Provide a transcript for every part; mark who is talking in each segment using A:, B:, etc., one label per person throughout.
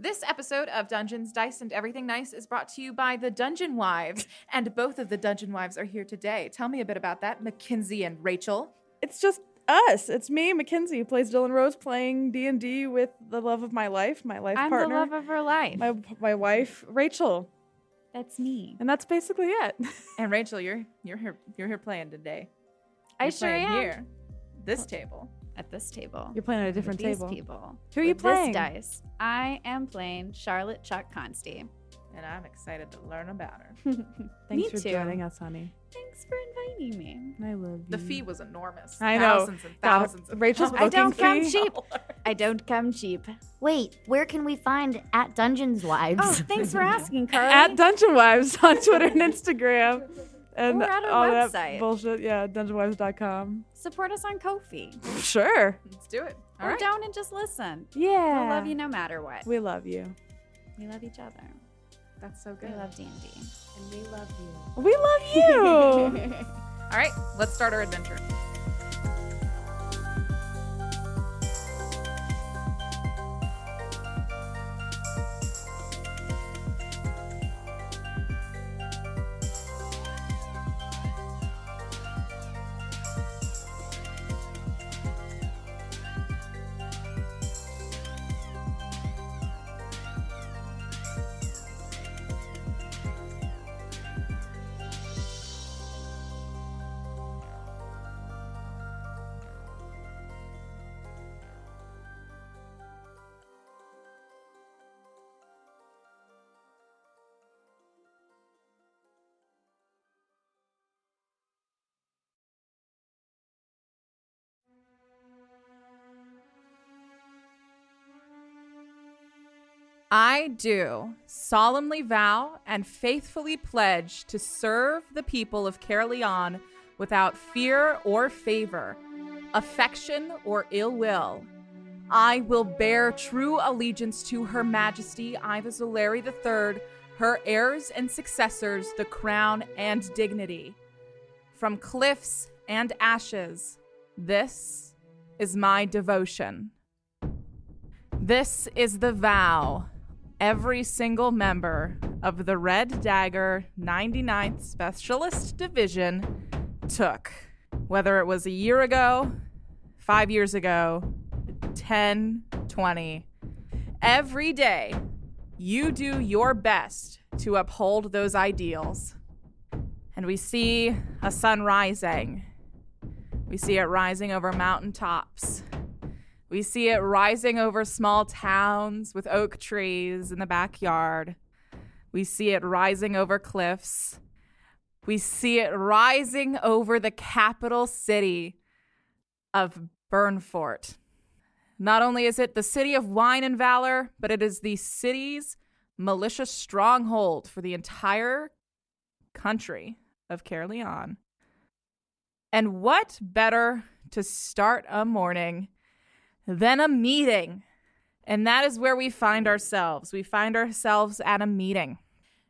A: This episode of Dungeons, Dice, and Everything Nice is brought to you by the Dungeon Wives, and both of the Dungeon Wives are here today. Tell me a bit about that, Mackenzie and Rachel.
B: It's just us. It's me, Mackenzie, who plays Dylan Rose, playing D and D with the love of my life, my life
C: I'm
B: partner,
C: the love of her life.
B: my my wife, Rachel,
C: That's me.
B: and that's basically it.
A: And Rachel, you're you're here you're here playing today.
C: I
A: You're
C: sure
A: playing
C: am.
A: Here, this table.
C: At this table.
B: You're playing at a
C: With
B: different
C: these
B: table.
C: people.
B: Who are you
C: With
B: playing?
C: This dice. I am playing Charlotte Chuck Constey.
A: And I'm excited to learn about her.
B: Thanks
C: Me
B: for
C: too.
B: joining us, honey.
C: Thanks for inviting me.
B: I love you.
A: The fee was enormous.
B: Hmm. I know.
A: Thousands and
B: God,
A: thousands of
B: Rachel's
C: I don't
B: Booking
C: come
B: fee?
C: cheap. I don't come cheap.
D: Wait, where can we find at Dungeons Wives?
C: Oh, thanks for asking, Carly.
B: at Dungeon Wives on Twitter and Instagram. And
C: Or at our
B: all that
C: website.
B: bullshit. Yeah, dungeonwives.com.
C: Support us on Kofi.
B: Sure.
A: Let's do it. All
C: or
A: right.
C: down and just listen.
B: Yeah.
C: We'll love you no matter what.
B: We love you.
C: We love each other.
A: That's so
C: We
A: good.
C: love D&D.
B: We love you.
A: All right, let's start our adventure. I do solemnly vow and faithfully pledge to serve the people of Caerleon without fear or favor, affection or ill will. I will bear true allegiance to Her Majesty Iva Zolari III, her heirs and successors, the crown and dignity. From cliffs and ashes, this is my devotion. This is the vow every single member of the Red Dagger 99th Specialist Division took. Whether it was a year ago, five years ago, 10, 20. Every day, you do your best to uphold those ideals. And we see a sun rising. We see it rising over mountain tops. We see it rising over small towns with oak trees in the backyard. We see it rising over cliffs. We see it rising over the capital city of Burnfort. Not only is it the city of wine and valor, but it is the city's malicious stronghold for the entire country of Caerleon. And what better to start a morning then a meeting. And that is where we find ourselves. We find ourselves at a meeting.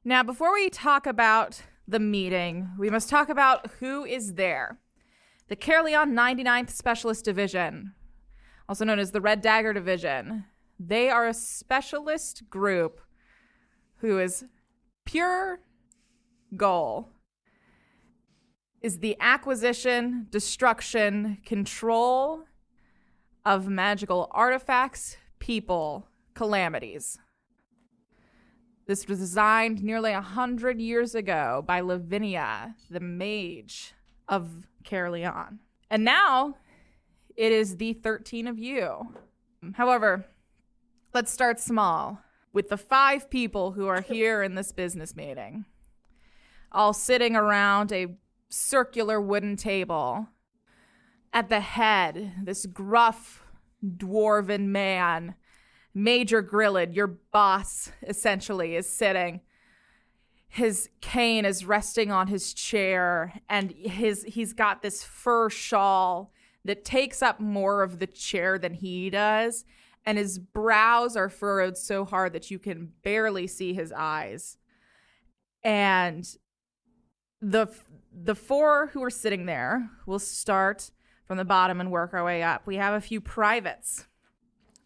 A: Now, before we talk about the meeting, we must talk about who is there. The Caerleon 99th Specialist Division, also known as the Red Dagger Division, they are a specialist group who is pure goal is the acquisition, destruction, control, of magical artifacts, people, calamities. This was designed nearly a hundred years ago by Lavinia, the mage of Caerleon. And now it is the 13 of you. However, let's start small with the five people who are here in this business meeting, all sitting around a circular wooden table at the head, this gruff dwarven man, Major Grillad, your boss, essentially, is sitting. His cane is resting on his chair, and his he's got this fur shawl that takes up more of the chair than he does, and his brows are furrowed so hard that you can barely see his eyes. And the the four who are sitting there will start from the bottom and work our way up. We have a few privates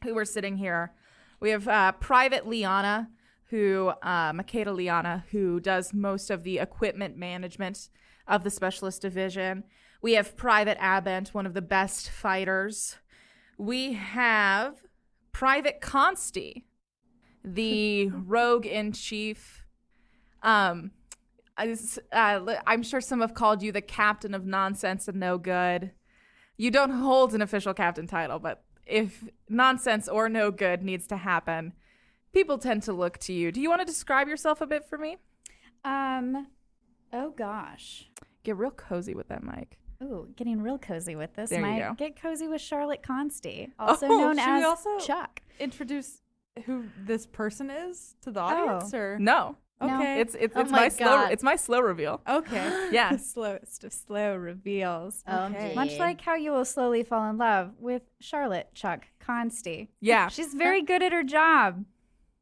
A: who are sitting here We have uh, Private Liana, who uh, Makeda Liana, who does most of the equipment management of the Specialist Division. We have Private Abent, one of the best fighters. We have Private Consti, the rogue in chief. Um, I s- uh, li- I'm sure some have called you the captain of nonsense and no good. You don't hold an official captain title, but if nonsense or no good needs to happen, people tend to look to you. Do you want to describe yourself a bit for me?
C: Um, oh gosh.
A: Get real cozy with that mic.
C: Ooh, getting real cozy with this.
A: There you
C: My-
A: go.
C: Get cozy with Charlotte Consti, also
B: Oh,
C: known
B: should we
C: as
B: also-
C: Chuck.
B: Introduce who this person is to the audience, or
A: No,
C: No.
B: okay,
A: it's it's,
D: Oh
A: it's my,
D: my
A: slow
D: God.
A: it's my slow reveal.
B: okay.
A: Yes.
C: Slowest of slow reveals.
D: Oh, Okay.
C: Oh, Much like how you will slowly fall in love with Charlotte Chuck Consti.
A: Yeah.
C: She's very good at her job.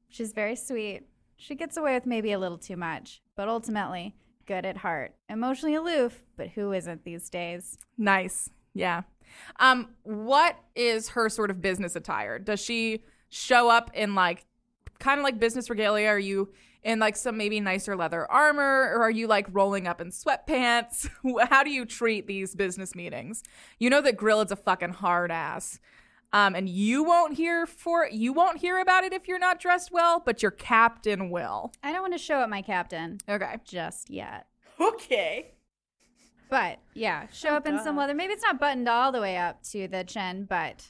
C: She's very sweet. She gets away with maybe a little too much, but ultimately, good at heart. Emotionally aloof, but who isn't these days?
A: Nice. Yeah. Um, what is her sort of business attire? Does she show up in like kind of like business regalia? Are you in like some maybe nicer leather armor or are you like rolling up in sweatpants? How do you treat these business meetings? You know that grill is a fucking hard ass. Um, and you won't hear for you won't hear about it if you're not dressed well, but your captain will.
C: I don't want to show it my captain
A: Okay.
C: just yet.
B: Okay.
C: But yeah,
A: Oh,
C: show up in some leather. Maybe it's not buttoned all the way up to the chin, but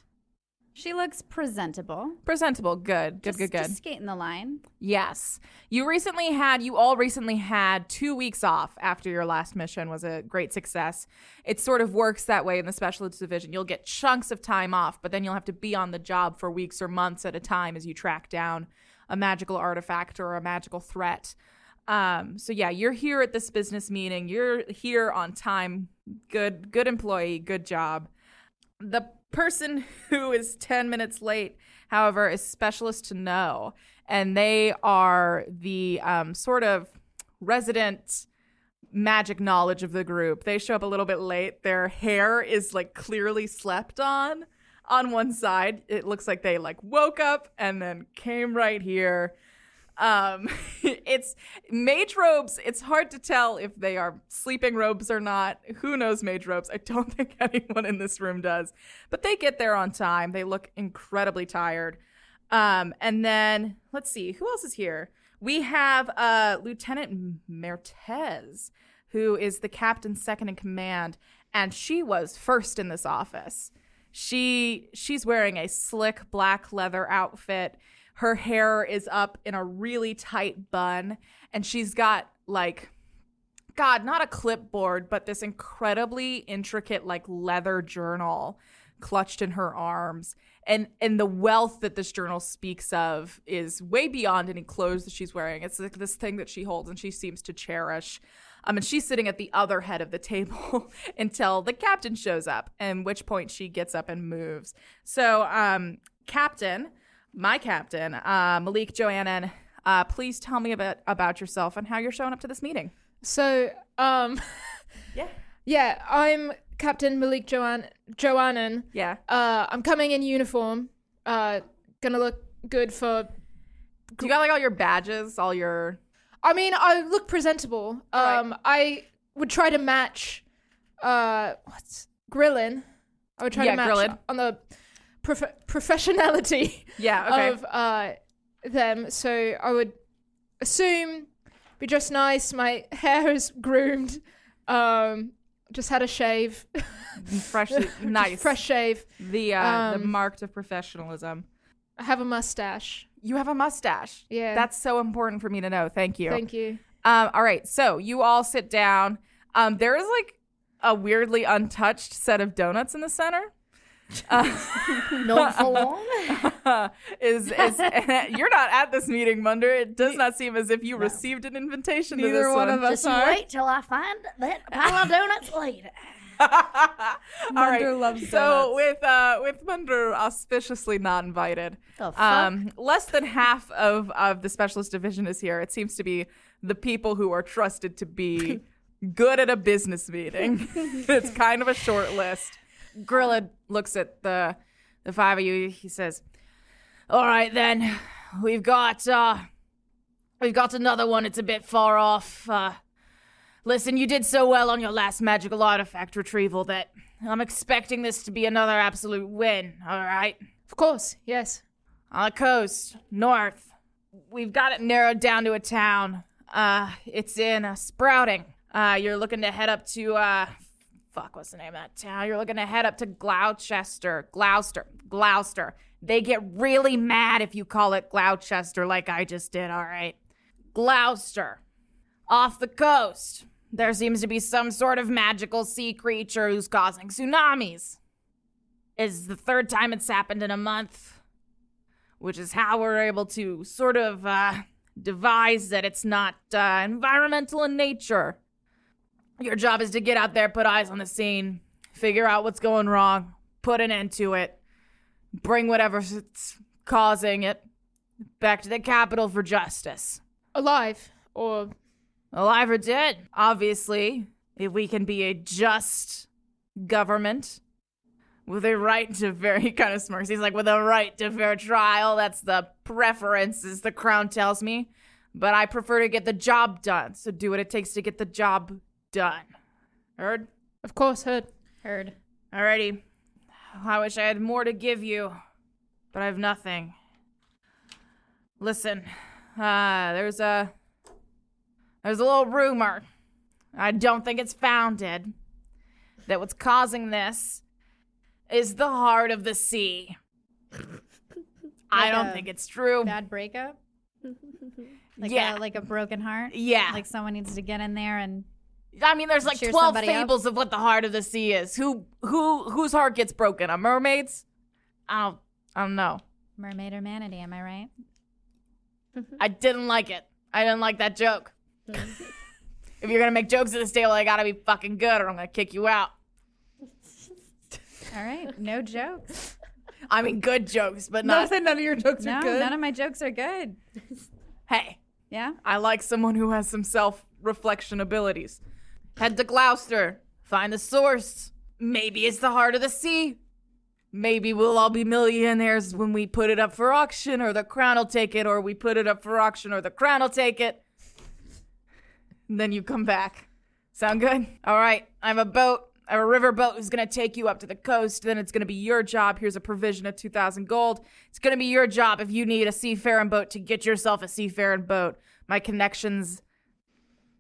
C: she looks presentable.
A: Presentable. Good. Good,
C: Just-
A: good, good.
C: Just skating the line.
A: Yes. You recently had, you all recently had two weeks off after your last mission was a great success. It sort of works that way in the specialist division. You'll get chunks of time off, but then you'll have to be on the job for weeks or months at a time as you track down a magical artifact or a magical threat. Um, so yeah, you're here at this business meeting. You're here on time. Good, good employee. Good job. The person who is 10 minutes late, however, is specialist to know. And they are the um, sort of resident magic knowledge of the group. They show up a little bit late. Their hair is like clearly slept on on one side. It looks like they like woke up and then came right here. Um, it's mage robes. It's hard to tell if they are sleeping robes or not. Who knows mage robes? I don't think anyone in this room does. But they get there on time. They look incredibly tired. Um, and then let's see who else is here. We have uh, Lieutenant Mertez, who is the captain's second in command, and she was first in this office. She she's wearing a slick black leather outfit. Her hair is up in a really tight bun, and she's got like God, not a clipboard, but this incredibly intricate like leather journal clutched in her arms. And and the wealth that this journal speaks of is way beyond any clothes that she's wearing. It's like this thing that she holds and she seems to cherish. Um, and she's sitting at the other head of the table until the captain shows up, and which point she gets up and moves. So, um, Captain, my captain, uh, Malik Joannan, uh, please tell me about about yourself and how you're showing up to this meeting.
E: So, um, yeah, yeah, I'm Captain Malik Joan Joannan.
A: Yeah.
E: Uh, I'm coming in uniform. Uh, gonna look good for.
A: Do you got like all your badges, all your
E: I mean, I look presentable.
A: Alright.
E: Um, I would try to match. Uh, what's grillin? I would try
A: Yeah,
E: to match
A: Grillin.
E: on the prof- professionality
A: yeah,
E: of uh them. So I would assume be dressed nice. My hair is groomed. Um, just had a shave.
A: freshly
E: Just
A: nice,
E: fresh shave.
A: the uh, the
E: um,
A: marked of professionalism.
E: I have a mustache.
A: You have a mustache.
E: Yeah.
A: That's so important for me to know. Thank you.
E: Thank you.
A: Um, all right, so you all sit down. Um, there is like a weirdly untouched set of donuts in the center. Uh,
D: Not for long.
A: is is you're not at this meeting, Munder? It does not seem as if you received an invitation to
B: Neither
A: this
B: one of us
D: Just you
B: are.
D: wait till I find that pile of donuts later.
A: All right.
B: Munder loves
A: so
B: donuts.
A: with uh, with Munder auspiciously not invited.
D: The fuck?
A: Um, less than half of of the specialist division is here. It seems to be the people who are trusted to be good at a business meeting. it's kind of a short list. Grilla looks at the the five of you. He says, All right then, we've got uh, we've got another one. It's a bit far off. Uh, listen, you did so well on your last magical artifact retrieval that I'm expecting this to be another absolute win. All right,
E: Of course, yes.
A: on the coast, north, we've got it narrowed down to a town. Uh, it's in uh, Sprouting. Uh, you're looking to head up to uh, fuck, what's the name of that town? You're looking to head up to Gloucester, Gloucester, Gloucester. They get really mad if you call it Gloucester, like I just did. All right, Gloucester, off the coast. There seems to be some sort of magical sea creature who's causing tsunamis. It's the third time it's happened in a month which is how we're able to sort of uh, devise that it's not uh, environmental in nature. Your job is to get out there, put eyes on the scene, figure out what's going wrong, put an end to it, bring whatever's causing it back to the capital for justice.
E: Alive or
A: Alive or dead, obviously, if we can be a just government with a right to fair, he kind of smirks. He's like, with a right to fair trial. That's the preference, as the crown tells me. But I prefer to get the job done. So do what it takes to get the job done. Heard?
E: of course heard.
F: Heard.
A: Alrighty. I wish I had more to give you, but I have nothing. Listen, uh, there's a there's a little rumor. I don't think it's founded that what's causing this is the heart of the sea. I
F: Like
A: don't
F: a
A: think it's true.
F: Bad breakup. Like
A: Yeah.
F: A, like a broken heart.
A: Yeah.
F: Like someone needs to get in there and
A: I mean, there's like
F: Cheer
A: twelve
F: somebody up.
A: fables of what the heart of the sea is. Who who whose heart gets broken? A mermaid's? I don't I don't know.
F: mermaid or manatee. Am I right?
A: I didn't like it. I didn't like that joke. if you're gonna make jokes at this table, they gotta be fucking good, or I'm gonna kick you out.
F: All right. No jokes.
A: I mean, good jokes, but
B: Not to
A: not.
B: say none of your jokes
F: no,
B: are good.
F: none of my jokes are good.
A: Hey,
F: Yeah.
A: I like someone who has some self-reflection abilities. Head to Gloucester, find the source. Maybe it's the heart of the sea. Maybe we'll all be millionaires when we put it up for auction, or the crown will take it, or we put it up for auction, or the crown will take it. And then you come back. Sound good? All right. I have a boat, I have a river boat who's going to take you up to the coast. Then it's going to be your job. Here's a provision of 2,000 gold. It's going to be your job if you need a seafaring boat to get yourself a seafaring boat. My connections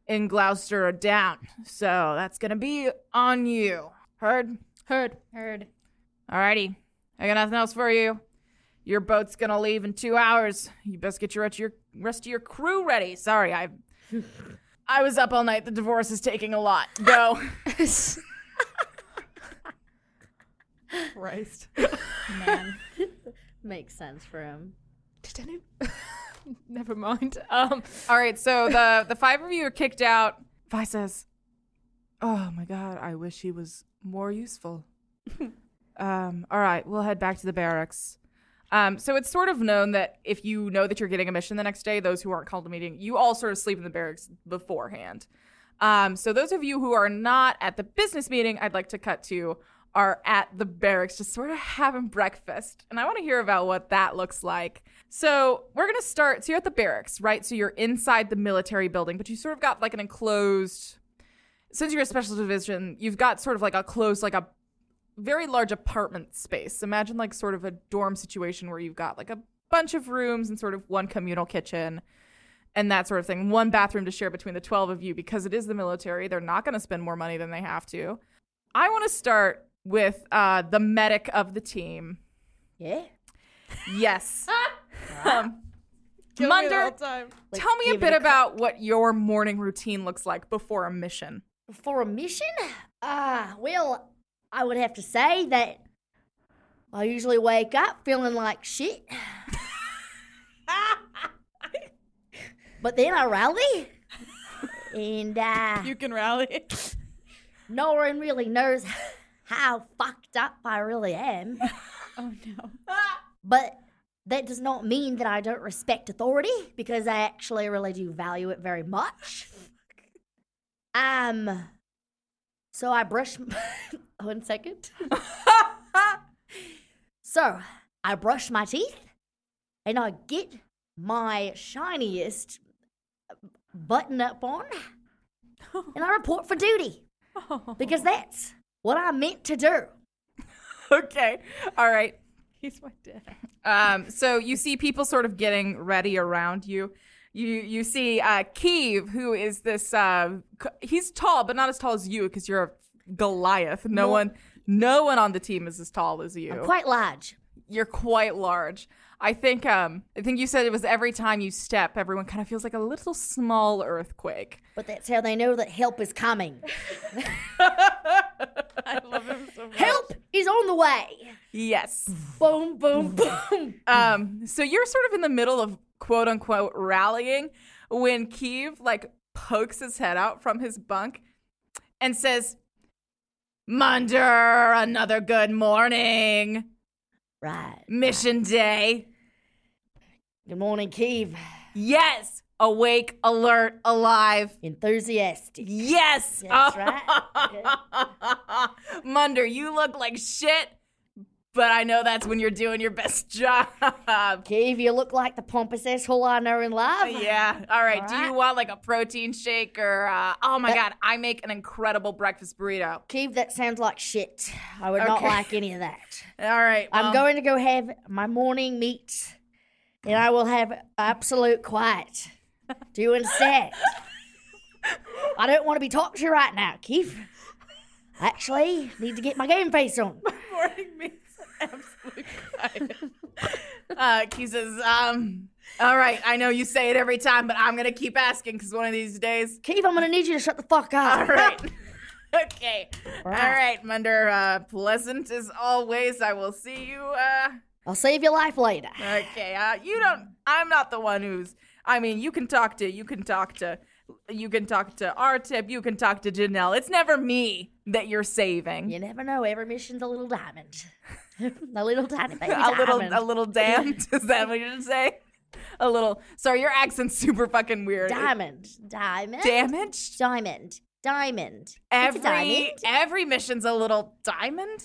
A: in Gloucester are down. So that's going to be on you. Heard?
E: Heard.
F: Heard.
A: Alrighty. I got nothing else for you. Your boat's gonna leave in two hours. You best get your rest of your, rest of your crew ready. Sorry, I I was up all night. The divorce is taking a lot. Go.
B: Christ.
F: Man.
D: Makes sense for him.
E: Did any? Never mind. Um,
A: all right. So the the five of you are kicked out. Vi says, "Oh my god, I wish he was more useful." um. All right, we'll head back to the barracks. Um, so it's sort of known that if you know that you're getting a mission the next day, those who aren't called to meeting, you all sort of sleep in the barracks beforehand. Um, so those of you who are not at the business meeting, I'd like to cut to are at the barracks just sort of having breakfast. And I want to hear about what that looks like. So we're going to start. So you're at the barracks, right? So you're inside the military building, but you sort of got like an enclosed, since you're a special division, you've got sort of like a closed, like a very large apartment space. Imagine like sort of a dorm situation where you've got like a bunch of rooms and sort of one communal kitchen and that sort of thing. One bathroom to share between the 12 of you because it is the military. They're not going to spend more money than they have to. I want to start with uh, the medic of the team.
D: Yeah.
A: Yes. um, Munder,
B: time.
D: Like,
A: tell me a
D: give it
A: bit
D: a
A: about what your morning routine looks like before a mission.
D: For a mission? Ah, well, I would have to say that I usually wake up feeling like shit. but then I rally. And uh,
B: You can rally.
D: no one really knows how fucked up I really am.
F: Oh no.
D: But that does not mean that I don't respect authority because I actually really do value it very much. Um, so I brush. one second. so I brush my teeth. and I get my shiniest uh, button up on and I report for duty because that's what I meant to do.
A: okay. All right.
G: He's my dad.
A: Um, so you see people sort of getting ready around you. You you see uh, Keeve, who is this? Uh, c- he's tall, but not as tall as you because you're a Goliath. No one, no one on the team is as tall as you.
D: Quite large.
A: you're quite large. I think um, I think you said it was every time you step, everyone kind of feels like a little small earthquake.
D: But that's how they know that help is coming.
G: I love him so much.
D: Help is on the way.
A: Yes.
D: Boom, boom, boom.
A: Um, so you're sort of in the middle of quote unquote rallying when Keeve like pokes his head out from his bunk and says, Munder, another good morning.
D: Right.
A: Mission day.
D: Good morning, Keeve.
A: Yes. Awake, alert, alive.
D: Enthusiastic.
A: Yes.
D: That's right.
A: Munder, you look like shit, but I know that's when you're doing your best job.
D: Keeve, you look like the pompous asshole I know and love.
A: Yeah. All right. Do you
D: Alright.
A: want like a protein shake or? Uh, oh my
D: That-
A: god! I make an incredible breakfast burrito.
D: Keeve, that sounds like shit. I would not
A: Okay.
D: like any of that.
A: All right.
D: I'm
A: well,
D: going to go have my morning meat, and I will have absolute quiet. Do you understand? I don't want to be talked to right now, Keith. I actually need to get my game face on.
A: Uh, he says, um, "All right. I know you say it every time, but I'm gonna keep asking because one of these days."
D: Keith, I'm going to need you to shut the fuck up.
A: All right. okay. All
D: Right.
A: right, Munder. Uh, pleasant as always. I will see you. Uh,
D: I'll save your life later.
A: Okay, uh, you don't. I'm not the one who's. I mean, you can talk to. You can talk to. You can talk to Artip. You can talk to Janelle. It's never me that you're saving.
D: You never know. Every mission's a little diamond. a little tiny baby
A: a
D: diamond.
A: little, a little damned. Is that what you're saying? A little. Sorry, your accent's super fucking weird.
D: diamond. Diamond.
A: Damaged.
D: Diamond. Diamond. It's a
A: Every every mission's a little diamond.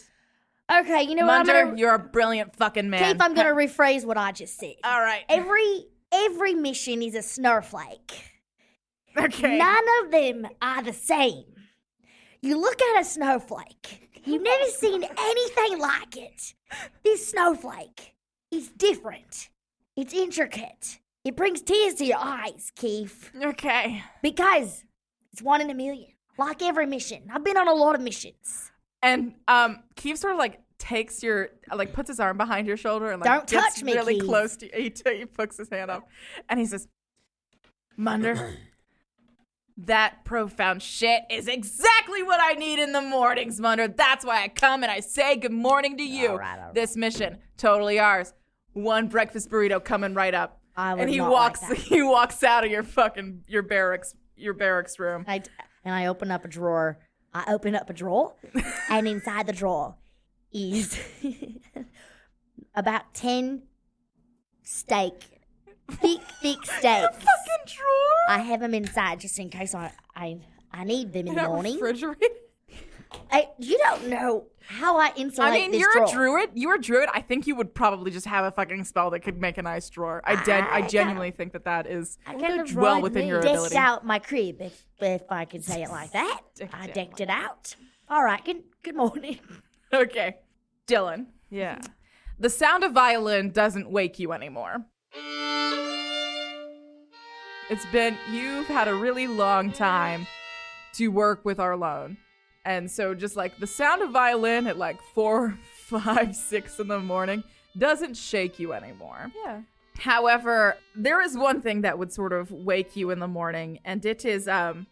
D: diamond. Okay, you know what? I'm
A: Munder,
D: going to
A: you're a brilliant fucking man.
D: Keith, I'm going to rephrase what I just said.
A: All right.
D: Every every mission is a snowflake.
A: Okay.
D: None of them are the same. You look at a snowflake. You've never seen anything like it. This snowflake is different. It's intricate. It brings tears to your eyes, Keith,
A: okay.
D: because it's one in a million. Like every mission, I've been on a lot of missions.
A: And um, Keeve sort of like takes your like puts his arm behind your shoulder and like
D: Don't
A: gets
D: touch me,
A: really
D: Keith.
A: close to you. He, t- he hooks his hand up and he says, "Munder, that profound shit is exactly what I need in the mornings, Munder. That's why I come and I say good morning to you.
D: right, all right.
A: This mission totally ours. One breakfast burrito coming right up."
D: I would
A: and he
D: not
A: walks
D: like that.
A: he walks out of your fucking your barracks your barracks room.
D: I, and I open up a drawer. I open up a drawer, and inside the drawer is about 10 steak, thick, thick steaks.
A: Fucking drawer.
D: I have them inside just in case I, I, I need them in the
A: That
D: morning.
A: refrigerator.
D: I, you don't know how I insulate
A: I mean,
D: this
A: you're
D: drawer.
A: a druid. You're a druid. I think you would probably just have a fucking spell that could make an ice drawer. I gen- I genuinely think that that is
D: I kind of
A: well within your
D: decked
A: ability.
D: out my crib, if, if I can say it like that. I decked it out. All right, good, good morning.
A: Okay, Dylan.
B: Yeah.
A: The sound of violin doesn't wake you anymore. It's been you've had a really long time to work with our loan, and so just like the sound of violin at like four, five, six in the morning doesn't shake you anymore.
B: Yeah.
A: However, there is one thing that would sort of wake you in the morning, and it is um,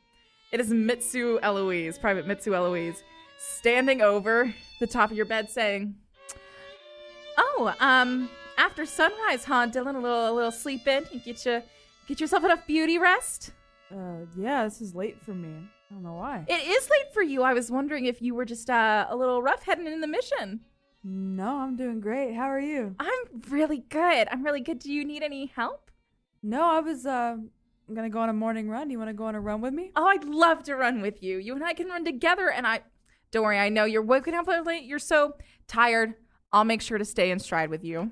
A: it is Mitsu Eloise, Private Mitsu Eloise, standing over the top of your bed, saying, "Oh, um, after sunrise, huh, Dylan? A little, a little sleep in. You get you, get yourself enough beauty rest.
B: Uh, yeah, this is late for me. I don't know why.
A: It is late for you. I was wondering if you were just uh, a little rough heading in the mission.
B: No, I'm doing great. How are you?
A: I'm really good. I'm really good. Do you need any help?
B: No, I was uh, gonna go on a morning run. You wanna go on a run with me?
A: Oh, I'd love to run with you. You and I can run together. And I, don't worry, I know you're waking up late. You're so tired. I'll make sure to stay in stride with you.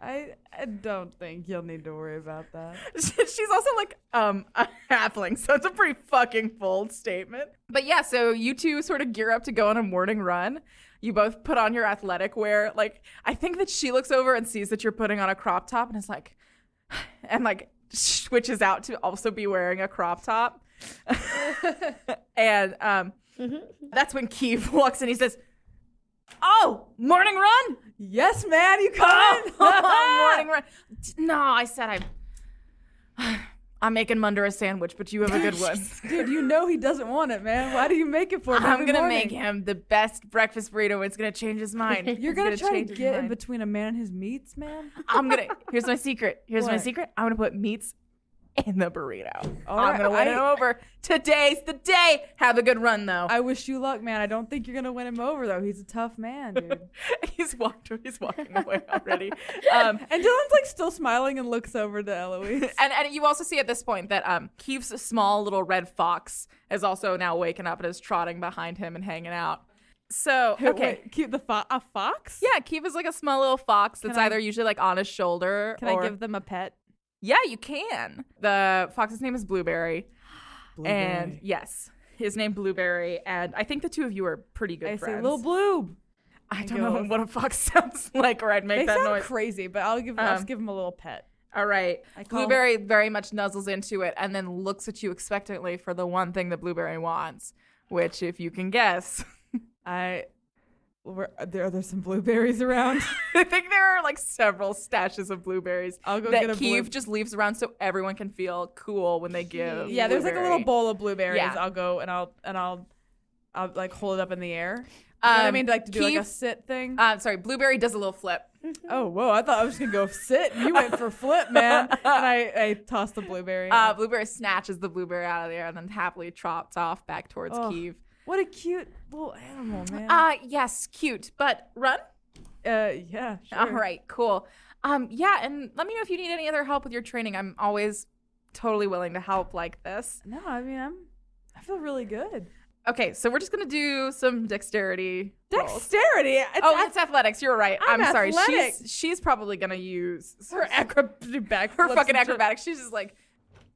B: I, I don't think you'll need to worry about that.
A: She's also like um a halfling, so it's a pretty fucking bold statement. But yeah, so you two sort of gear up to go on a morning run. You both put on your athletic wear. Like I think that she looks over and sees that you're putting on a crop top and is like and like switches out to also be wearing a crop top. and um that's when Keeve walks in. He says, "Oh, morning run?
B: Yes, man, you coming?
A: Oh, morning run. No, I said I. I'm making Munder a sandwich, but you have a good one.
B: Dude, you know he doesn't want it, man. Why do you make it for him?
A: I'm
B: every
A: gonna
B: morning?
A: make him the best breakfast burrito. It's gonna change his mind.
B: You're
A: It's
B: gonna, try
A: change
B: to
A: his
B: get in
A: mind.
B: between a man and his meats, man.
A: I'm gonna. Here's my secret. Here's my
B: What?
A: secret. I'm gonna put meats in the burrito.
B: All
A: I'm
B: right,
A: gonna win
B: I-
A: him over. Today's the day. Have a good run though.
B: I wish you luck, man. I don't think you're gonna win him over though. He's a tough man, dude.
A: he's walked. He's walking away already. Um,
B: and Dylan's like still smiling and looks over to Eloise.
A: and and you also see at this point that um Keeve's small little red fox is also now waking up and is trotting behind him and hanging out. So
B: Wait,
A: okay.
B: cute the fo- a fox?
A: Yeah, Keeve is like a small little fox that's
B: Can I-
A: either usually like on his shoulder
B: Can
A: or
B: I give them a pet?
A: Yeah, you can. The fox's name is Blueberry. And yes, his name Blueberry and I think the two of you are pretty good
B: I say
A: friends.
B: little bloob.
A: I don't
B: go
A: know
B: with-
A: what a fox sounds like or I'd make
B: They
A: that
B: sound
A: noise.
B: crazy, but I'll give I'll
A: Um,
B: just give him a little pet.
A: All right.
B: call-
A: Blueberry very much nuzzles into it and then looks at you expectantly for the one thing that Blueberry wants, which, if you can guess,
B: I were, are there are there some blueberries around?
A: I think there are like several stashes of blueberries
B: I'll go
A: that
B: get a blue-
A: Keeve just leaves around so everyone can feel cool when they give.
B: yeah, there's like a little
A: Blueberry.
B: bowl of blueberries.
A: Yeah.
B: I'll go and I'll and I'll I'll like hold it up in the air. You know what I
A: Um,
B: mean, like to do like a
A: Keeve-
B: sit thing.
A: Uh, sorry, Blueberry does a little flip.
B: oh, whoa! I thought I was just gonna go sit. and You went for flip, man. And I I tossed the blueberry.
A: Uh, blueberry snatches the blueberry out of the air and then happily trots off back towards
B: Oh.
A: Keeve.
B: what a cute little animal, man.
A: Uh, yes, cute, but run.
B: Uh, yeah. Sure.
A: All right, cool. Um, yeah, and let me know if you need any other help with your training. I'm always totally willing to help like this.
B: No, I mean I'm. I feel really good.
A: Okay, so we're just gonna do some dexterity. rolls.
B: Dexterity. It's
A: Oh, it's athletics. You're right.
B: I'm
A: I'm, sorry.
B: athletic.
A: She's she's probably gonna use her
B: acrobatic back.
A: her fucking acrobatics. She's just like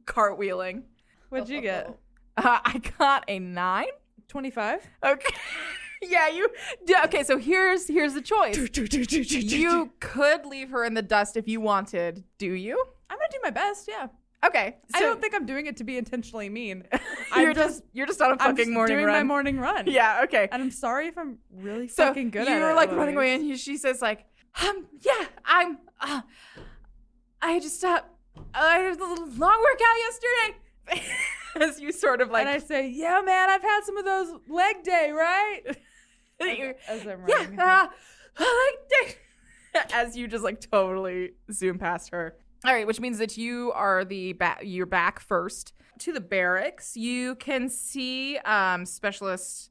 A: cartwheeling.
B: What'd you get?
A: Uh, I got a nine.
B: Twenty-five.
A: Okay. yeah, you. Yeah, okay, so here's here's the choice. you could leave her in the dust if you wanted. Do you?
B: I'm gonna do my best. Yeah.
A: Okay.
B: I
A: so
B: don't think I'm doing it to be intentionally mean.
A: you're
B: I'm
A: just you're just on a fucking
B: I'm just
A: morning
B: doing
A: run.
B: my morning run.
A: yeah. Okay.
B: And I'm sorry if I'm really
A: so
B: fucking good
A: you
B: at it.
A: were like
B: Louise.
A: running away, and he- she says like, um, yeah, I'm, uh, I just uh, I had a little long workout yesterday. As you sort of like,
B: and I say, "Yeah, man, I've had some of those leg day, right?"
A: you're-
B: As I'm
A: yeah,
B: running.
A: uh, I like that. as you just like totally zoom past her. All right, which means that you are the back. You're back first to the barracks. You can see um, specialist.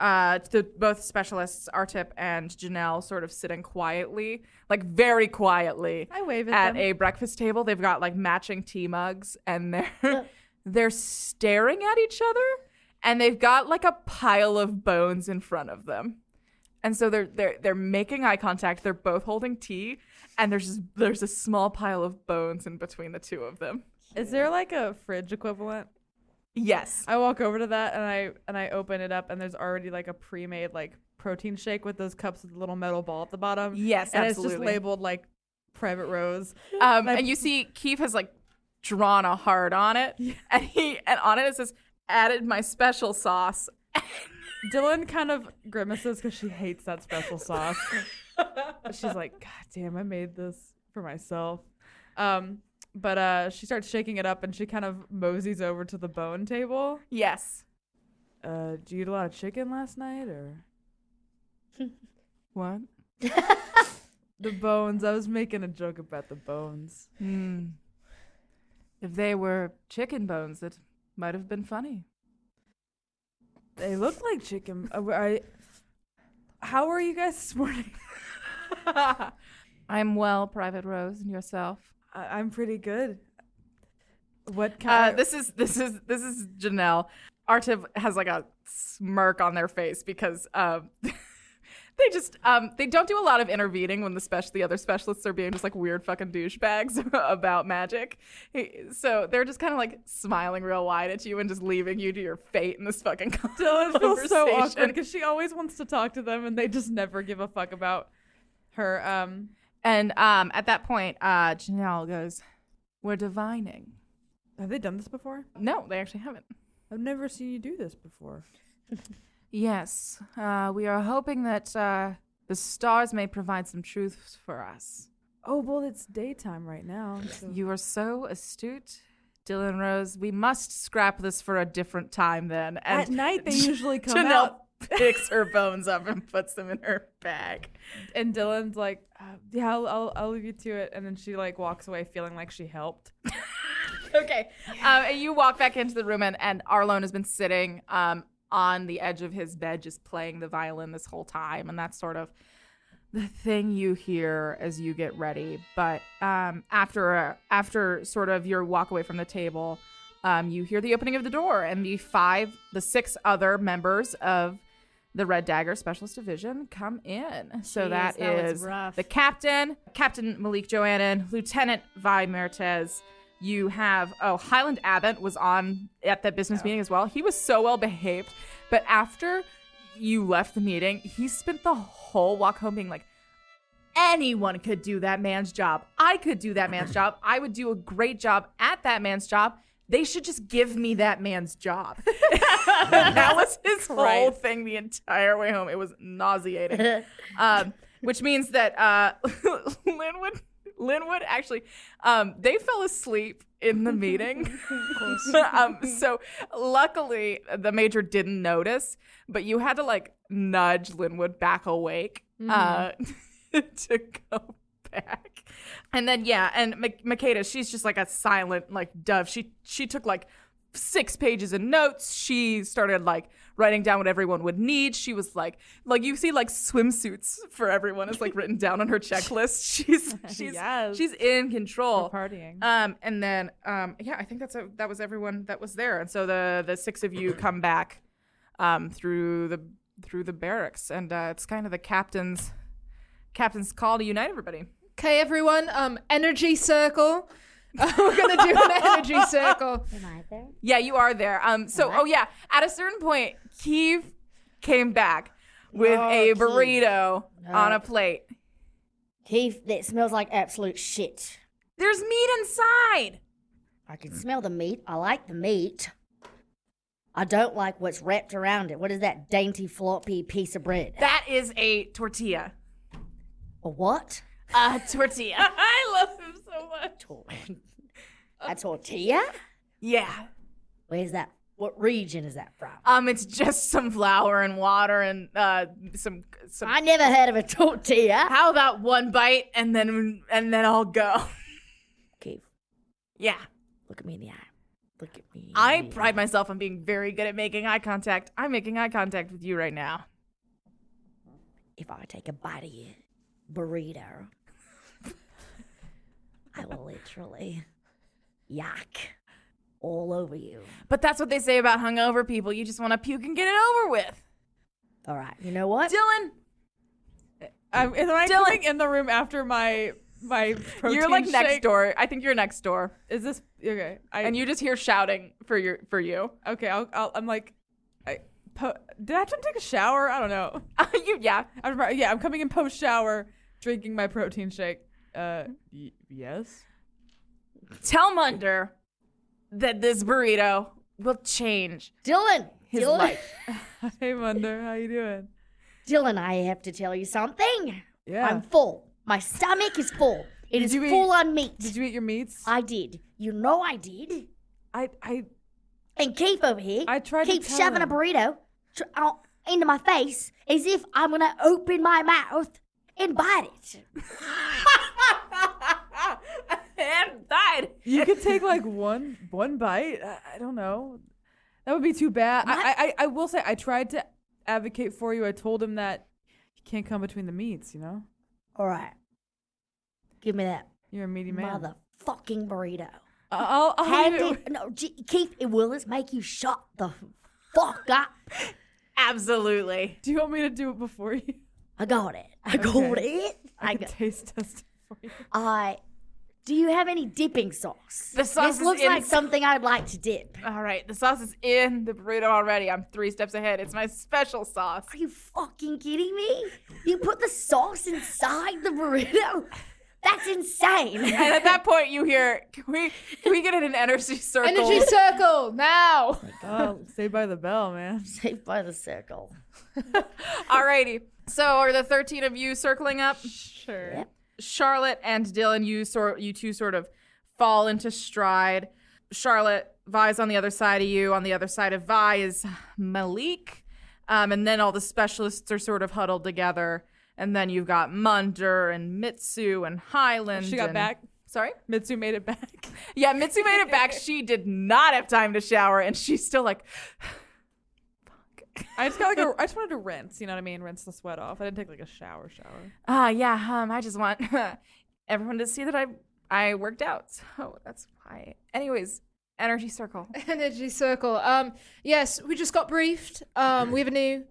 A: Uh, the both specialists Artip and Janelle sort of sitting quietly, like very quietly,
B: I wave at,
A: at
B: them.
A: a breakfast table. They've got like matching tea mugs, and they're they're staring at each other, and they've got like a pile of bones in front of them. And so they're they're they're making eye contact. They're both holding tea, and there's just, there's a small pile of bones in between the two of them.
B: Is there like a fridge equivalent?
A: Yes.
B: I walk over to that and I and I open it up and there's already like a pre-made like protein shake with those cups with the little metal ball at the bottom.
A: Yes,
B: and it's just
A: absolutely.
B: labeled like Private Rose.
A: Um,
B: my-
A: and you see Keith has like drawn a heart on it, and he and on it it says added my special sauce.
B: Dylan kind of grimaces because she hates that special sauce. She's like, God damn, I made this for myself. Um, but uh, she starts shaking it up and she kind of moseys over to the bone table.
A: Yes.
B: Uh, did you eat a lot of chicken last night or?
A: What?
B: The bones. I was making a joke about the bones.
A: Hmm. If they were chicken bones, it might have been funny.
B: They look like chicken. Uh, were- I, how are you guys this morning?
A: I'm well, Private Rose, and yourself.
B: I, I'm pretty good. What
A: Uh,
B: kind?
A: this is this is this is Janelle. Artiv has like a smirk on their face because um, They just um, they don't do a lot of intervening when the special the other specialists are being just like weird fucking douchebags about magic. He- So they're just kind of like smiling real wide at you and just leaving you to your fate in this fucking
B: Dylan feels so awkward
A: conversation.
B: because she always wants to talk to them and they just never give a fuck about her. Um,
A: And um, at that point, uh, Janelle goes, "We're divining."
B: have they done this before?
A: No, they actually haven't.
B: I've never seen you do this before.
H: Yes, uh, we are hoping that uh, the stars may provide some truths for us.
B: Oh well, it's daytime right now. so-
H: You are so astute, Dylan Rose. We must scrap this for a different time then. And
B: At night they usually come
H: Janelle
B: out,
H: picks her bones up and puts them in her bag.
B: and Dylan's like, uh, "Yeah, I'll, I'll, I'll leave you to it." And then she like walks away feeling like she helped.
A: Okay. Um, and you walk back into the room, and, and Arlone has been sitting um, on the edge of his bed, just playing the violin this whole time. And that's sort of the thing you hear as you get ready. But um, after, a, after sort of your walk away from the table, um, you hear the opening of the door, and the five, the six other members of the Red Dagger Specialist Division come in. So
I: Jeez,
A: that
I: that was
A: is
I: rough.
A: the captain, Captain Malik Joannan, Lieutenant Vi Mertes. You have oh Highland Abbott was on at that business meeting as well. He was so well behaved, but after you left the meeting, he spent the whole walk home being like, anyone could do that man's job. I could do that man's job. I would do a great job at that man's job. They should just give me that man's job. that was his whole thing the entire way home. It was nauseating. um, which means that uh, Linwood, Linwood actually, um, they fell asleep in the meeting. um, so luckily, the major didn't notice, but you had to like nudge Linwood back awake uh, to go back. And then yeah, and Ma- Makeda, she's just like a silent like dove. She she took like six pages of notes. She started like writing down what everyone would need. She was like like you see like swimsuits for everyone is like written down on her checklist. She's she's
B: Yes.
A: she's in control.
B: Partying.
A: Um, and then um, yeah, I think that's a, that was everyone that was there. And so the the six of you come back um, through the through the barracks, and uh, it's kind of the captain's captain's call to unite everybody.
E: Okay, everyone. Um, energy circle. We're gonna do an energy circle.
D: Am I there?
A: Yeah, you are there. Um, so oh yeah, at a certain point, Keeve came back with
D: No,
A: a
D: Keeve.
A: burrito on a plate.
D: Keith, that smells like absolute shit.
A: There's meat inside.
D: I can smell the meat. I like the meat. I don't like what's wrapped around it. What is that dainty, floppy piece of bread?
A: That is a tortilla.
D: A what?
A: A tortilla.
D: Tor- a tortilla?
A: yeah.
D: Where's that? What region is that from?
A: Um, it's just some flour and water and uh, some some
D: I never heard of a tortilla.
A: How about one bite and then and then I'll go?
D: Keith,
A: yeah.
D: look at me in the eye. Look at me.
A: I pride myself on being very good at making eye contact. I'm making eye contact with you right now.
D: if I take a bite of your burrito, I will literally yuck all over you.
A: But that's what they say about hungover people. You just want to puke and get it over with.
D: All right, you know what?
A: Dylan,
B: I'm, Um, am I
A: Dylan.
B: coming in the room after my my protein
A: you're like next
B: shake?
A: door. I think you're next door.
B: Is this okay? I,
A: And you just hear shouting for your for you.
B: okay? I'll, I'll, I'm like, I, po- did I have to take a shower? I don't know.
A: you yeah.
B: I remember, yeah, I'm coming in post shower, drinking my protein shake. Uh, y- yes.
A: Tell Munder that this burrito will change
D: Dylan,
A: his
D: Dylan,
A: life.
B: Hey, Wonder, how you doing?
D: Dylan, I have to tell you something.
B: Yeah.
D: I'm full. My stomach is full. It is
B: you eat-
D: full on meat.
B: did you eat your meats?
D: I did. You know I did.
B: I, I,
D: And Keith over here,
B: I tried to
D: keep
B: tell
D: shoving
B: him.
D: a burrito tr- out into my face as if I'm gonna open my mouth and bite it.
A: and died.
B: you could take like one one bite. I, I don't know. That would be too bad. I, I, I will say I tried to advocate for you. I told him that you can't come between the meats. You know,
D: All right, give me that
B: you're a meaty man.
D: motherfucking burrito.
B: I'll, I'll
D: Hand
B: leave it
D: it, no, G- Keith, it will this make you shut the fuck up?
A: Absolutely.
B: Do you want me to do it before you?
D: I got it. I got it. I
B: I
D: got.
B: taste test for you.
D: I. Do you have any dipping sauce?
A: The sauce
D: this
A: is
D: looks
A: in-
D: like something I'd like to dip.
A: All right, the sauce is in the burrito already. I'm three steps ahead. It's my special sauce.
D: Are you fucking kidding me? You put the sauce inside the burrito? That's insane.
A: And at that point, you hear, "Can we, can we get in an energy circle?"
E: Energy circle now.
B: Oh, Saved by the Bell, man.
D: Saved by the circle.
A: Alrighty. So, are the thirteen of you circling up?
B: Sure.
D: Yep.
A: Charlotte and Dylan, you sort you two sort of fall into stride. Charlotte, Vi's on the other side of you. On the other side of Vi is Malik, um, and then all the specialists are sort of huddled together. And then you've got Munder and Mitsu and Highland.
B: She got
A: and-
B: back.
A: Sorry.
B: Mitsu made it back.
A: Yeah, Mitsu made it back. She did not have time to shower, and she's still like,
B: I just got like a, I just wanted to rinse. You know what I mean? Rinse the sweat off. I didn't take like a shower. Shower.
A: Ah, yeah. Um, I just want everyone to see that I I worked out. So that's why. Anyways, energy circle.
E: Energy circle. Um, yes, we just got briefed. Um, we have a new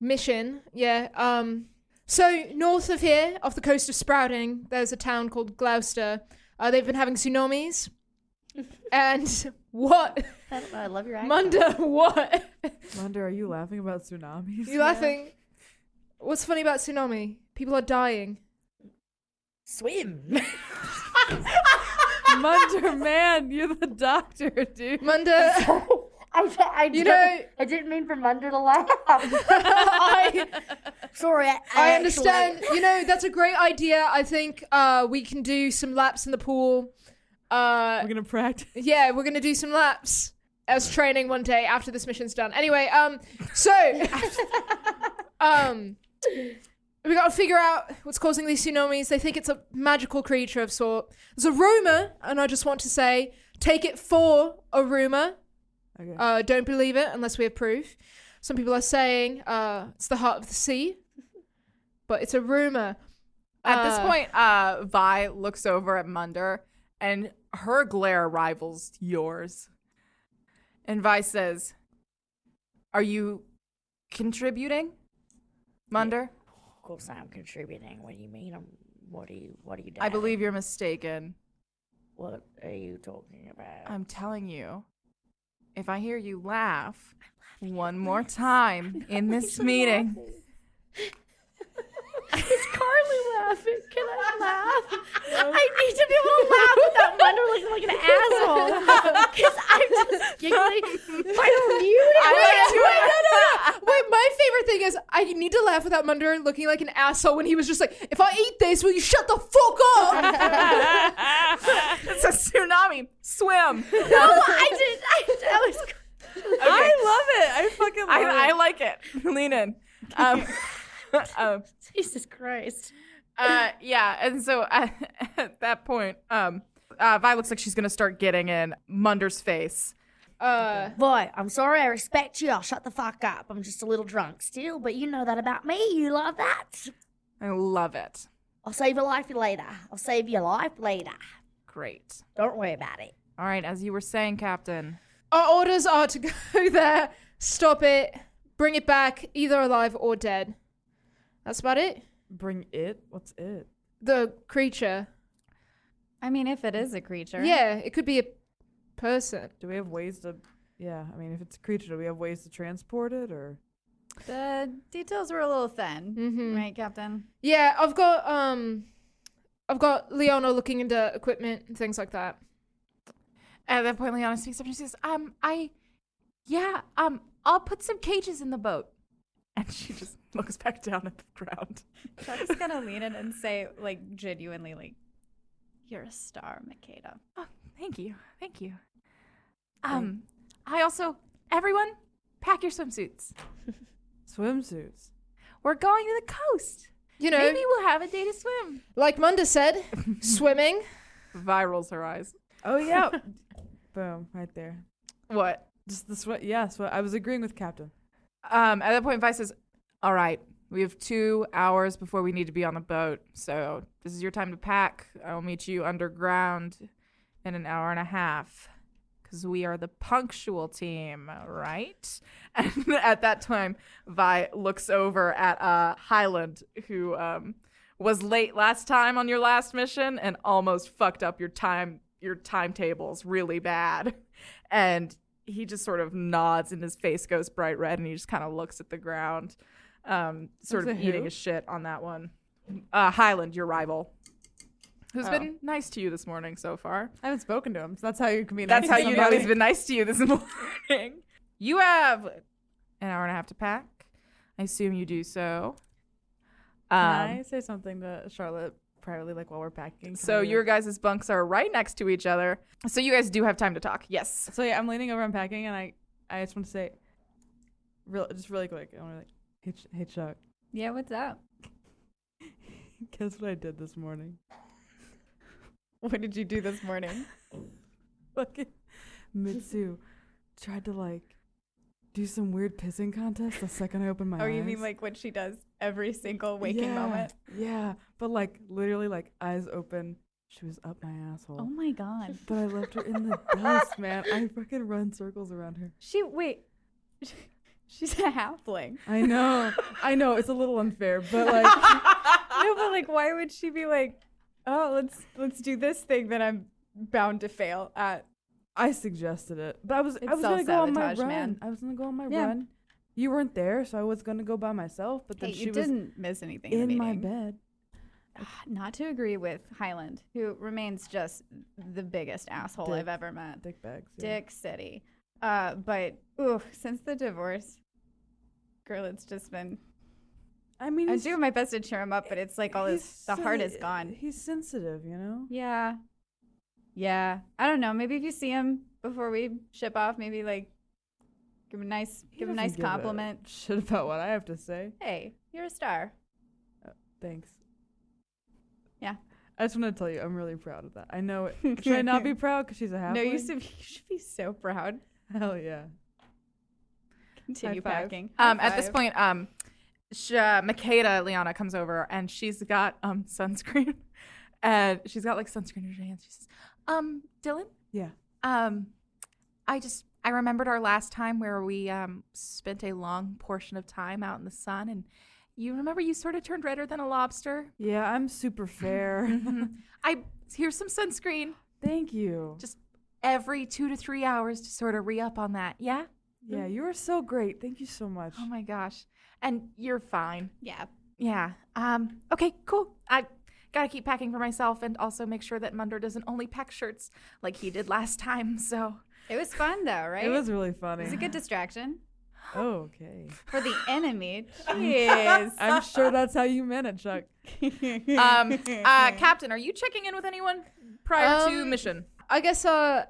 E: mission. Yeah. Um, so north of here, off the coast of Sprouting, there's a town called Gloucester. Uh, they've been having tsunamis. and what,
D: I don't know, I love your accent.
E: Munda? What?
B: Wonder, are you laughing about tsunamis?
E: You laughing? What's funny about tsunami? People are dying.
D: Swim.
B: Munder, man, you're the doctor, dude.
E: Munda,
D: I, I,
E: You
D: you
E: know-
D: know, I didn't mean for Munder to laugh.
E: I
D: Sorry, I,
E: I
D: actually-
E: understand. You know, that's a great idea. I think uh, we can do some laps in the pool. Uh,
B: We're gonna practice.
E: yeah, we're gonna do some laps as training one day after this mission's done. Anyway, um, so, um, we gotta figure out what's causing these tsunamis. They think it's a magical creature of sort. There's a rumor, and I just want to say, take it for a rumor.
B: Okay.
E: Uh, don't believe it unless we have proof. Some people are saying uh, it's the heart of the sea, but it's a rumor.
A: At this
E: Uh,
A: point, uh, Vi looks over at Munder, and her glare rivals yours. And Vi says, "Are you contributing, Munder?
D: Of course, I'm contributing. What do you mean? I'm, what are you? What are you doing?
A: I believe you're mistaken.
D: What are you talking about?
A: I'm telling you, if I hear you laugh one more time in this meeting."
D: Is Carly laughing? Can I laugh? I need to be able to laugh without Munder looking like an asshole. Because I'm just giggling. I'm muted.
A: I like to-
E: Wait, my favorite thing is I need to laugh without Munder looking like an asshole when he was just like, if I eat this, will you shut the fuck up?
A: It's a tsunami. Swim.
D: no, I didn't. I, I was.
A: I love it.
B: fucking love
A: I, I like it. Lean in. Um, um,
D: Jesus Christ.
A: uh, yeah, and so uh, at that point, um, uh, Vi looks like she's gonna start getting in Munder's face.
E: Uh,
D: Boy, I'm sorry. I respect you. I'll shut the fuck up. I'm just a little drunk still, but you know that about me. You love that.
A: I love it.
D: I'll save your life later. I'll save your life later.
A: Great.
D: Don't worry about it.
A: All right, as you were saying, Captain.
E: our orders are to go there, stop it, bring it back, either alive or dead. That's about it.
B: Bring it. What's it?
E: The creature.
F: I mean, if it is a creature.
E: Yeah, it could be a person.
B: Do we have ways to? Yeah, I mean, if it's a creature, do we have ways to transport it or?
F: The details were a little thin.
A: Mm-hmm.
E: Mhm.
F: Right, Captain?
E: Yeah, I've got um, I've got Leona looking into equipment and things like that.
A: At that point, Liana speaks up and she says, "Um, I, yeah, um, I'll put some cages in the boat." And she just looks back down at the ground.
F: I'm just gonna lean in and say, like, genuinely, like, you're a star, Makeda.
A: Oh, thank you. Thank you. Um, I also, everyone, pack your swimsuits.
B: Swimsuits.
A: We're going to the coast.
E: You know,
A: Maybe we'll have a day to swim.
E: like Munda said, swimming.
A: Vi rolls her eyes.
B: Oh yeah. Boom! Right there.
A: What?
B: Just the sweat. Yeah, sweat. I was agreeing with Captain.
A: Um, at that point, Vi says, All right, we have two hours before we need to be on the boat. So this is your time to pack. I'll meet you underground in an hour and a half. because we are the punctual team, right? And at that time, Vi looks over at uh, Highland, who um, was late last time on your last mission and almost fucked up your time your timetables really bad. And he just sort of nods, and his face goes bright red, and he just kind of looks at the ground, um, sort
B: Who's
A: of
B: the
A: eating
B: who?
A: his shit on that one. Uh, Highland, your rival, who's been nice to you this morning so far.
B: I haven't spoken to him, so that's how you can be.
A: That's
B: nice
A: how
B: to
A: you know he's
B: somebody.
A: been nice to you this morning. You have an hour and a half to pack. I assume you do so.
B: Can I
A: Um,
B: say something to Charlotte privately, like while we're packing? Can I
A: so
B: be
A: your
B: like-
A: guys' bunks are right next to each other. So you guys do have time to talk. Yes.
B: So yeah, I'm leaning over, I'm packing, and I, I just want to say, real, just really quick, I want to like, hey, Ch- hey Chuck,
F: Yeah, what's up?
B: guess what I did this morning? what did you do this morning? Fucking Mitsu tried to like do some weird pissing contest the second I opened my eyes.
C: Oh, you mean like what she does every single waking
B: Yeah,
C: moment?
B: Yeah, but like literally, like eyes open, she was up my asshole.
F: Oh my god.
B: But I left her in the dust, man. I fucking run circles around her.
C: She wait. She's a halfling.
B: I know, I know, it's a little unfair, but like,
C: No, but like, why would she be like, oh, let's let's do this thing that I'm bound to fail at?
B: I suggested it. But I was,
C: It's
B: I was gonna go on my
C: self-sabotage,
B: run.
C: man.
B: I was gonna go on my
C: Yeah.
B: run. You weren't there, so I was gonna go by myself. But then
F: Hey,
B: she
F: you
B: was
F: didn't miss anything.
B: in my bed.
F: Not to agree with Highland, who remains just the biggest asshole
B: Dick.
F: I've ever met.
B: Dick bags. yeah.
F: Dick City. Uh, but ooh, since the divorce, girl, it's just been.
B: I mean,
F: I
B: he's-
F: do my best to cheer him up, but it's like all his
B: he's
F: the heart
B: so-
F: is gone.
B: He's sensitive, you know.
F: Yeah, yeah. I don't know. Maybe if you see him before we ship off, maybe like give him a nice
B: He
F: give him a
B: doesn't
F: nice
B: give
F: compliment.
B: Shit about what I have to say.
F: Hey, you're a star.
B: Thanks.
F: Yeah.
B: I just want to tell you, I'm really proud of that. I know. It, should I not be proud because she's a half?
C: No, you should, you should be so proud.
B: Hell yeah.
F: Continue
C: five.
F: packing.
A: Um, at this point, um, sh- uh, Makeda Liana comes over and she's got um sunscreen, and she's got like sunscreen in her hands. She says, "Um, Dylan,
B: Yeah.
A: Um, I just I remembered our last time where we um spent a long portion of time out in the sun, and you remember you sort of turned redder than a lobster.
B: Yeah, I'm super fair.
A: I here's some sunscreen
B: Thank you.
A: Just- every two to three hours to sort of re up on that. Yeah.
B: yeah, you are so great. Thank you so much.
A: Oh my gosh, and you're fine.
F: Yeah.
A: Yeah. Um. Okay. Cool. I gotta keep packing for myself, and also make sure that Munder doesn't only pack shirts like he did last time. So
F: It was fun though, right?
B: It was really
F: It
B: funny.
F: was a good distraction
B: oh, okay.
F: for the enemy.
C: Yes.
B: I'm sure that's how you meant it, Chuck.
A: um, uh, Captain, are you checking in with anyone prior to
E: Um,
A: mission?
E: I guess uh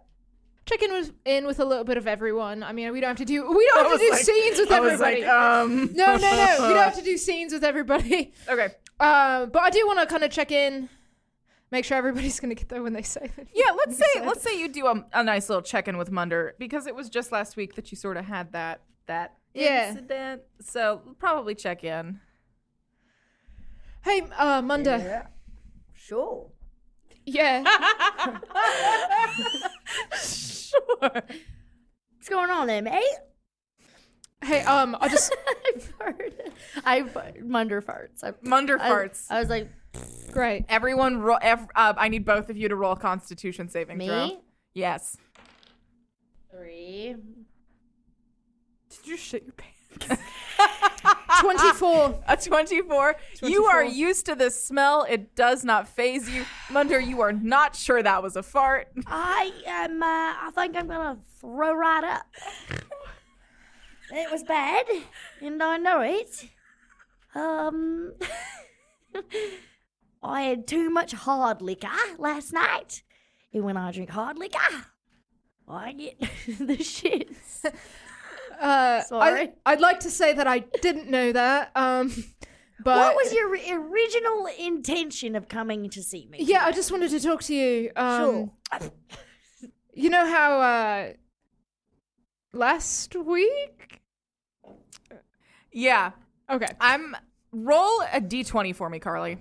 E: check in with in with a little bit of everyone. I mean, we don't have to do we don't have to do scenes with everybody.
A: um.
E: no, no, no. We don't have to do scenes with everybody.
A: Okay.
E: Um, but I do want to kind of check in, make sure everybody's going to get there when they say it.
A: Yeah. Let's say let's say you do a, a nice little check in with Munder because it was just last week that you sort of had that that
E: Yeah.
A: incident. So probably check in.
E: Hey, uh, Munda.
D: Yeah. Sure.
E: Yeah.
D: What's going on there, mate?
E: Hey, um, I just
J: I farted. I fart- Munder farts. I,
A: Munder
J: I-
A: farts.
J: I, was like,
E: great.
A: Everyone, ro- ev- uh, I need both of you to roll Constitution saving throw.
J: me?
A: Yes.
J: Three.
B: Did you shit your pants?
E: 24.
A: A 24. You are used to this smell. It does not phase you. Munder, you are not sure that was a fart.
D: I am. Uh, I think I'm gonna throw right up. it was bad, and I know it. Um, I had too much hard liquor last night, and when I drink hard liquor, I get the shits.
E: Uh,
D: Sorry.
E: I, would like to say that I didn't know that. Um, but
D: what was your ri- original intention of coming to see me?
E: Yeah, I just wanted to talk to you. Um,
D: sure.
E: You know how uh, last week?
A: Yeah.
E: Okay.
A: I'm. Roll a d20 for me, Carly,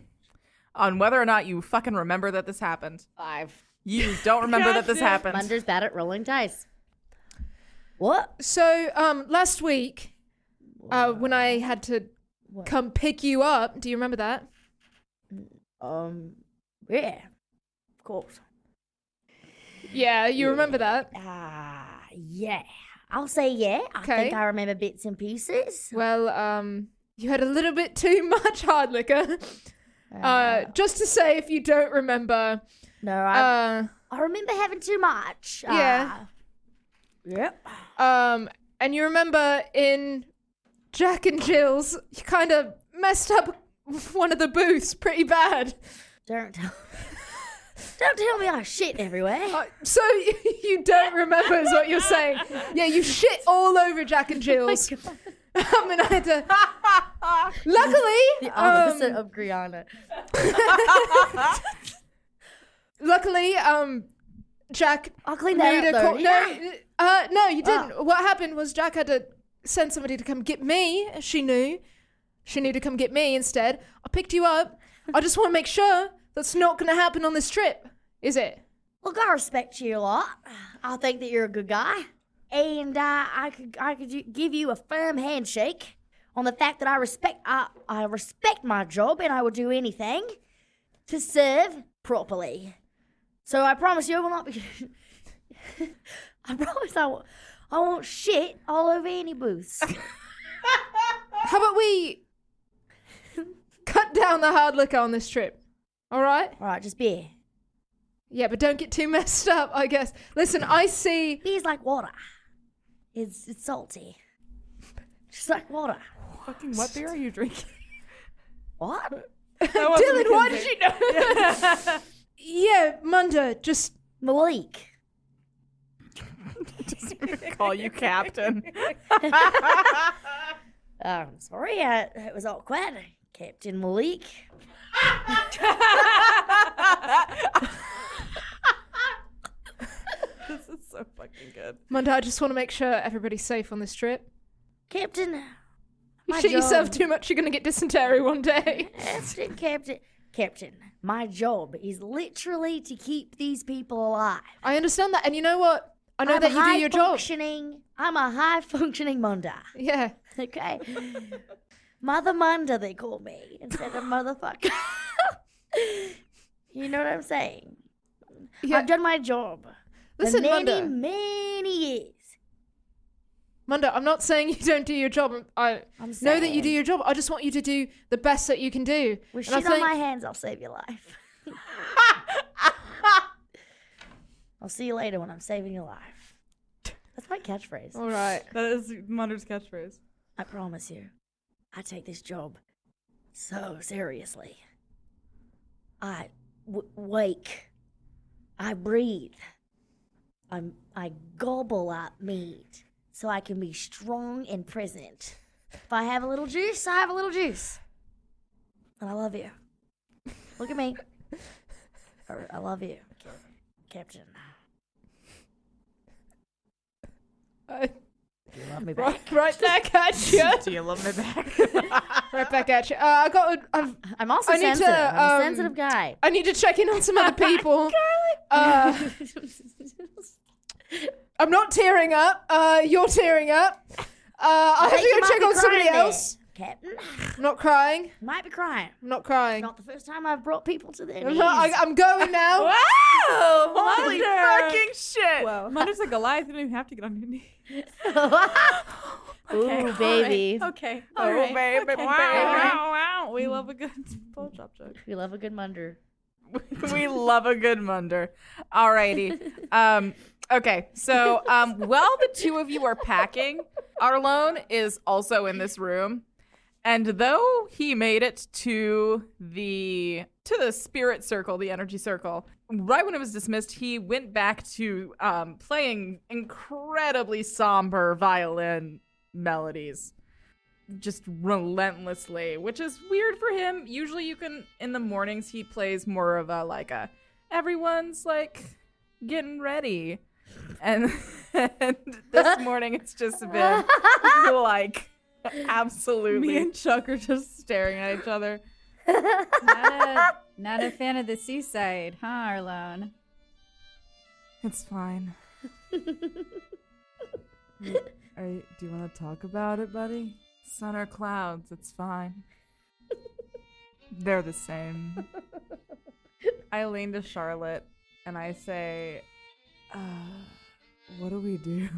A: on whether or not you fucking remember that this happened.
J: Five.
A: You don't remember that this happened.
J: Munder's bad at rolling dice.
D: What?
E: So um, last week, uh, when I had to
D: What?
E: come pick you up, do you remember that?
D: Um, yeah, of course.
E: Yeah, you remember that.
D: Ah, yeah. I'll say yeah. I
E: Okay.
D: think I remember bits and pieces.
E: Well, um, you had a little bit too much hard liquor. Uh, just to say, if you don't remember,
D: No, I,
E: uh,
D: I remember having too much.
E: yeah.
D: Ah, yep.
E: um, and you remember in Jack and Jill's, you kind of messed up one of the booths pretty bad.
D: Don't tell. Don't tell me I shit everywhere.
E: Uh, so you don't remember is what you're saying? Yeah, you shit all over Jack and Jill's. I mean, I had to. Luckily,
J: The opposite
E: um,
J: of Griana.
E: luckily, um, Jack
D: I cleaned that up
E: made a
D: though.
E: call-
D: Yeah.
E: No, uh, no, you didn't. What happened was Jack had to send somebody to come get me. She knew. She knew to come get me instead. I picked you up. I just want to make sure that's not going to happen on this trip, is it?
D: Look, I respect you a lot. I think that you're a good guy, and uh, I could I could gi- give you a firm handshake on the fact that I respect I, I respect my job and I will do anything to serve properly. So I promise you, I will not be. I promise I won't, I won't shit all over any booths.
E: How about we cut down the hard liquor on this trip? All right?
D: all right, just beer.
E: Yeah, but don't get too messed up, I guess. Listen, I see.
D: Beer's like water. It's it's salty. Just like water.
B: Fucking what beer are you drinking?
D: What?
E: Dylan, why did you know? yeah, Munda, just.
D: Malik.
A: Call you captain.
D: Um, sorry, uh, it was awkward. Captain Malik.
B: this is so fucking good.
E: Munda, I just want to make sure everybody's safe on this trip.
D: Captain.
E: You
D: my
E: shit yourself
D: job-
E: too much, you're gonna get dysentery one day.
D: Captain, Captain, Captain. My job is literally to keep these people alive.
E: I understand that, and you know what? I know
D: I'm
E: that you do your job.
D: functioning, I'm a high functioning Munda.
E: Yeah.
D: Okay. Mother Munda, they call me instead of motherfucker. you know what I'm saying?
E: Yeah.
D: I've done my job
E: Listen,
D: for many,
E: Munda.
D: many years.
E: Munda, I'm not saying you don't do your job. I
D: I'm saying,
E: know that you do your job. I just want you to do the best that you can do.
D: With
E: And I
D: shit on my
E: think-
D: hands, I'll save your life. I'll see you later when I'm saving your life. That's my catchphrase.
E: All right.
B: That is Munder's catchphrase.
D: I promise you, I take this job so seriously. I w- wake, I breathe, I'm, I gobble up meat so I can be strong and present. If I have a little juice, I have a little juice. And I love you. Look at me. I, I love you, Cap- Captain.
E: I-
D: You love me back.
E: right, right back at you.
A: Do you love me back?
E: right back at you. Uh, I got. A, I've,
D: I'm also
E: I need to,
D: sensitive. I'm
E: um,
D: a sensitive guy.
E: I need to check in on some other people. Uh, I'm not tearing up. Uh, you're tearing up. Uh, I have
D: Hey, you
E: to go
D: might
E: check
D: be
E: on somebody
D: crying there,
E: else.
D: Captain.
E: I'm not crying.
D: You Might be crying.
E: I'm not crying.
D: Not the first time I've brought people to their
E: I'm,
D: knees.
E: not, I, I'm going now.
A: Oh, holy fucking shit!
B: Munder's like Goliath. You don't even have to get on your knees.
J: Ooh, baby.
C: Okay.
A: oh,
C: All right.
A: baby, wow,
B: wow, wow. We love a good blowjob joke.
J: We love a good munder.
A: wow. we love a good munder. Alrighty. Um, okay, so um, while the two of you are packing, Arlone is also in this room, and though he made it to the to the spirit circle, the energy circle, right when it was dismissed, he went back to um, playing incredibly somber violin melodies just relentlessly, which is weird for him. Usually, you can in the mornings he plays more of a like a everyone's like getting ready, and, and this morning it's just been like
B: Me
A: absolutely
B: and Chuck are just staring at each other.
F: Not a, not a fan of the seaside, huh, Arlone?
A: It's fine.
B: Are you, do you want to talk about it, buddy?
K: Sun or clouds, it's fine. They're the same.
B: I lean to Charlotte and I say, uh, "What do we do?"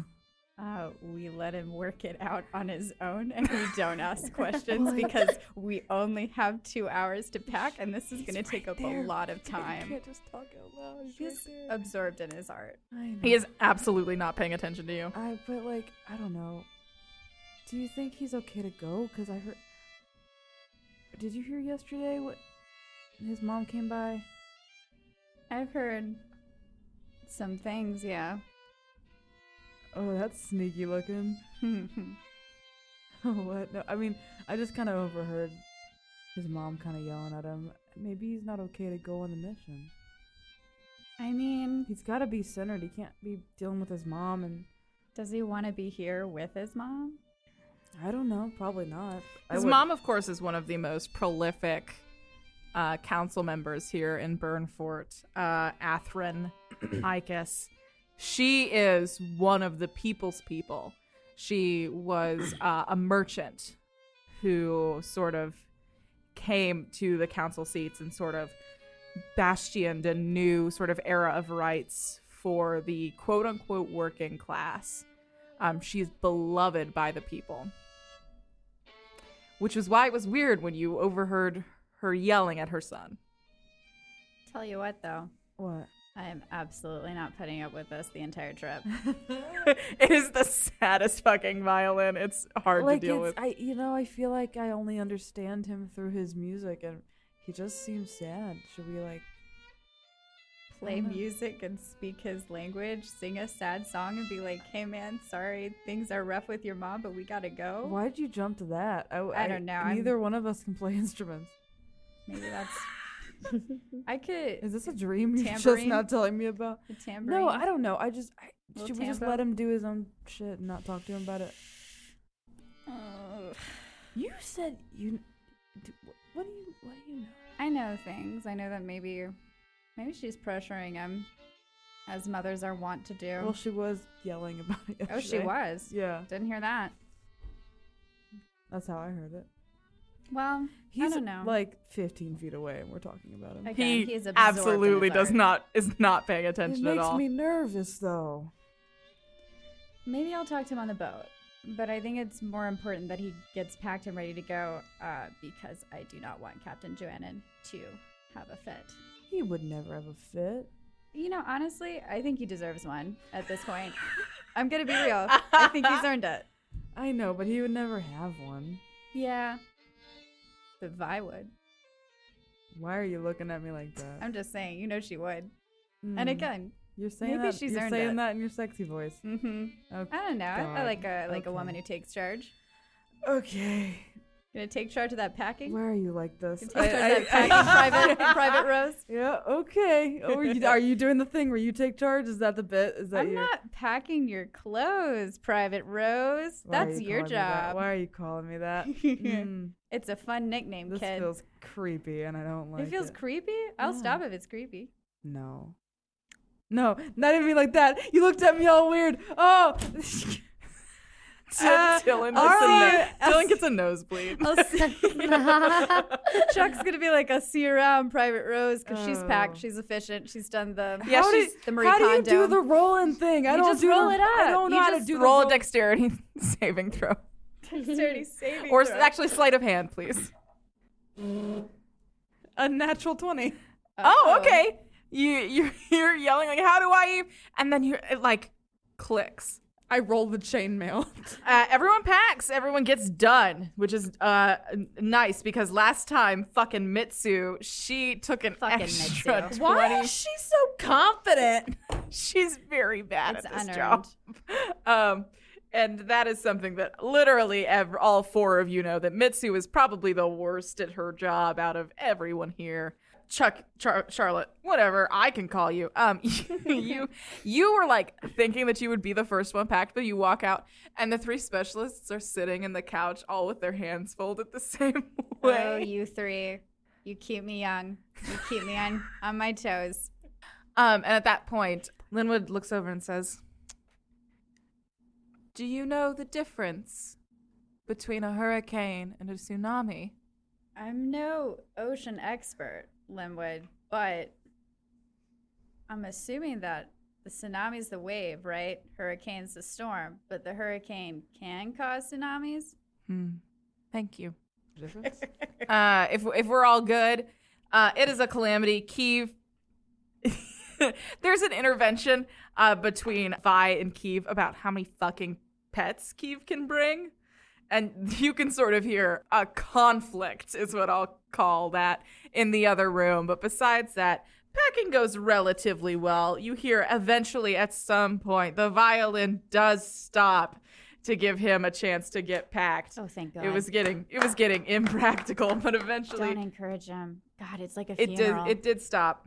D: Uh, we let him work it out on his own and we don't ask questions because we only have two hours to pack and this is going to take up a lot of time.
L: just talk out loud.
D: He's absorbed in his art.
A: He is absolutely not paying attention to you.
B: I but like I don't know. Do you think he's okay to go? Cause I heard. Did you hear yesterday what his mom came by?
C: I've heard some things, yeah.
B: Oh, that's sneaky looking.
D: Hmm,
B: what? No, I mean I just kind of overheard his mom kind of yelling at him. Maybe he's not okay to go on the mission.
C: I mean,
B: He's got to be centered. He can't be dealing with his mom and
C: does he want to be here with his mom?
B: I don't know. Probably not. I
A: His
B: would-
A: mom, of course, is one of the most prolific uh, council members here in Burnfort, uh, Athryn Icus. She is one of the people's people. She was uh, a merchant who sort of came to the council seats and sort of bastioned a new sort of era of rights for the quote unquote working class. Um, she's beloved by the people which is why it was weird when you overheard her yelling at her son.
C: Tell you what, though,
B: What?
C: I am absolutely not putting up with this the entire trip.
A: it is the saddest fucking violin. It's hard
B: like
A: to deal
B: it's,
A: with.
B: I, you know, I feel like I only understand him through his music, and he just seems sad. Should we like?
D: Play
B: Uh-huh.
D: music and speak his language, sing a sad song and be like, hey man, sorry, things are rough with your mom, but we got to go.
B: Why'd you jump to that?
D: I don't know, I'm-
B: Neither one of us can play instruments.
D: Maybe that's. I could.
B: Is this a dream you're just
D: Tambourine?
B: not telling me about?
D: the tambourine?
B: No, I don't know. I just I,
D: Little
B: should we just
D: tambo?
B: let him do his own shit and not talk to him about it?
D: Ugh.
B: You said you. Do, wh- what do you? What do you know?
C: I know things. I know that maybe, maybe she's pressuring him, as mothers are wont to do.
B: Well, she was yelling about it.
C: oh, she
B: yesterday.
C: was.
B: Yeah,
C: Didn't hear that.
B: that's how I heard it.
C: Well,
B: He's
C: I don't know.
B: like 15 feet away, and we're talking about him.
A: he
C: Again, he's absorbed in his
A: absolutely does
C: art.
A: not is not paying
B: It
A: attention at
B: makes
A: all.
B: me nervous, though.
C: Maybe I'll talk to him on the boat, but I think it's more important that he gets packed and ready to go uh, because I do not want Captain Joanna to have a fit.
B: He would never have a fit.
C: You know, honestly, I think he deserves one at this point. I'm gonna be real. I think he's earned it.
B: I know, but he would never have one.
C: Yeah. But Vi would.
B: Why are you looking at me like that?
C: I'm just saying, you know she would.
B: Mm.
C: And again,
B: you're saying
C: maybe
B: that,
C: she's
B: you're
C: earned
B: saying
C: it.
B: that in your sexy voice.
C: mm-hmm.
B: Okay.
C: I don't know. I
B: God.
C: like a like a
B: Okay.
C: woman who takes charge.
B: okay.
C: Gonna take charge of that packing.
B: Why are you like this?
C: Take charge of that packing, private private rows.
B: yeah. Okay. Oh, are, you, are you doing the thing where you take charge? Is that the bit? Is that
C: I'm
B: you?
C: not packing your clothes, Private Rose.
B: Why are
C: That's
B: you
C: your
B: calling me that?
C: job.
B: Why are you calling me that? Mm,
C: It's a fun nickname,
B: this
C: kid.
B: feels creepy, and I don't like
C: it feels creepy. I'll
B: Yeah.
C: stop if it's creepy.
B: No. No, not even like that. You looked at me all weird. Oh. Uh,
A: Dylan,
B: all right.
A: gets a no- Dylan gets a nosebleed.
C: Chuck's gonna be like, "I'll see you around, Private Rose," because she's
B: Oh.
C: packed, she's efficient, she's done the
A: Yeah,
B: how
A: she's-
B: do,
C: the Marie
B: how do you
C: Kondo.
B: do the rolling thing? I
C: You
B: don't
C: just
B: do
C: roll
B: the,
C: it
B: I
C: up.
B: don't know
A: you
B: how
A: just
B: to do the
A: roll a dexterity saving throw,
D: Dexterity saving
A: or s-
D: throw.
A: actually sleight of hand, please.
B: a natural twenty. Um,
A: Oh, okay. You you're, you're yelling like, "How do I?" ev-" And then you it like clicks.
B: I roll the chainmail.
A: Uh, everyone packs. Everyone gets done, which is uh, n- nice because last time, fucking Mitsu, she took an
C: Fucking
A: extra.
C: Mitsu.
A: 20.
K: Why is she so confident?
A: She's very bad
C: It's
A: at this
C: unearned.
A: job. Um, and that is something that literally ev- all four of you know that Mitsu is probably the worst at her job out of everyone here. Chuck, Char- Charlotte, whatever I can call you. Um, you, you were like thinking that you would be the first one packed, but you walk out, and the three specialists are sitting in the couch, all with their hands folded the same way.
C: Oh, you three, you keep me young, you keep me on on my toes.
A: Um, and at that point, Linwood looks over and says, Do you know the difference between a hurricane and a tsunami?
C: I'm no ocean expert, Linwood, but I'm assuming that the tsunami's the wave, right? Hurricane's the storm, but the hurricane can cause tsunamis.
A: Hmm. Thank you. uh, if if we're all good, uh, it is a calamity. Kiev. There's an intervention uh, between Vi and Kiev about how many fucking pets Kiev can bring, and you can sort of hear a conflict is what I'll call that in the other room. But besides that. Packing goes relatively well. You hear eventually at some point the violin does stop to give him a chance to get packed.
C: Oh, thank God.
A: It was getting it was getting impractical, but
C: Don't
A: eventually
C: encourage him. God, it's like a
A: it did
C: funeral.
A: it did stop.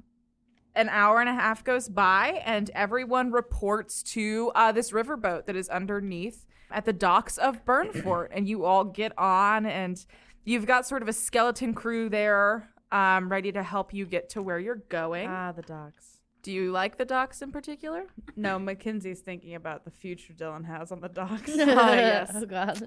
A: An hour and a half goes by, and everyone reports to uh, this riverboat that is underneath at the docks of Burnfort, and you all get on, and you've got sort of a skeleton crew there, um, ready to help you get to where you're going.
B: Ah, the docs.
A: Do you like the docks in particular?
B: No, Mackenzie's thinking about the future Dylan has on the docks
A: Ah, yes.
J: oh God.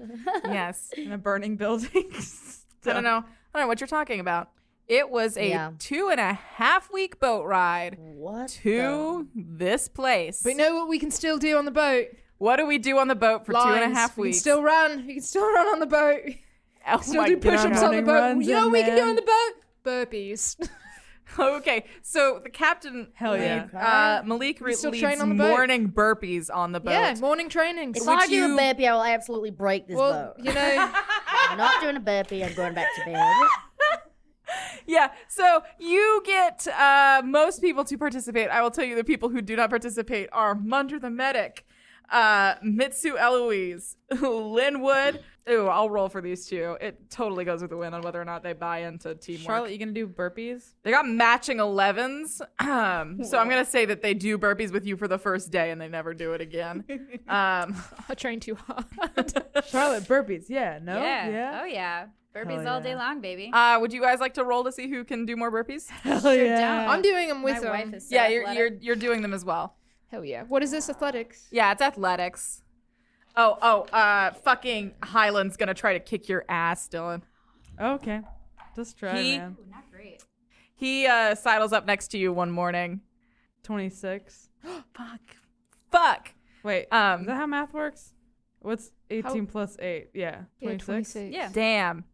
A: yes.
B: in a burning building.
A: I don't know. I don't know what you're talking about. It was a
J: Yeah.
A: two and a half week boat ride
J: What?
A: to this place.
E: But you know what we can still do on the boat?
A: what do we do on the boat for two and a
E: Lines.
A: half
E: We
A: weeks?
E: can still run. You can still run on the boat.
A: oh
E: Still
A: my
E: do
A: God.
E: push-ups on the
B: Running
E: boat.
B: runs
E: You know
B: in,
E: what we can do
B: man.
E: on the boat? Burpees.
A: Oh, Okay, so the captain,
B: Hell yeah.
A: lead- uh, Malik re-
E: still
A: leads
E: train on the boat.
A: morning burpees on the boat.
E: yeah, morning training.
J: If
A: Would
J: I do
A: you-
J: a burpee, I will absolutely break this
E: Well,
J: boat.
E: you know,
J: I'm not doing a burpee. I'm going back to bed.
A: Yeah, so you get uh, most people to participate. I will tell you the people who do not participate are Munder the Medic, uh, Mitsu Eloise, Linwood. Ooh, I'll roll for these two. It totally goes with the win on whether or not they buy into teamwork.
B: Charlotte, you gonna do burpees?
A: They got matching 11s. Um, so I'm going to say that they do burpees with you for the first day and they never do it again. Um,
E: I train too hard.
B: Charlotte, burpees. Yeah. No.
C: yeah. Oh yeah. Burpees
B: Hell
C: all day
B: yeah.
C: long, baby.
A: uh, would you guys like to roll to see who can do more burpees?
B: Hell yeah.
E: I'm doing them
C: My
E: with them.
C: wife is so
A: um, yeah, you're,
C: athletic.
A: you're, you're doing them as well.
E: Hell yeah. What is this, athletics?
A: Yeah, it's athletics. Oh, oh, uh, fucking Highland's gonna try to kick your ass, Dylan.
B: Okay. Just try,
A: He-
B: man.
C: Not great.
A: He uh, sidles up next to you one morning.
B: Twenty six.
A: Fuck, fuck.
B: Wait.
A: Um,
B: is that how math works? What's eighteen plus eight? Yeah.
E: Yeah,
B: Twenty six.
C: Yeah.
A: Damn.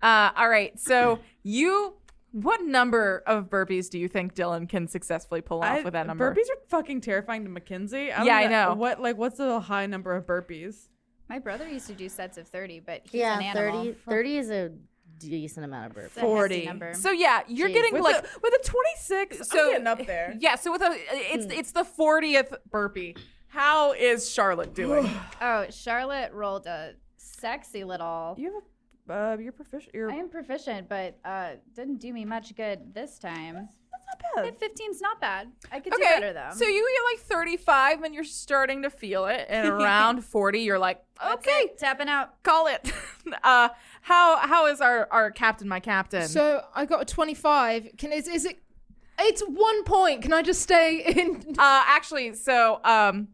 A: Uh, all right, so you, what number of burpees do you think Dylan can successfully pull off
B: I-
A: with that number?
B: Burpees are fucking terrifying to Mackenzie. I don't
A: Yeah, I know.
B: What like what's the high number of burpees?
C: My brother used to do sets of thirty, but he's
J: yeah,
C: an animal.
J: 30, 30 is a decent amount of burpees.
C: It's a hefty
B: 40.
C: number.
A: So yeah, you're
J: Jeez.
A: getting
B: With
A: like
B: a, with a twenty six.
A: So-
B: I'm getting up there. Hmm.
A: yeah. So with a, it's it's the fortieth burpee. How is Charlotte doing?
C: Oh, Charlotte rolled a sexy little.
B: You have a uh, you're proficient. You're
C: I am proficient, but uh, didn't do me much good this time. That's not bad. Fifteen's not bad. I could do better though.
A: So you get like 35 and you're starting to feel it. And around 40, you're like,
C: That's
A: okay,
C: it, tapping out.
A: call it. uh, how how is our, our captain, my captain?
E: So I got a 25. Can is is it? It's one point. Can I just stay in?
A: uh, actually, so um,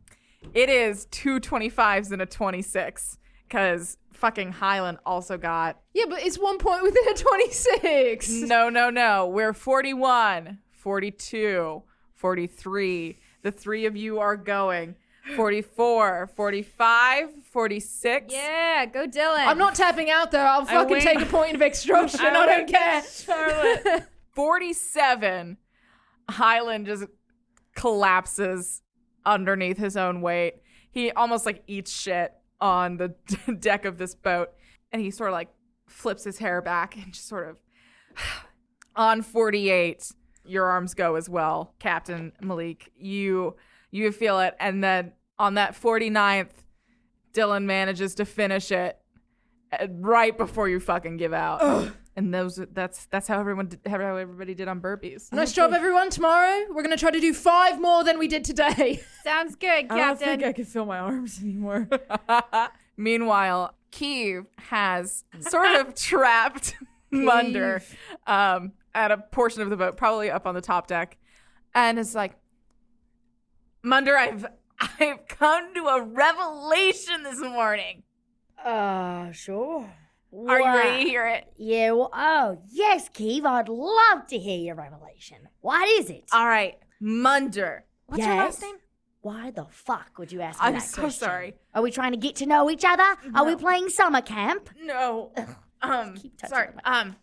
A: it is two 25s and a 26 because fucking Highland also got
E: Yeah, but it's one point within a 26.
A: no, no, no. We're 41, 42, 43. The three of you are going 44, 45, 46.
C: Yeah, go Dylan.
E: I'm not tapping out though. I'll fucking
B: wink.
E: take a point of exhaustion. I, don't care.
A: 47, Highland just collapses underneath his own weight. He almost like eats shit on the deck of this boat and he sort of like flips his hair back and just sort of on 48 your arms go as well captain malik you you feel it and then on that 49th dylan manages to finish it uh, right before you fucking give out and those that's that's how everyone did, how everybody did on burpees
E: Nice job, everyone. Tomorrow we're gonna try to do five more than we did today.
C: Sounds good,
B: I don't
C: Captain.
B: think I can feel my arms anymore.
A: Meanwhile, Kiev has sort of trapped Munder um, at a portion of the boat, probably up on the top deck, and is like, Munder, I've I've come to a revelation this morning.
D: Uh, sure.
A: Are you ready to hear it?
D: Yeah. Well, oh, yes, Keeve. I'd love to hear your revelation. What is it?
A: All right, Munder. Uh, What's your last
D: Yes?
A: name?
D: Why the fuck would you ask me
A: I'm
D: that
A: so
D: question?
A: sorry.
D: Are we trying to get to know each other? Are we playing summer camp?
A: No. Um,
D: keep touching
A: sorry.
D: the mic.
A: Um,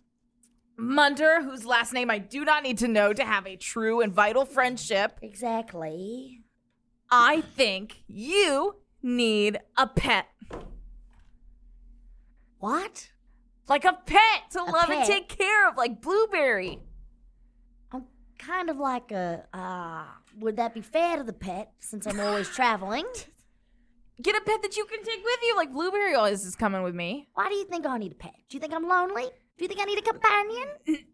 A: Munder, whose last name I do not need to know to have a true and vital friendship.
D: Exactly.
A: I think you need a pet,
D: What?
A: like a pet to love and
D: pet?
A: take care of, like Blueberry.
D: I'm kind of like a. Uh, would that be fair to the pet since I'm always traveling?
A: Get a pet that you can take with you, like Blueberry always is coming with me.
D: Why do you think I need a pet? Do you think I'm lonely? Do you think I need a companion?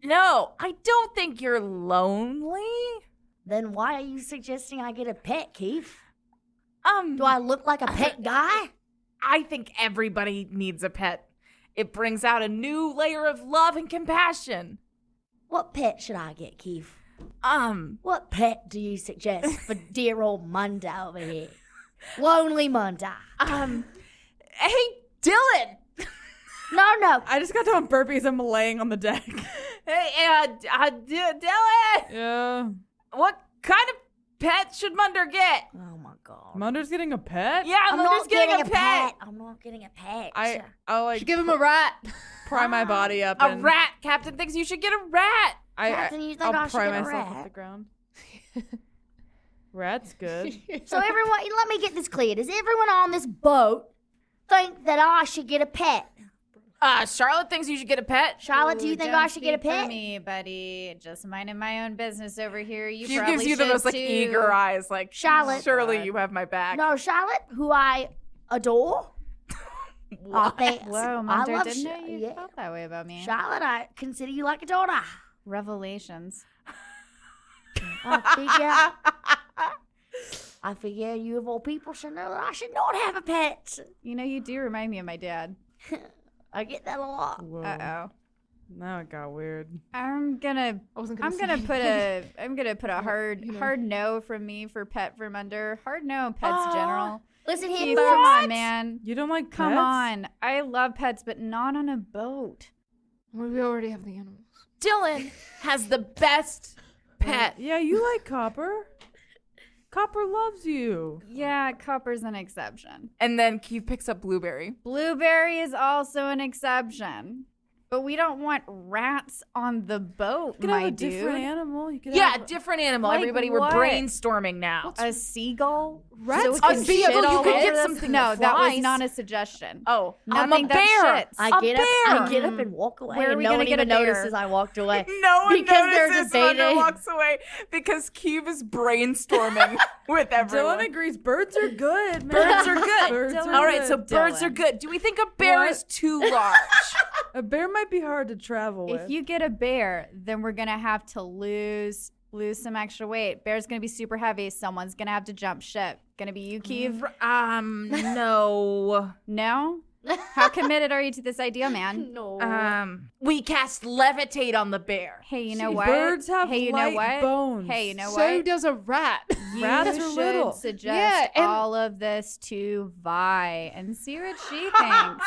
A: No, I don't think you're lonely.
D: Then why are you suggesting I get a pet, Keith?
A: Um,
D: Do I look like a pet guy?
A: I think everybody needs a pet. It brings out a new layer of love and compassion.
D: What pet should I get, Keith?
A: Um,
D: What pet do you suggest for dear old Munda over here? Lonely Munda.
A: um, hey, Dylan.
D: No, no.
B: I just got done with burpees. I'm laying on the deck.
A: Hey, uh, D- uh, D- Dylan.
B: yeah.
A: What kind of pet should Munder get?
D: Oh my god.
B: Munder's getting a pet?
A: Yeah,
D: I'm
A: Munder's
D: not getting, a,
A: pet.
D: pet. I'm not getting a pet.
B: I, I like
E: Should give him a rat.
B: pry my body up.
A: A
B: and
A: rat. Captain thinks you should get a rat.
B: I, I,
D: Captain, Oh, you think
B: I'll
D: I should
B: pry
D: get a
B: myself off
D: rat?
B: the ground. Rat's good.
D: so everyone, let me get this clear. Does everyone on this boat think that I should get a pet?
A: Uh, Charlotte thinks you should get a pet.
D: Charlotte, do you
C: Ooh,
D: think
C: don't
D: I should get a
C: speak for
D: pet?
C: me, buddy. Just minding my own business over here. You
A: She
C: probably
A: gives you the
C: should
A: most like
C: too.
A: eager eyes, like
D: Charlotte.
A: Surely you have my back.
D: No, Charlotte, who I adore. I think-
C: Whoa,
D: I
C: Mulder,
D: love
C: didn't
D: Sha-
C: know you
D: yeah.
C: felt that way about me.
D: Charlotte, I consider you like a daughter.
C: Revelations. Oh,
D: I figure, I figure you of all people should know that I should not have a pet.
C: You know, you do remind me of my dad.
D: I get that a lot.
B: Whoa.
C: Uh oh.
B: Now it got weird.
C: I'm gonna.
E: I wasn't gonna
C: I'm
E: say
C: gonna put
E: anything.
C: a. I'm gonna put a hard, hard no from me for pet from under. Hard no, and pets general.
D: Listen
C: Keith,
D: here,
C: come
D: folks.
C: on, man.
B: You don't like
C: Come
B: pets?
C: on. I love pets, but not on a boat.
E: Well, we already have the animals.
A: Dylan has the best pet.
B: Yeah, you like Copper. Copper loves you.
C: Yeah, Copper's an exception.
A: And then Keith picks up Blueberry.
C: Blueberry is also an exception. But we don't want rats on the boat,
B: You can
C: my
B: have a
C: dude.
B: different animal. You could
A: Yeah,
B: have-
A: different animal.
C: Like
A: Everybody,
C: what?
A: we're brainstorming now.
C: a seagull?
E: Rats
C: it
E: can
C: can
E: be a-
C: shit
E: you
C: all
E: can
C: over
E: get
C: us?
A: something
C: No,
A: that
C: that was
A: flies.
C: not a suggestion.
A: oh,
C: No, I
A: I'm a
C: think that
A: bear.
C: shits.
A: A
D: I get up,
A: bear.
D: I get up and walk away,
C: Where are
D: and
C: we
D: no
C: gonna
D: one
C: get a
D: even
C: bear?
D: notices I walked away.
A: No one
D: Because they're
A: notices Munder
D: debating.
A: walks away because Cube is brainstorming with everyone.
B: Dylan agrees. Birds are good. Man.
A: Birds are good.
B: Birds are
A: All right,
B: good.
A: so birds are good. Do we think a bear
B: What?
A: is too large?
B: a bear might be hard to travel with.
C: If you get a bear, then we're gonna have to lose lose some extra weight. Bear's gonna be super heavy. Someone's gonna have to jump ship. Gonna be you, Keeve.
A: um, no.
C: No? How committed are you to this idea, man?
M: No.
A: Um, we cast levitate on the bear.
C: Hey, you know
B: See,
C: what?
B: birds have
C: hey, you
B: light
C: know what?
B: bones.
C: Hey, you know
E: So
C: what?
E: does a rat.
C: You
B: Rats are
C: should
B: little.
E: Yeah,
C: suggest
E: and-
C: all of this to Vi and see what she thinks.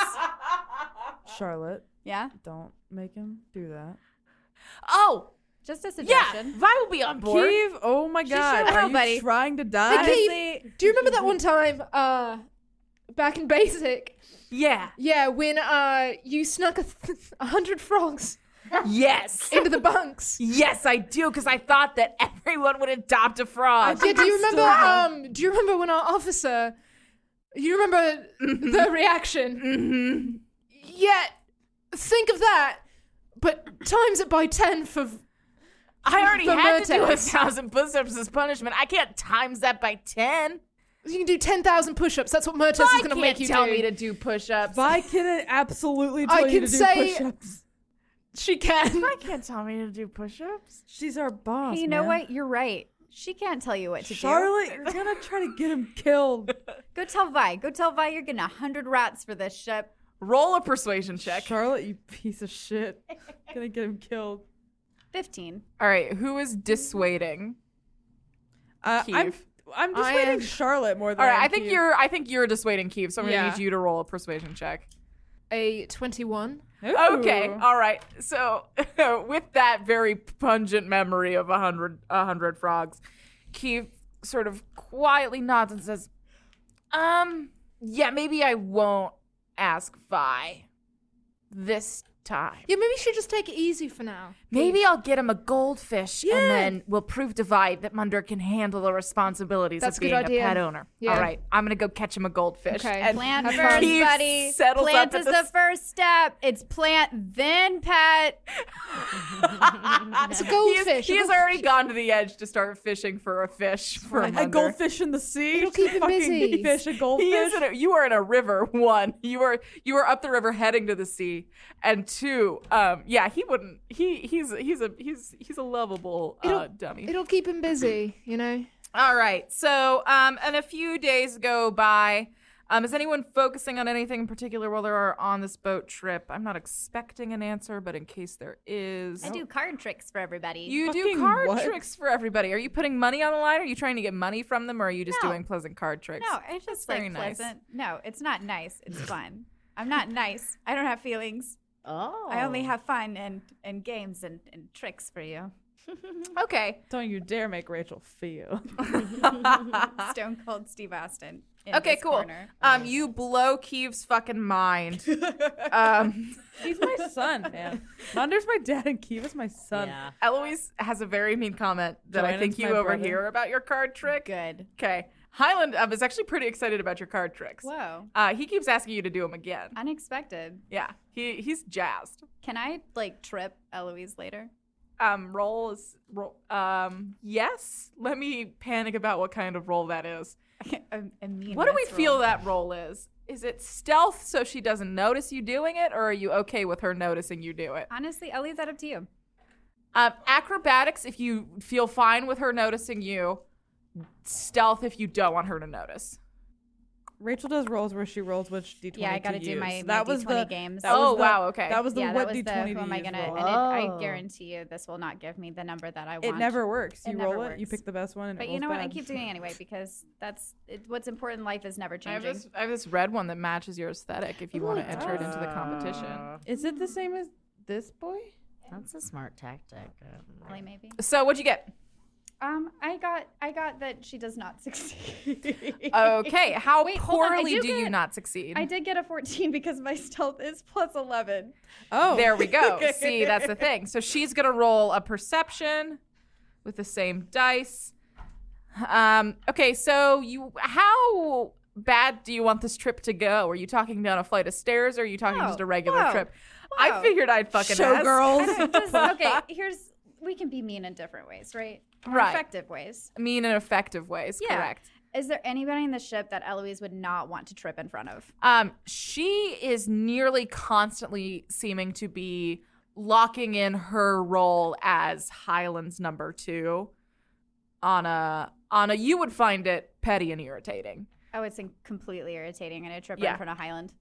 B: Charlotte,
C: yeah,
B: don't make him do that.
A: Oh,
C: just a
A: yeah.
C: suggestion.
A: Vi will be on board.
B: Keeve, oh my god,
C: sure
B: are
C: will,
B: you
C: buddy.
B: trying to die?
E: Hey, Keith, do you remember that one time uh, back in basic?
A: Yeah.
E: Yeah, when uh, you snuck a th- a hundred frogs
A: Yes.
E: into the bunks.
A: Yes, I do, because I thought that everyone would adopt a frog.
E: Yeah, do you remember? Um, do you remember when our officer? You remember
A: Mm-hmm.
E: the reaction?
A: Mhm.
E: Yeah, think of that, but times it by ten for.
A: I already
E: The
A: had to do a
E: vertex.
A: thousand push-ups as punishment. I can't times that by ten.
E: You can do ten thousand push-ups. That's what Murtis is
A: I
E: going to
A: can't
E: make you
A: tell
E: do.
A: me to do push-ups.
B: Vi can absolutely tell
E: I
B: you
E: can
B: to do
E: say-
B: push-ups.
E: She can.
N: You can't tell me to do push-ups.
B: She's our boss.
C: Hey, you know
B: man.
C: what? You're right. She can't tell you what to
B: Charlotte, you're gonna try to get him killed.
C: do. Go tell Vi. Go tell Vi you're getting a hundred rats for this ship.
A: Roll a persuasion check.
B: Charlotte, you piece of shit. gonna get him killed.
C: Fifteen.
N: All right, who is dissuading?
B: Uh, I'm
N: Keeve.
B: I'm just
E: I
B: waiting
E: am-
B: Charlotte more than
A: All right,
B: am
A: I think
B: Keith.
A: you're. I think you're dissuading Keith, so I'm gonna
B: Yeah.
A: need you to roll a persuasion check.
E: A 21.
A: Okay,
B: Ooh.
A: all right. So with that very pungent memory of a hundred, a hundred frogs, Keith sort of quietly nods and says, "Um, yeah, maybe I won't ask Vi this time.
E: Yeah, maybe she just take it easy for now.
A: Maybe I'll get him a goldfish, and then we'll prove to Vi that Munder can handle the responsibilities
E: That's a
A: of
E: good
A: being
E: idea.
A: a pet owner. All
E: Yeah.
A: right, I'm gonna go catch him a goldfish.
E: Okay.
A: And
C: Plant
E: Have
C: first,
A: Keith
C: buddy.
A: settles
C: Plant
A: up at
C: is
A: the
C: the first step. It's plant then pet.
E: It's
A: He
E: a
A: is-
E: goldfish.
A: He
E: a
A: has
E: goldfish.
A: already gone to the edge to start fishing for a fish. For a,
B: a goldfish in the sea.
E: It'll
B: Just a
E: keep him
B: fucking
E: busy.
B: Fish, a
A: He is
B: goldfish.
A: in a, you are in a river. One, you are you are up the river heading to the sea, and two, um, yeah, he wouldn't. He he's he's a he's he's a lovable uh,
E: It'll-
A: dummy.
E: It'll keep him busy, you know?
A: All right, so um, and a few days go by. Um, is anyone focusing on anything in particular while they are on this boat trip? I'm not expecting an answer, but in case there is,
C: I do card tricks for everybody.
A: You do
B: Fucking
A: card
B: what?
A: tricks for everybody. Are you putting money on the line? Are you trying to get money from them, or are you just
C: No.
A: doing pleasant card tricks?
C: no, it's just
A: very
C: like
A: nice.
C: pleasant. No, it's not nice. It's fun. I'm not nice. I don't have feelings.
J: Oh.
C: I only have fun and, and games and, and tricks for you.
A: Okay.
B: Don't you dare make Rachel feel.
C: Stone Cold Steve Austin. in
A: Okay.
C: this
A: Cool.
C: corner.
A: Um, you blow Keeve's fucking mind. um,
B: He's my son, man. Monder's my dad, and Keeve is my son.
J: Yeah.
A: Eloise has a very mean comment that I think
B: Joanna's
A: you
B: my
A: overhear
B: brother.
A: about your card trick.
C: Good.
A: Okay. Highland um, is actually pretty excited about your card tricks.
C: Whoa.
A: Uh, he keeps asking you to do them again.
C: Unexpected.
A: Yeah. He he's jazzed.
C: Can I like trip Eloise later?
A: Um, roll is roll. Um, yes. Let me panic about what kind of roll that is.
C: a, a mean
A: What do we
C: mess
A: feel
C: roll.
A: that role is? Is it stealth so she doesn't notice you doing it, or are you okay with her noticing you do it?
C: Honestly, I'll leave that up to you.
A: Um, acrobatics if you feel fine with her noticing you. Stealth if you don't want her to notice.
B: Rachel does rolls where she rolls which d20
C: Yeah, I gotta
B: to
C: do
B: use.
C: my- my
B: that was
C: D20
B: the,
C: games.
B: that was
A: Oh,
B: the-
A: wow, okay.
B: That was the
C: yeah,
B: what
C: that was
B: d20
C: the
B: to
C: who am I
B: use
C: gonna?
B: roll.
C: And it, I
J: Oh.
C: guarantee you, this will not give me the number that I
B: It
C: want.
B: never works.
C: It
B: You
C: never
B: roll it, you
C: works.
B: pick the best one, and
C: But
B: it
C: you
B: rolls
C: know what? I
B: bad.
C: keep doing it anyway because that's it, what's important. in Life is never
A: I have,
C: changing.
A: this, I have this red one that matches your aesthetic if you want to enter it into the competition.
J: Uh,
B: Is it the same as this boy?
J: that's a smart tactic. Um,
C: Really, maybe.
A: So, what'd you get?
C: Um, I got I got that she does not succeed.
A: Okay, how
C: hold on, I
A: poorly
C: do
A: do you
C: get-
A: not succeed?
C: I did get a 14 because my stealth is plus 11.
B: Oh,
A: There we go. See, that's the thing. So she's gonna roll a perception with the same dice. Um, okay, so you how bad do you want this trip to go? Are you talking down a flight of stairs or are you talking
C: Whoa,
B: Oh,
A: just a regular
C: whoa,
A: trip? I
C: whoa.
A: figured I'd fucking
B: showgirls.
A: ask.
C: Just- okay, here's we can be mean in different ways, right? Or
A: Right.
C: Effective ways.
A: mean and effective ways,
C: Yeah.
A: correct.
C: Is there anybody in the ship that Eloise would not want to trip in front of?
A: Um, she is nearly constantly seeming to be locking in her role as Highland's number two. Anna, Anna, you would find it petty and irritating.
C: Oh, it's in- completely irritating and a trip
A: Yeah.
C: in front of Highland.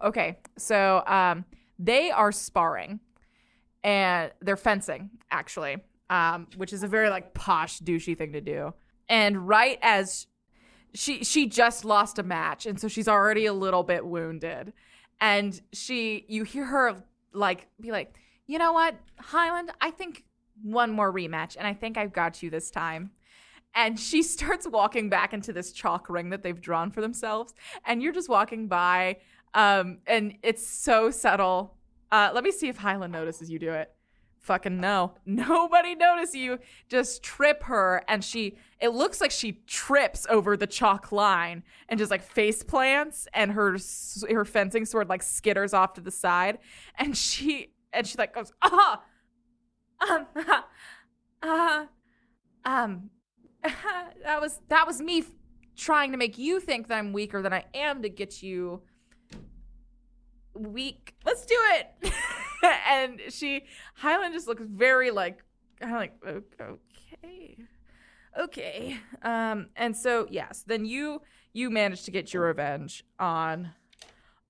A: Okay, so um, they are sparring, and they're fencing actually, um, which is a very like posh, douchey thing to do. And right as she she just lost a match, and so she's already a little bit wounded, and she you hear her like be like, you know what, Highland, I think one more rematch, and I think I've got you this time. And she starts walking back into this chalk ring that they've drawn for themselves. And you're just walking by, um, and it's so subtle. Uh, let me see if Highland notices you do it. Fucking no. Nobody notice you. Just trip her, and she. It looks like she trips over the chalk line and just like face plants, and her s- her fencing sword like skitters off to the side, and she and she like goes ah, um, ah, ah, um, that was that was me f- trying to make you think that I'm weaker than I am to get you weak. Let's do it. and she Highland just looks very like kind of like "O- okay. Okay. Um and so yes, then you you managed to get your revenge on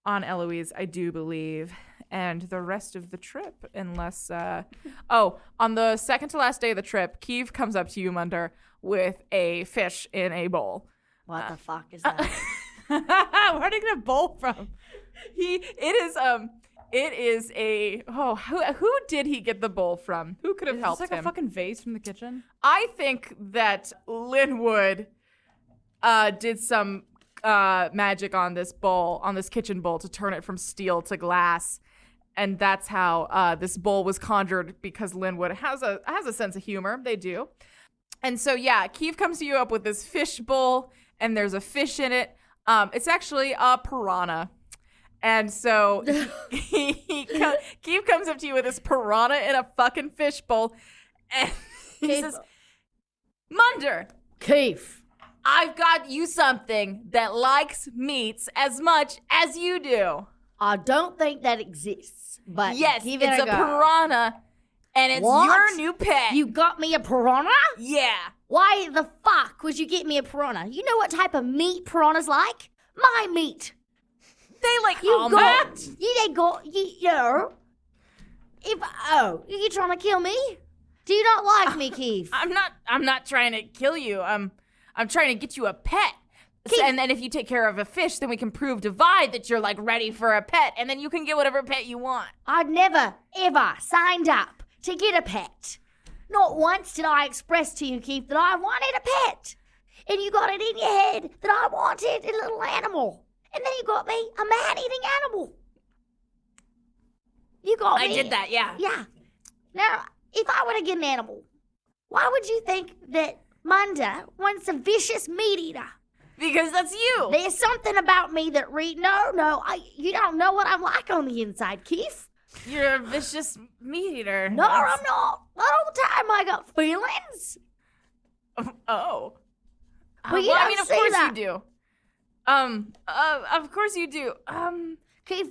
A: on Eloise, I do believe. and the rest of the trip, unless. Uh, oh, on the second to last day of the trip, Keeve comes up to you, Munder, with a fish in a bowl.
D: What the fuck is that?
A: Where would I get a bowl from? He. It is. Um. It is a. Oh, who who did he get the bowl from? Who could have
B: Is
A: helped
B: this like
A: him?
B: a fucking vase from the kitchen?
A: I think that Linwood uh, did some uh, magic on this bowl, on this kitchen bowl, to turn it from steel to glass, and that's how uh, this bowl was conjured. Because Linwood has a has a sense of humor, they do, and so yeah, Keeve comes to you up with this fish bowl, and there's a fish in it. Um, it's actually a piranha. And so he, he co- Keith comes up to you with this piranha in a fucking fishbowl, and he says, "Munder,
D: Keef.
A: I've got you something that likes meats as much as you do.
D: I don't think that exists, but
A: Yes,
D: give it
A: it's a,
D: a, go.
A: piranha, and it's
D: What?
A: your new pet.
D: You got me a piranha?
A: yeah,
D: Why the fuck would you get me a piranha? You know what type of meat piranhas like? My meat.
A: they like
D: You
A: almond.
D: got. You they got. You, you know. If oh, you trying to kill me? Do you not like me, Keith?
A: I'm not. I'm not trying to kill you. I'm. I'm trying to get you a pet. So-
D: Keith-
A: and then if you take care of a fish, then we can prove divide that you're like ready for a pet, and then you can get whatever pet you want.
D: I'd never ever signed up to get a pet. Not once did I express to you, Keith, that I wanted a pet. And you got it in your head that I wanted a little animal. And then you got me a man eating animal. You got
A: I
D: me.
A: did that. Yeah.
D: Yeah. Now, if I were to get an animal, why would you think that Munda wants a vicious meat eater?
A: Because that's you.
D: There's something about me that read. No, no, I, you don't know what I'm like on the inside, Keith.
A: You're a vicious meat eater.
D: No, I'm not. Not all the time. I got feelings.
A: Oh. Uh,
D: Well, you
A: well, I
D: don't
A: mean, of
D: say
A: course
D: that.
A: you do. Um, uh, of course you do. Um,
D: Keith,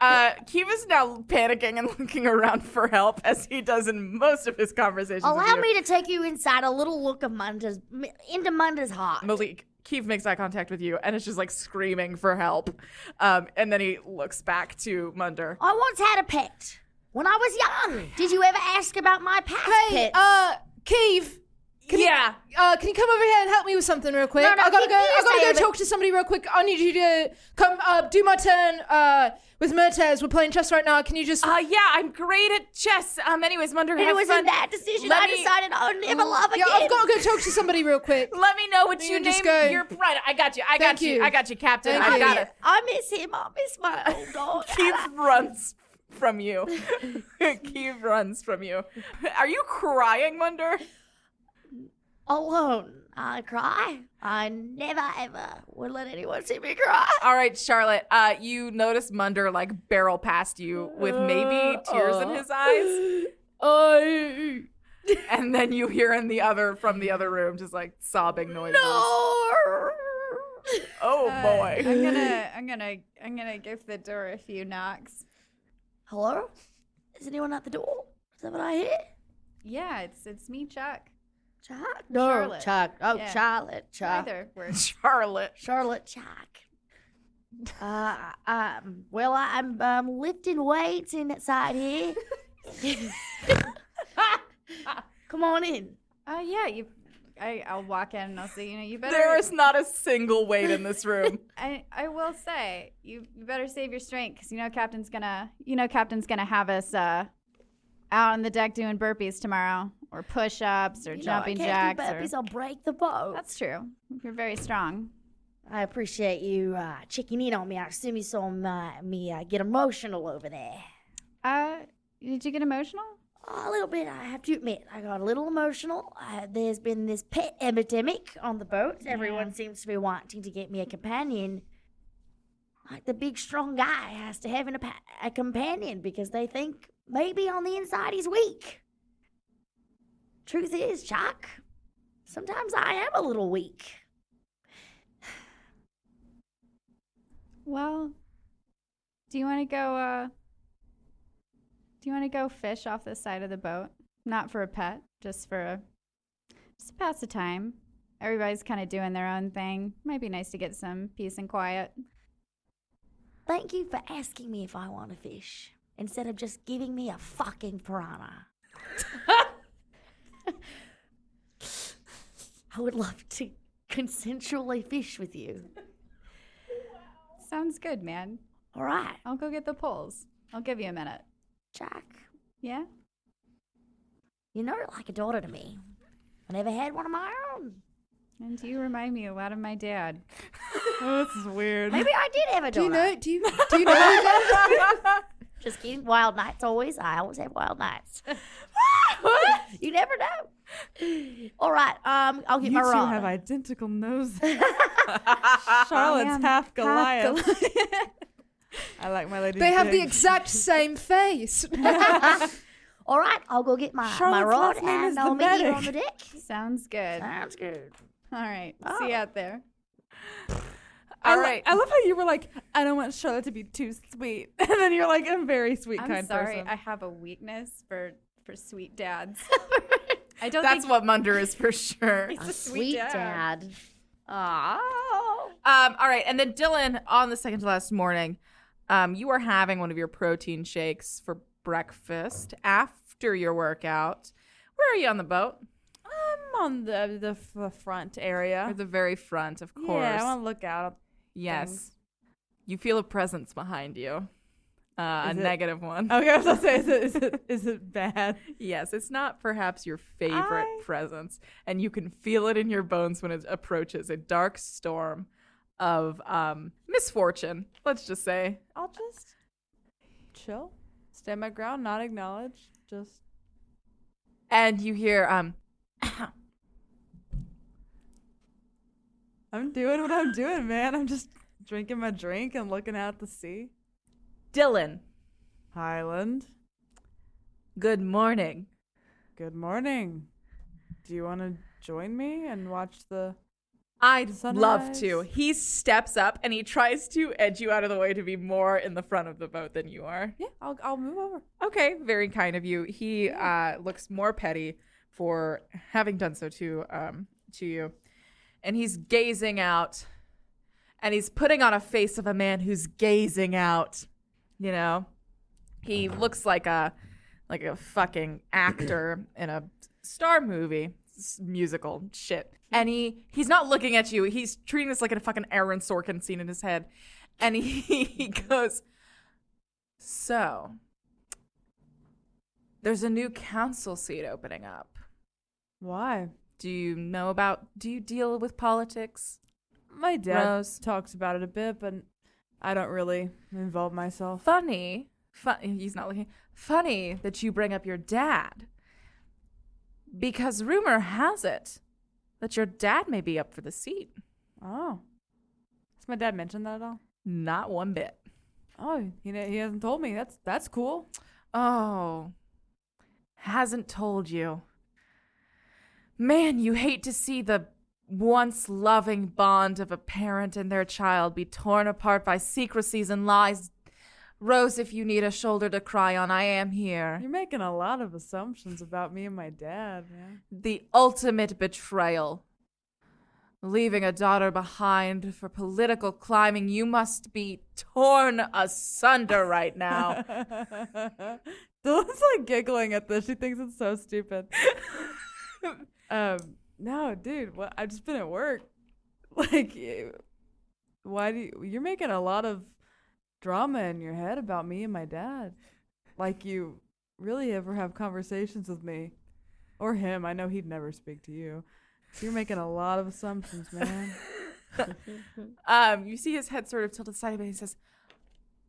A: uh, Kiva's now panicking and looking around for help as he does in most of his conversations.
B: Oh.
A: with
D: allow
A: you.
D: me to take you inside a little look of Munda's into Munda's heart.
A: Malik, Keefe makes eye contact with you and is just like screaming for help. Um, and then he looks back to Munder.
D: I once had a pet when I was young. Did you ever ask about my past
E: Hey,
D: pets?
E: uh, Keeve,
A: yeah.
E: uh, can you come over here and help me with something real quick?
D: No, no,
E: I gotta
D: keep
E: go. I
D: this
E: gotta
D: over.
E: go talk to somebody real quick. I need you to come uh, do my turn uh, with Mertes. We're playing chess right now. Can you
B: Ah,
E: just?
A: Uh, yeah, I'm great at chess. Um, anyways, Munder,
D: and it
A: have
D: was
A: fun.
D: in that decision
A: Let
D: I
A: me- Mm.
D: decided I would never love again.
E: yeah, I've gotta go talk to somebody real quick.
A: Let me know what
E: You
A: you
E: just
A: name
E: go.
A: your right. I got you. I got
E: Thank
A: you.
E: you.
A: I got you, Captain.
E: Thank
A: I
E: you.
A: got it.
D: I miss him. I miss my old dog.
A: Keith runs from you. Keith runs from you. Are you crying, Munder?
D: Alone, I cry. I never ever would let anyone see me cry.
A: All right, Charlotte. Uh, you notice Munder like barrel past you with maybe tears in his eyes,
C: Uh,
D: Oh
A: and then you hear in the other from the other room just like sobbing noises.
D: no!
A: Oh
C: Uh,
A: boy.
C: I'm gonna, I'm gonna, I'm gonna give the door a few knocks.
D: Hello? Is anyone at the door? Is that what I hear?
C: Yeah, it's it's me, Chuck.
D: Chuck? No,
C: Charlotte.
D: Chuck. Oh,
C: Yeah.
D: Charlotte. Chuck.
C: Either word.
A: Charlotte.
D: Charlotte Chuck. Uh, um, well, I, I'm um, lifting weights inside here. Come on in.
C: Oh yeah, you. I, I'll walk in and I'll say, you know, you better.
A: There is not a single weight in this room.
C: I, I will say, you, you better save your strength because you know Captain's gonna, you know Captain's gonna have us uh, out on the deck doing burpees tomorrow, or push-ups, or
D: You know, I
C: jumping
D: can't do
C: jacks.
D: burpees,
C: Or,
D: I'll break the boat.
C: that's true. You're very strong.
D: I appreciate you uh, checking in on me. I assume you saw my, me uh, get emotional over there.
C: Uh, did you get emotional?
D: A little bit, I have to admit, I got a little emotional. Uh, there's been this pet epidemic on the boat. Everyone seems to be wanting to get me a companion. Like the big, strong guy has to have an, apa- a companion because they think maybe on the inside he's weak. Truth is, Chuck, sometimes I am a little weak.
C: Well, do you want to go? Uh, do you want to go fish off the side of the boat? Not for a pet, just for a just to pass the time. Everybody's kind of doing their own thing. Might be nice to get some peace and quiet.
D: Thank you for asking me if I want to fish.
J: instead of just giving me a fucking piranha. I would love to consensually fish with you.
C: Sounds good, man.
J: All right,
C: I'll go get the poles. I'll give you a minute.
J: Jack.
C: Yeah?
J: You know you're like a daughter to me. I never had one of my own.
C: And you remind me a lot of my dad.
B: Oh, this is weird.
J: Maybe I did have a daughter.
E: Do you know? Do you do you know? that?
J: Just kidding. Wild nights always. I always have wild nights. you never know. All right. Um, I'll get
B: You
J: my
B: two
J: rod.
B: have identical noses. Charlotte's half Goliath. I like my lady.
E: they have the
B: big.
E: exact same face.
J: All right. I'll go get my my
B: Charlotte's
J: rod
B: last name is
J: and
B: the
J: I'll meet you on
B: medic.
J: the deck.
C: Sounds good.
J: Sounds good.
C: All right.
B: Oh.
C: See you out there.
B: I,
A: All
B: lo-
A: right.
B: I love how you were like, I don't want Charlotte to be too sweet, and then you're like, I'm a very sweet,
C: I'm
B: kind
C: sorry.
B: person.
C: I have a weakness for for sweet dads. I don't
A: That's
C: think
A: what Munder is for sure.
C: he's a sweet,
D: Sweet
C: dad.
D: dad.
A: Um, all right, and then Dylan on the second to last morning, um, you are having one of your protein shakes for breakfast after your workout. Where are you on the boat?
B: I'm on the the, the front area.
A: At the very front, of course.
B: Yeah, I want to look out.
A: yes.
B: things.
A: You feel a presence behind you. Uh, a
B: Is it- Oh.
A: negative one.
B: Okay, I was gonna say, is it is it, is it bad?
A: Yes, it's not perhaps your favorite
B: I-
A: presence, and you can feel it in your bones when it approaches a dark storm of um, misfortune. Let's just say.
B: I'll just chill, stand my ground, not acknowledge, just
A: And you hear, um,
B: I'm doing what I'm doing, man. I'm just drinking my drink and looking out to sea.
A: Dylan,
B: Highland,
A: good morning.
B: good morning. Do you want to join me and watch the?
A: I'd love to.
B: Sunrise.
A: He steps up and he tries to edge you out of the way to be more in the front of the boat than you are.
B: Yeah, I'll I'll move over.
A: Okay, very kind of you. He uh, looks more petty for having done so to um, to you, and he's gazing out, and he's putting on a face of a man who's gazing out. You know, he looks like a like a fucking actor in a star movie s- musical shit. And he he's not looking at you. He's treating this like a fucking Aaron Sorkin scene in his head, and he, he goes, so there's a new council seat opening up.
B: Why?
A: Do you know about? Do you deal with politics?
B: My dad
A: Rose.
B: talks about it a bit, but I don't really involve myself.
A: Funny, fun, he's not looking. Funny that you bring up your dad, because rumor has it that your dad may be up for the seat.
B: Oh, has my dad mentioned that at all?
A: Not one bit.
B: Oh, he ne- he hasn't told me. That's that's cool.
A: Oh, hasn't told you. Man, you hate to see the once loving bond of a parent and their child be torn apart by secrecies and lies. Rose, if you need a shoulder to cry on, I am here.
B: You're making a lot of assumptions about me and my dad, man.
A: The ultimate betrayal. Leaving a daughter behind for political climbing, you must be torn asunder right now.
B: Dylan's like giggling at this. She thinks it's so stupid. um, no, dude, what? I've just been at work. Like, you- why do you, you're making a lot of drama in your head about me and my dad? Like, you really ever have conversations with me or him? I know he'd never speak to you. You're making a lot of assumptions, man.
A: um, you see his head sort of tilted to the side, and he says,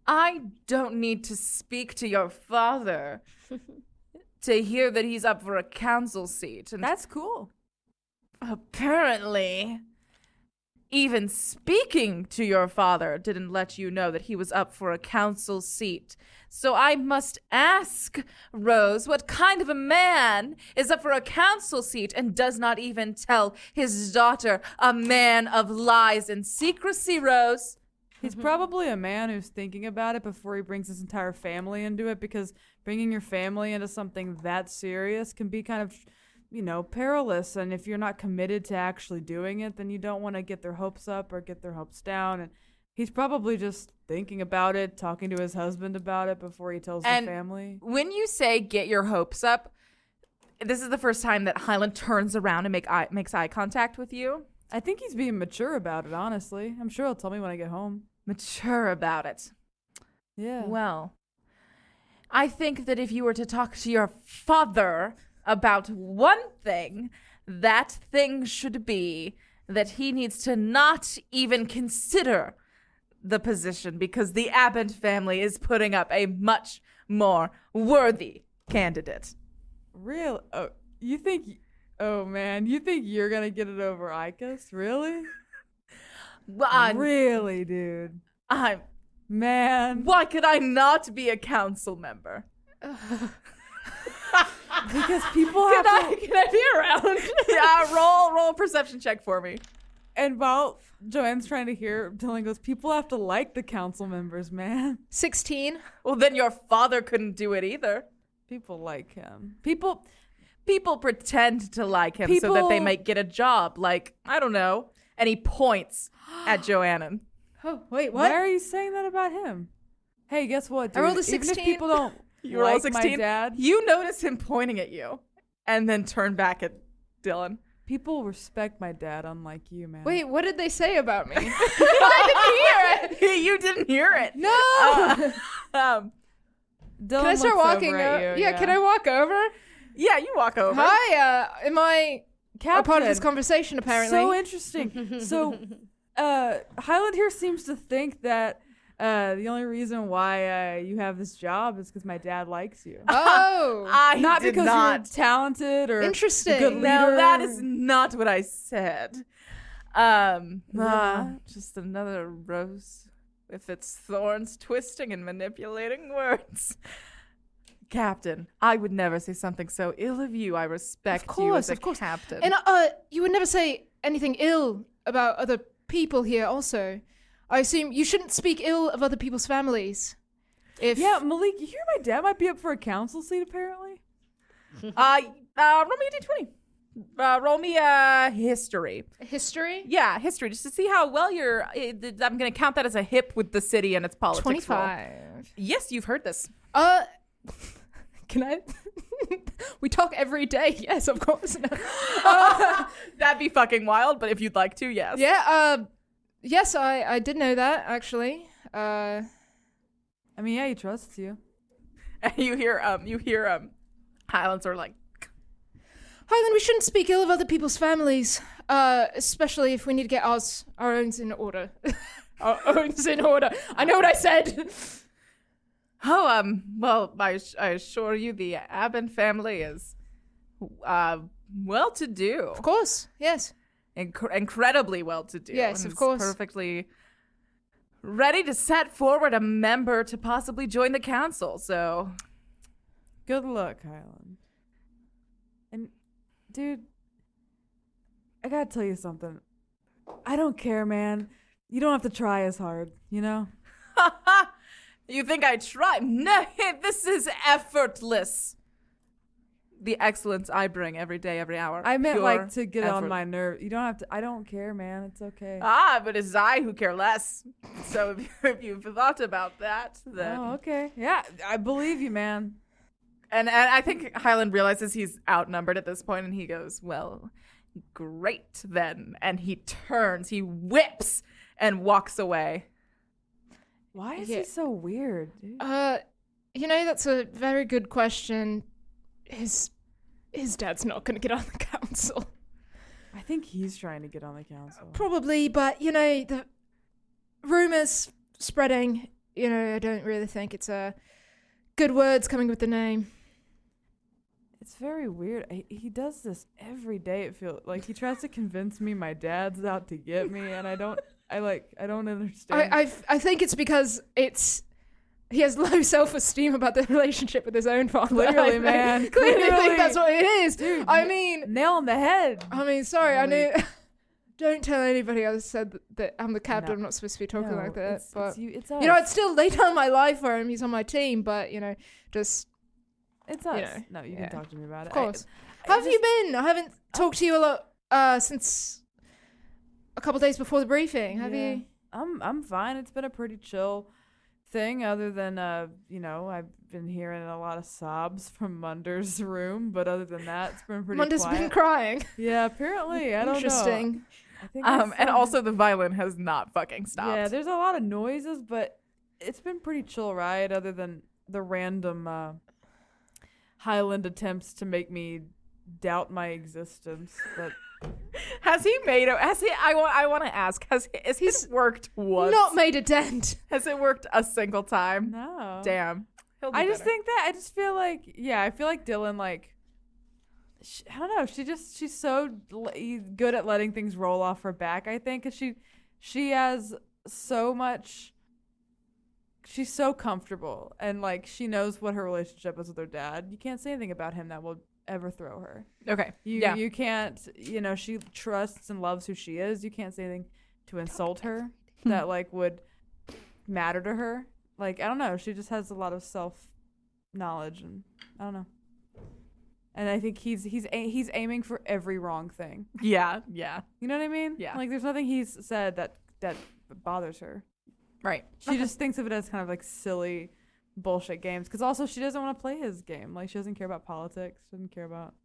A: "I don't need to speak to your father to hear that he's up for a council seat." And
B: That's cool.
A: apparently, even speaking to your father didn't let you know that he was up for a council seat. So I must ask, Rose, what kind of a man is up for a council seat and does not even tell his daughter, a man of lies and secrecy, Rose?
B: He's
A: Mm-hmm.
B: probably a man who's thinking about it before he brings his entire family into it because bringing your family into something that serious can be kind of, you know, perilous. And if you're not committed to actually doing it, then you don't want to get their hopes up or get their hopes down. And He's probably just thinking about it, talking to his husband about it before he tells
A: And-
B: the family.
A: when you say get your hopes up, this is the first time that Highland turns around and make eye, makes eye contact with you.
B: I think he's being mature about it, honestly. I'm sure he'll tell me when I get home.
A: Mature about it.
B: Yeah.
A: Well, I think that if you were to talk to your father about one thing, that thing should be that he needs to not even consider the position because the Abbott family is putting up a much more worthy candidate.
B: Real? Oh, you think? Oh man, you think you're gonna get it over Icus? Really?
A: Well, I,
B: really, dude?
A: I,
B: Man,
A: why could I not be a council member?
B: because people have
A: Can I,
B: to.
A: can I be around? yeah, roll roll a perception check for me.
B: And while Joanne's trying to hear, Dylan goes, "People have to like the council members, man.
E: 16.
A: Well, then your father couldn't do it either.
B: People like him. People.
A: people pretend to like him so that they
B: People-
A: might get a job. Like, I don't know. And he points at Joannon.
E: Oh, wait,
B: Why
E: what?
B: are you saying that about him? Hey, guess what? Dude?
E: I rolled a
B: Even
E: 16.
B: if people don't
A: You
B: like
A: roll 16.
B: my dad,
A: You notice him pointing at you and then turn back at Dylan.
B: people respect my dad, unlike you, man.
E: Wait, what did they say about me?
A: I didn't hear it. you didn't hear it.
E: no!
B: Oh,
A: Um,
B: Dylan
E: can I start
B: looks
E: walking
B: Over
E: over?
B: at you,
E: yeah, can I walk over?
A: yeah, you walk over.
E: Hi, uh, am I a part of
B: Captain.
E: this conversation apparently?
B: So interesting. so uh, Highland here seems to think that uh, the only reason why uh, you have this job is because my dad likes you.
E: oh,
A: I
B: not
A: did
B: because
A: not.
B: Ah, you're talented or
E: Interesting.
B: A
A: No,
B: good leader.
A: that is not what I said. Um, ah,
B: Yeah.
A: just another rose with its thorns twisting and manipulating words. Captain, I would never say something so ill of you. I respect you as
E: course,
A: a
E: of course.
A: captain.
E: and uh, you would never say anything ill about other people here. Also, I assume you shouldn't speak ill of other people's families. If
B: Yeah, Malik, you hear my dad might be up for a council seat apparently.
A: uh, uh, roll me a d20. Uh, roll me a history.
E: history,
A: Yeah, history, just to see how well you're. uh, th- I'm going to count that as a hip with the city and its politics. roll.
E: twenty-five.
A: Yes, you've heard this.
E: Uh, can I? we talk every day. Yes, of course. No. Uh,
A: That'd be fucking wild, but if you'd like to, yes.
E: yeah. Uh, yes, I I did know that actually. Uh,
B: I mean, yeah, he trusts you.
A: and you hear um you hear um Highlands are like
E: Highland, we shouldn't speak ill of other people's families, uh, especially if we need to get ours our owns in order. our owns in order. I know what I said.
A: oh um well I, sh- I assure you the Abbott family is uh well to do
E: Of course, yes.
A: Inc- incredibly well to do
E: Yes,
A: and
E: of
A: is
E: course.
A: perfectly ready to set forward a member to possibly join the council so
B: Good luck, Highland. And, dude, I gotta tell you something. I don't care, man. You don't have to try as hard, you know?
A: you think I try no this is effortless the excellence I bring every day every hour
B: I meant,
A: Pure
B: like, to get
A: effort.
B: on my nerve. You don't have to. I don't care, man. It's okay.
A: Ah, but it's I who care less. So if, you- if you've thought about that, then
B: oh, okay. Yeah, I believe you, man.
A: and, and I think Highland realizes he's outnumbered at this point, and he goes, "Well, great then." And he turns, he whips, and walks away.
B: Why is
E: Yeah.
B: he so weird, dude?
E: Uh, you know that's a very good question. His his dad's not going to get on the council,
B: I think he's trying to get on the council.
E: probably, but you know the rumors spreading. You know, I don't really think it's uh, good words coming with the name.
B: It's very weird. I, he does this every day. It feels like he tries to convince me my dad's out to get me, and I don't. I like. I don't understand.
E: I, I've, I think it's because it's he has low self esteem about the relationship with his own father. I
B: Clearly,
E: think-
B: man.
E: Clearly, I think that's
B: Clearly.
E: what it is.
B: Dude,
E: I
B: you-
E: mean,
B: Nail on the head.
E: I mean, sorry, I knew. Don't tell anybody I said that, that I'm the captain. I'm not supposed to be talking
B: No,
E: like that.
B: it's-
E: but
B: it's you, it's
E: you know,
B: us.
E: it's still later in my life for him. He's on my team, but you know, just
B: It's us.
E: yeah,
B: no, you
E: yeah.
B: can talk to me about
E: of
B: it. I-
E: course.
B: I
E: How have you been? I haven't talked to you a lot uh, since a couple days before the briefing. Have
B: Yeah.
E: you?
B: I'm I'm fine. It's been a pretty chill thing, other than uh, you know, I've been hearing a lot of sobs from Munder's room, but other than that, it's been pretty
E: Munda's
B: quiet.
E: been crying.
B: yeah, apparently, I don't
E: Interesting.
B: know. I think I
A: Um, and
B: saw-
A: also the violin has not fucking stopped.
B: yeah, there's a lot of noises, but it's been pretty chill ride, other than the random uh, Highland attempts to make me doubt my existence. But
A: has he made a has he I want I want to ask has is he worked once?
E: Not made a dent.
A: has it worked a single time?
B: no,
A: Damn. He'll do
B: I just
A: better.
B: think that I just feel like yeah, I feel like Dylan like sh I don't know. She just she's so l- e- good at letting things roll off her back. I think 'cause she she has so much. She's so comfortable and like she knows what her relationship is with her dad. You can't say anything about him that will ever throw her.
A: okay.
B: You
A: yeah.
B: you can't you know she trusts and loves who she is. You can't say anything to insult her that like would matter to her. Like I don't know, she just has a lot of self knowledge and I don't know. And I think he's he's a- he's aiming for every wrong thing.
A: yeah. Yeah.
B: You know what I mean?
A: Yeah.
B: Like there's nothing he's said that that bothers her.
A: Right.
B: She just thinks of it as kind of like silly bullshit games because also she doesn't want to play his game. Like she doesn't care about politics, doesn't care about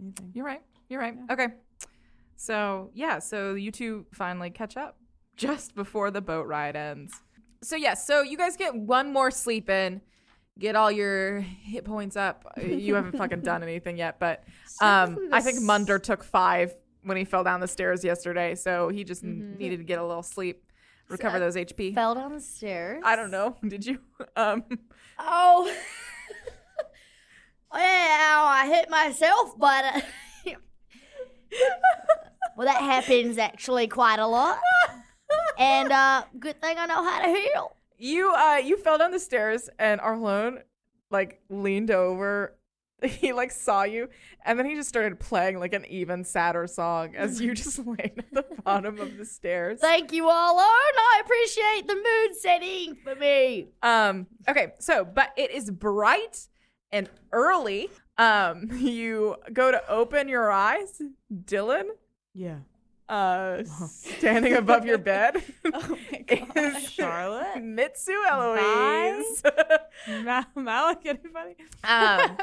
B: anything.
A: You're right. You're right. Okay. So, yeah, so you two finally catch up just before the boat ride ends. So, yeah, so you guys get one more sleep in, get all your hit points up. You haven't fucking done anything yet, but um, I think Munder took five when he fell down the stairs yesterday. So he just n- needed to get a little sleep, recover those HP.
J: Fell down the stairs.
A: I don't know. Did you? Um,
J: Oh. well, I hit myself, but. Uh, well, that happens actually quite a lot. And uh, good thing I know how to heal.
A: you uh you fell down the stairs and Arlone like leaned over he like saw you and then he just started playing like an even sadder song as you just laid at the bottom of the stairs
J: Thank you, all, and I appreciate the mood setting for me.
A: um okay so but it is bright and early um you go to open your eyes dylan
B: Yeah.
A: uh standing above your bed is
B: Charlotte?
A: mitsu eloise
B: Ma- Malik, anybody?
A: um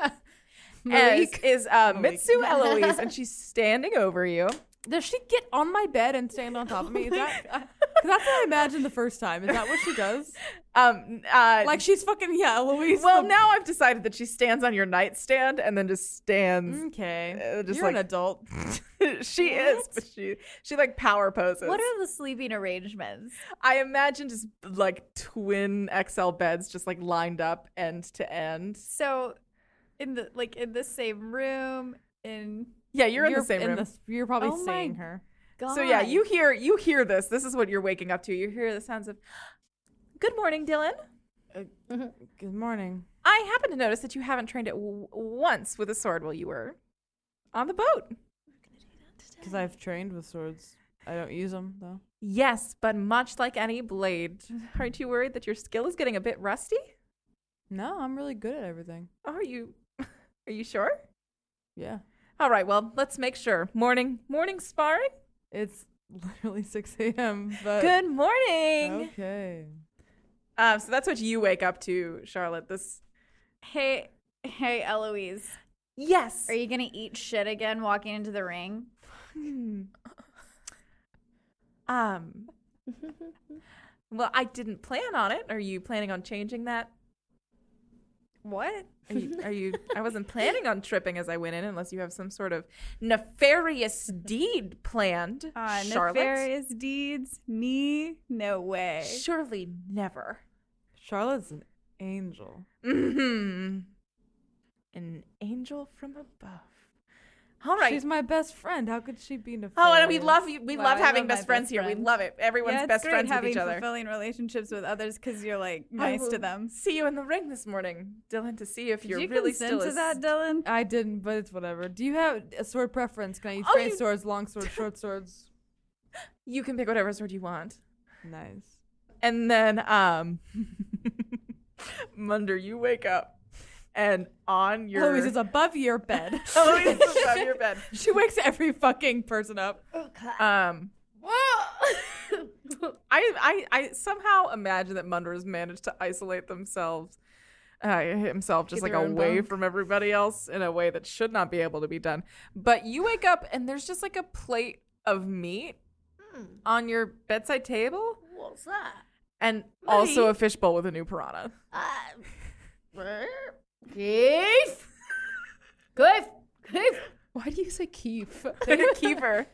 A: as is uh, Mitsu Eloise, and she's standing over you.
B: Does she get on my bed and stand on top of me? Is that because that's what I imagined the first time? Is that what she does?
A: Um, uh,
B: Like she's fucking yeah, Eloise.
A: well,
B: the-
A: now I've decided that she stands on your nightstand and then just stands.
B: okay,
A: Uh, just
B: you're an
A: like-
B: adult.
A: she is, but she she like power poses.
C: What are the sleeping arrangements?
A: I imagine just like twin XL beds, just like lined up end to end.
C: So, in the like in the same room, in
A: Yeah, you're, in the same room.
B: this- you're probably
C: Oh my
B: seeing her.
C: God.
A: So yeah, you hear you hear this. This is what you're waking up to. You hear the sounds of. Good morning, Dylan.
B: Good morning.
A: I happen to notice that you haven't trained it w- once with a sword while you were on the boat.
B: Because I've trained with swords. I don't use them though.
A: Yes, but much like any blade, aren't you worried that your skill is getting a bit rusty?
B: No, I'm really good at everything.
A: Are you Are you sure?
B: Yeah,
A: All right, well, let's make sure. Morning, morning sparring.
B: it's literally 6 a.m. But
A: Good
B: oh.
A: morning.
B: Okay.
A: Um, so that's what you wake up to, Charlotte. This
C: hey hey Eloise,
A: Yes.
C: are you gonna eat shit again walking into the ring?
A: Um Well, I didn't plan on it. Are you planning on changing that?
C: What?
A: Are you, are you I wasn't planning on tripping as I went in unless you have some sort of nefarious deed planned.
C: Uh,
A: Charlotte.
C: nefarious deeds? Me? No way.
A: Surely never.
B: Charlotte's an angel.
A: Mm-hmm. An angel from above. All right.
B: She's my best friend. How could she be nefarious?
A: oh, and we love you. We
C: Wow,
A: love
C: I
A: having
C: love my
A: best friends
C: best
A: here. We
C: friend.
A: love it. Everyone's
C: yeah, it's
A: best
C: great
A: friends
C: having
A: with each other.
C: fulfilling relationships with others because you're like
A: I
C: nice to
A: will
C: them.
A: See you in the ring this morning, Dylan, to see if
C: Did
A: you're
C: you
A: really
C: consent
A: still
C: to
A: as-
C: that, Dylan?
B: I didn't, but it's whatever. Do you have a sword preference? Can I use
A: Oh,
B: great
A: you-
B: swords, long swords, short swords?
A: You can pick whatever sword you want.
B: Nice.
A: And then, um, Munder, you wake up and on your.
B: Eloise is above your bed.
A: Eloise is above your bed.
B: she wakes every fucking person up.
A: Um, I, I, I somehow imagine that Mundra's managed to isolate themselves, uh, himself just
E: Get
A: like
E: their own
A: away
E: bunk.
A: from everybody else in a way that should not be able to be done. But you wake up and there's just like a plate of meat
J: Hmm.
A: on your bedside table
J: What's that?
A: and also a fishbowl with a new piranha.
J: Uh, Keith? Keith? Keith?
E: Why do you say Keef?
A: Keever.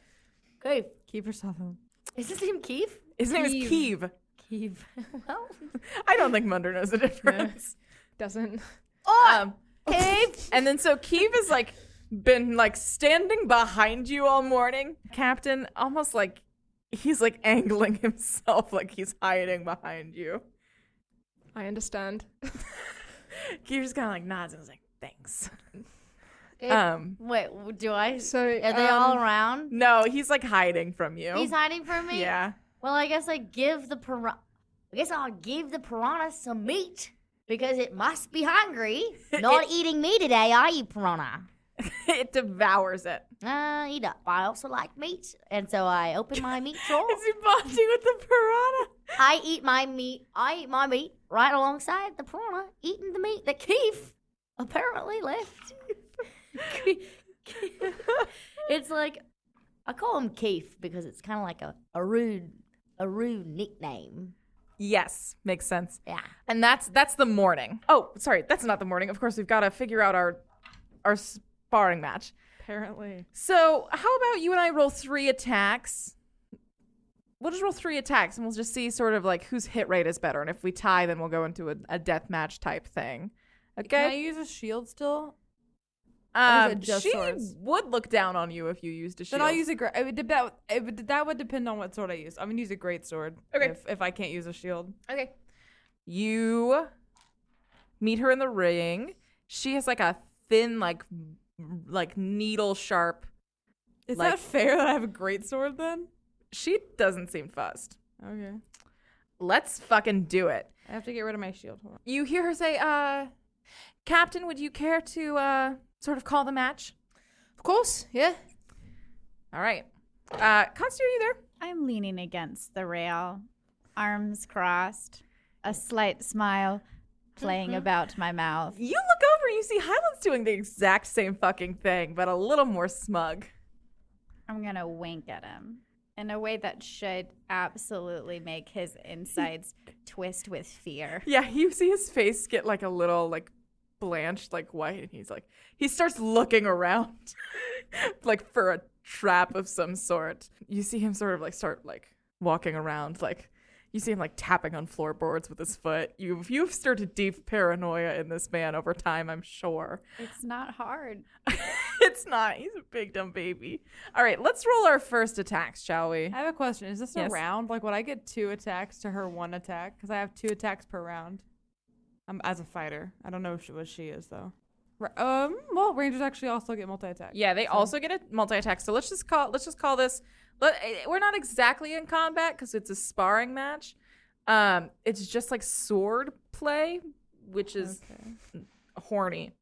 J: Keith?
B: Keep yourself in.
J: Is his name Keith?
A: His name is Keeve.
J: Keith. well,
A: I don't think Munder knows the difference.
E: Doesn't.
A: Um, and then so Keeve has like been like standing behind you all morning. Captain, almost like he's like angling himself, like he's hiding behind you.
E: I understand.
A: Keeve just kind of like nods and is like, "Thanks."
J: Keith.
A: Um,
J: Wait, do I?
E: So um,
J: Are they all around?
A: no, he's like hiding from you.
J: He's hiding from me?
A: yeah.
J: Well, I guess I give the piranha. I guess I'll give the piranha some meat because it must be hungry. Not eating me today, are you, piranha?
A: it devours it.
J: Uh, eat up. I also like meat, and so I open my meat drawer.
A: Is he bonding with the piranha?
J: I eat my meat. I eat my meat right alongside the piranha eating the meat that Keith apparently left. it's like I call him Keith because it's kind of like a, a rude a rude nickname.
A: Yes, makes sense.
J: Yeah.
A: And that's that's the morning. Oh, sorry, that's not the morning. Of course, we've got to figure out our our sparring match.
B: Apparently.
A: So, how about you and I roll three attacks? We'll just roll three attacks and we'll just see sort of like whose hit rate is better. And if we tie, then we'll go into a, a death match type thing.
B: Can I
A: Okay.
B: use a shield still? or is
A: Um,
B: it just
A: she
B: swords?
A: would look down on you if you used a shield.
B: Then I'll use a great. It would, dep- that, would- it would, that would depend on what sword I use. I'm gonna use a great sword.
A: Okay.
B: If, if I can't use a shield.
A: Okay. You meet her in the ring. She has like a thin, like, m- like needle sharp.
B: Is
A: Like-
B: that fair that I have a great sword then?
A: She doesn't seem fussed.
B: Okay.
A: Let's fucking do it.
B: I have to get rid of my shield. Hold on.
A: you hear her say, uh, Captain, would you care to uh, sort of call the match?
E: Of course, yeah.
A: All right. Uh, Constu, are you there?
C: I'm leaning against the rail, arms crossed, a slight smile playing about my mouth.
A: You look over and you see Highland's doing the exact same fucking thing, but a little more smug.
C: I'm going to wink at him in a way that should absolutely make his insides twist with fear.
A: Yeah, you see his face get like a little like blanched, like white, and he's like, he starts looking around like for a trap of some sort. You see him sort of like start like walking around, like you see him like tapping on floorboards with his foot. You've you've stirred a deep paranoia in this man over time, I'm sure.
C: It's not hard.
A: it's not. He's a big dumb baby. All right, let's roll our first attacks, shall we?
B: I have a question. Is this
A: Yes.
B: a round? Like, would I get two attacks to her one attack? Because I have two attacks per round. I'm Um, as a fighter. I don't know if she, what she is though. Ra- Um. Well, rangers actually also get multi attack.
A: Yeah, they also get a multi attack. So let's just call let's just call this. Let, eh, we're not exactly in combat because it's a sparring match. Um, it's just like sword play, which is horny.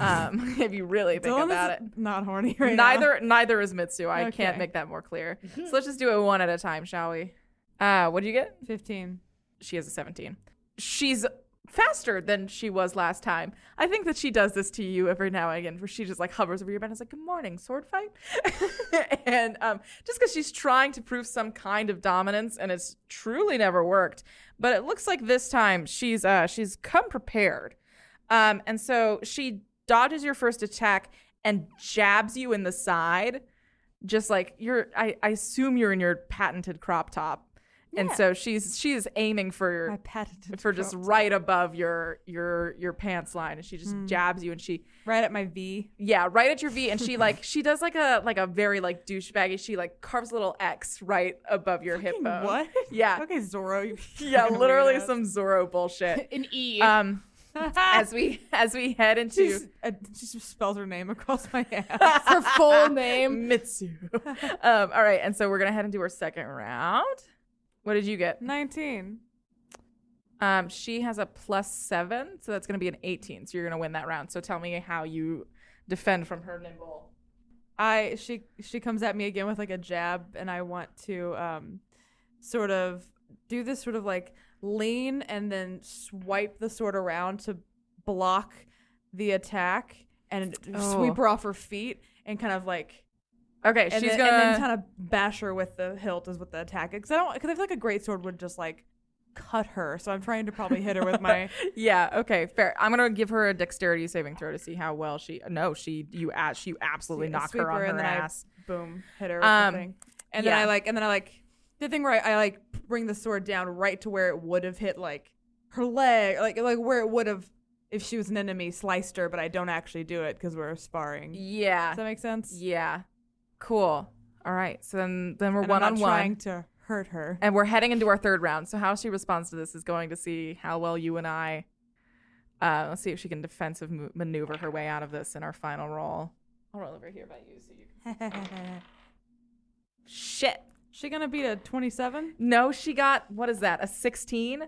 A: Um, if you really think
B: Dylan
A: about
B: is
A: it.
B: Not horny right now.
A: neither neither is Mitsu. I can't
B: Okay. Mm-hmm.
A: make that more clear. so let's just do it one at a time, shall we? Uh, what do you get?
B: Fifteen.
A: she has a 17. She's faster than she was last time. I think that she does this to you every now and again, where she just like hovers over your bed and is like, "Good morning, sword fight," and um, just because she's trying to prove some kind of dominance, and it's truly never worked. But it looks like this time she's uh, she's come prepared, um, and so she dodges your first attack and jabs you in the side. Just like you're, I, I assume you're in your patented crop top, and so she's she's aiming for your
B: I patented
A: for just
B: crop.
A: right above your your your pants line and she just
B: Hmm.
A: jabs you and she
B: right at my V.
A: yeah right at your v and she like she does like a like a very like douchebaggy she like carves a little x right above your hip bone
B: What?
A: yeah
B: Okay, Zoro. you
A: yeah
B: fucking
A: literally
B: weirdo.
A: some zorro bullshit
E: An E.
A: um as we as we head into
B: She's- uh, She just spells her name across my ass.
E: her full name.
A: mitsu um all right and so we're gonna head into our second round what did you get
B: Nineteen.
A: um she has a plus seven so that's gonna be an 18 so you're gonna win that round so tell me how you defend from her nimble
B: I she she comes at me again with like a jab, and I want to um sort of do this sort of like lean and then swipe the sword around to block the attack and sweep her off her feet and kind of like
A: Okay,
B: and,
A: Oh. she's
B: then,
A: gonna.
B: and then kind of bash her with the hilt is with the attack because I don't because I feel like a great sword would just like cut her so I'm trying to probably hit her with my
A: yeah. Okay. Fair. I'm gonna give her a dexterity saving throw to see how well she. No, she. You asked. You absolutely
B: Yeah,
A: knock
B: sweep
A: her on her
B: and then
A: ass.
B: I, boom, hit her with the
A: Um,
B: thing. And then
A: yeah.
B: I like, and then I like the thing where I, I like bring the sword down right to where it would have hit like her leg, like like where it would have if she was an enemy sliced her, but I don't actually do it because we're sparring.
A: yeah.
B: Does that make sense?
A: Yeah. Cool. All right. So then, then we're
B: And
A: one
B: I'm
A: on
B: not
A: one.
B: trying to hurt her.
A: And we're heading into our third round. So how she responds to this is going to see how well you and I. Uh, let's see if she can defensive mo- maneuver her way out of this in our final roll. I'll roll over here by you so you. Can... Shit.
B: She gonna beat a twenty-seven.
A: No, she got what is that? A 16?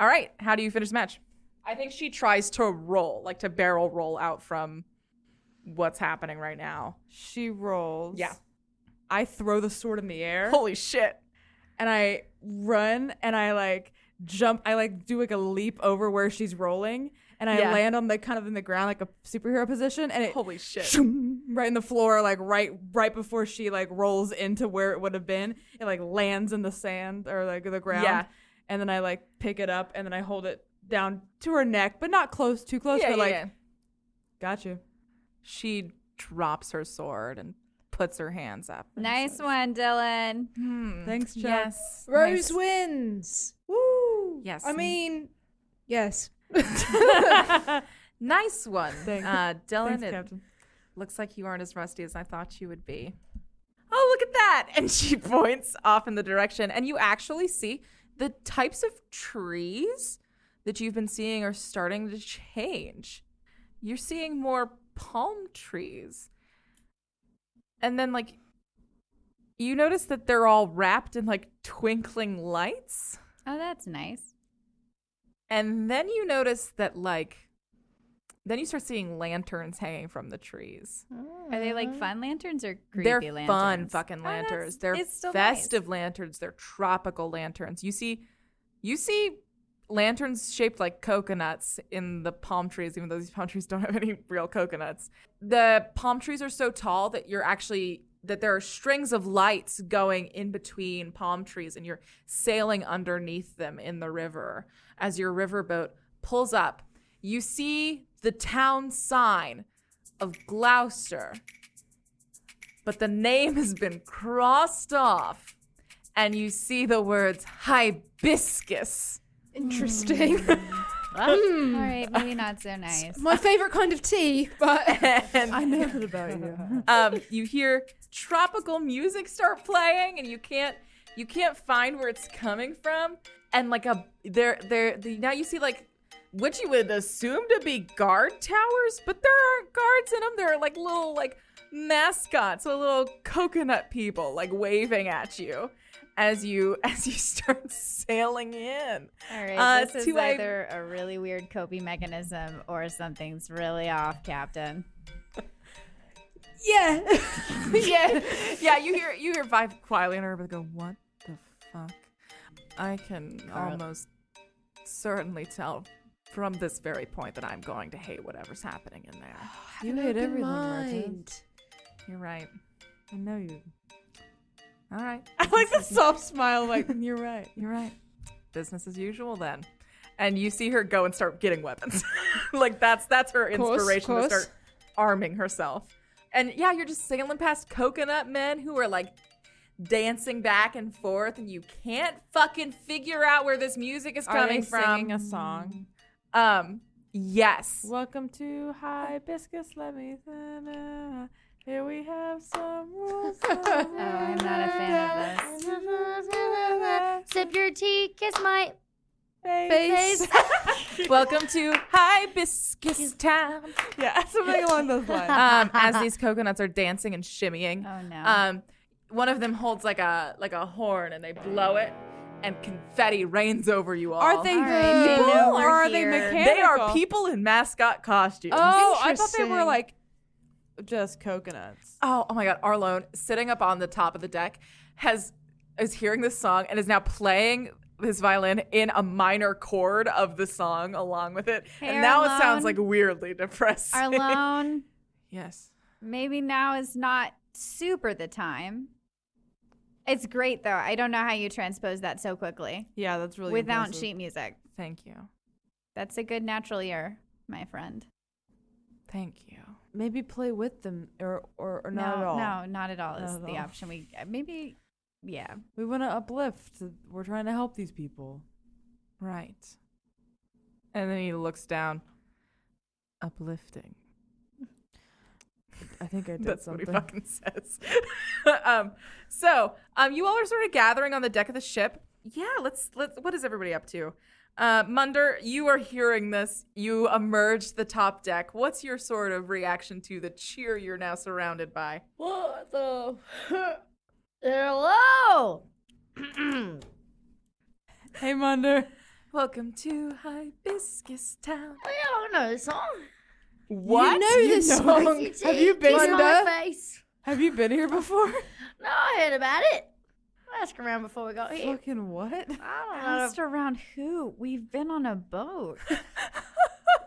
A: All right. How do you finish the match? I think she tries to roll, like to barrel roll out from what's happening right now.
B: She rolls.
A: Yeah.
B: I throw the sword in the air.
A: Holy shit.
B: and I run and I like jump. I like do like a leap over where she's rolling, and I
A: Yeah.
B: land on the kind of in the ground like a superhero position, and it
A: Holy shit.
B: shoom, right in the floor, like right right before she like rolls into where it would have been. It like lands in the sand or like the ground,
A: Yeah.
B: and then I like pick it up and then I hold it down to her neck, but not close, too close.
A: Yeah,
B: but
A: yeah,
B: like,
A: yeah.
B: got you.
A: She drops her sword and puts her hands up. and
C: Nice
A: says,
C: one, Dylan.
A: "Hmm,
B: Thanks, Chuck.
A: Yes.
E: Rose wins. Woo!
A: Yes.
E: I mean, yes.
A: Nice one.
B: Thanks.
A: Uh, Dylan,
B: Thanks,
A: it
B: Captain.
A: looks like you aren't as rusty as I thought you would be. Oh, look at that. And she points off in the direction, and you actually see the types of trees that you've been seeing are starting to change. You're seeing more palm trees. And then, like, you notice that they're all wrapped in like twinkling lights.
C: Oh, that's nice.
A: And then you notice that, like, then you start seeing lanterns hanging from the trees.
C: Are they like fun lanterns or creepy
A: They're
C: lanterns?
A: fun fucking
C: Oh, that's-
A: lanterns. They're
C: it's still nice.
A: festive lanterns. They're tropical lanterns. You see, you see lanterns shaped like coconuts in the palm trees, even though these palm trees don't have any real coconuts. The palm trees are so tall that you're actually that there are strings of lights going in between palm trees, and you're sailing underneath them in the river as your riverboat pulls up. You see the town sign of Gloucester but the name has been crossed off, and you see the words hibiscus.
E: Interesting.
C: All right, maybe not so nice.
E: My favorite kind of tea, but
B: I know that about you.
A: Um, you hear tropical music start playing, and you can't you can't find where it's coming from. And like a there there the, now you see like what you would assume to be guard towers, but there aren't guards in them. There are like little like mascots, so little coconut people like waving at you as you as you start sailing in.
C: All right,
A: Uh,
C: this is
A: two I-
C: either a really weird coping mechanism or something's really off, Captain.
E: yeah.
A: yeah, yeah. You hear you hear Vive quietly in her, but go, what the fuck? I can almost certainly tell from this very point that I'm going to hate whatever's happening in there.
B: You hate everyone, Martin.
A: You're right.
B: I know you.
A: All right,
B: I like the soft smile. Like you're right.
A: you're right. Business as usual then. And you see her go and start getting weapons. like that's that's her
E: Course,
A: inspiration
E: course.
A: to start arming herself. And yeah, you're just sailing past coconut men who are like dancing back and forth, and you can't fucking figure out where this music is coming from.
B: singing a song?
A: Um, yes.
B: Welcome to Hibiscus. Let me. na-na. Here we have some rules.
C: Oh, I'm not a fan of this.
J: Sip your tea, kiss my
E: Face.
A: Welcome to Hibiscus Town.
B: yeah, something along those lines.
A: Um, as these coconuts are dancing and shimmying.
C: Oh
B: Uh-huh.
C: no.
B: Uh,
A: Um, one of them holds like a like a horn, and they blow it, and confetti rains over you all.
B: Are they
C: All right, they
B: people
C: know
B: or
C: we're
B: are they
C: here. They
B: mechanical?
A: They are people in mascot costumes.
B: Oh, I thought they were
E: Interesting.
B: like just coconuts.
A: Oh, oh my God. Arlone, sitting up on the top of the deck, has is hearing this song and is now playing his violin in a minor chord of the song along with it.
C: Hey,
A: and now it sounds
C: Arlone.
A: like weirdly depressing.
C: Our loan,
A: yes.
C: maybe now is not super the time. It's great though. I don't know how you transpose that so quickly
B: Yeah, that's really
C: without
B: impressive.
C: sheet music.
A: Thank you.
C: That's a good natural ear, my friend.
A: Thank you.
B: Maybe play with them or or, or not
C: no,
B: at all.
C: no, not at all.
B: Not
C: Is
B: at
C: the
B: all.
C: option we uh, maybe? Yeah,
B: We want to uplift. We're trying to help these people.
A: Right. And then he looks down. Uplifting.
B: I think I did
A: That's
B: something.
A: what he fucking says. um, so um, you all are sort of gathering on the deck of the ship. Yeah, let's let's. What is everybody up to? Uh, Munder, you are hearing this. You emerge to the top deck. What's your sort of reaction to the cheer you're now surrounded by?
J: What the? Hello.
B: hey, Munder.
A: Welcome to Hibiscus Town.
J: I don't know this song.
A: What?
E: You know this song. Have you been
J: It's on my
E: there?
J: face.
B: Have you been here before?
J: No, I heard about it. Ask around before we got here.
B: fucking what?
J: I
B: Uh,
J: don't know.
C: asked around who? We've been on a boat.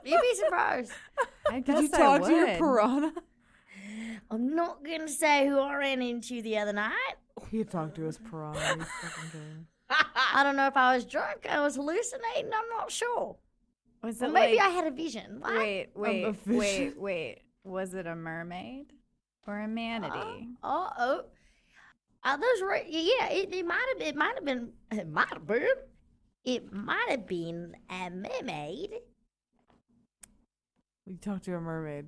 J: You'd be surprised.
C: I guess
B: Did you
C: I
B: talk to your
C: would.
B: piranha?
J: I'm not gonna say who I ran into the other night.
B: He talked to his piranha. Are you fucking kidding me?
J: I don't know if I was drunk, I was hallucinating. I'm not sure.
C: Was
J: Or
C: it
J: maybe
C: like,
J: I had a vision. What?
C: wait,
B: a
C: wait,
B: fish.
C: wait, wait? Was it a mermaid or a manatee?
J: Oh, oh. Are Uh, those right? Yeah, it, it might have. It might have been. It might have been. It might have been a mermaid.
B: We talked to a mermaid.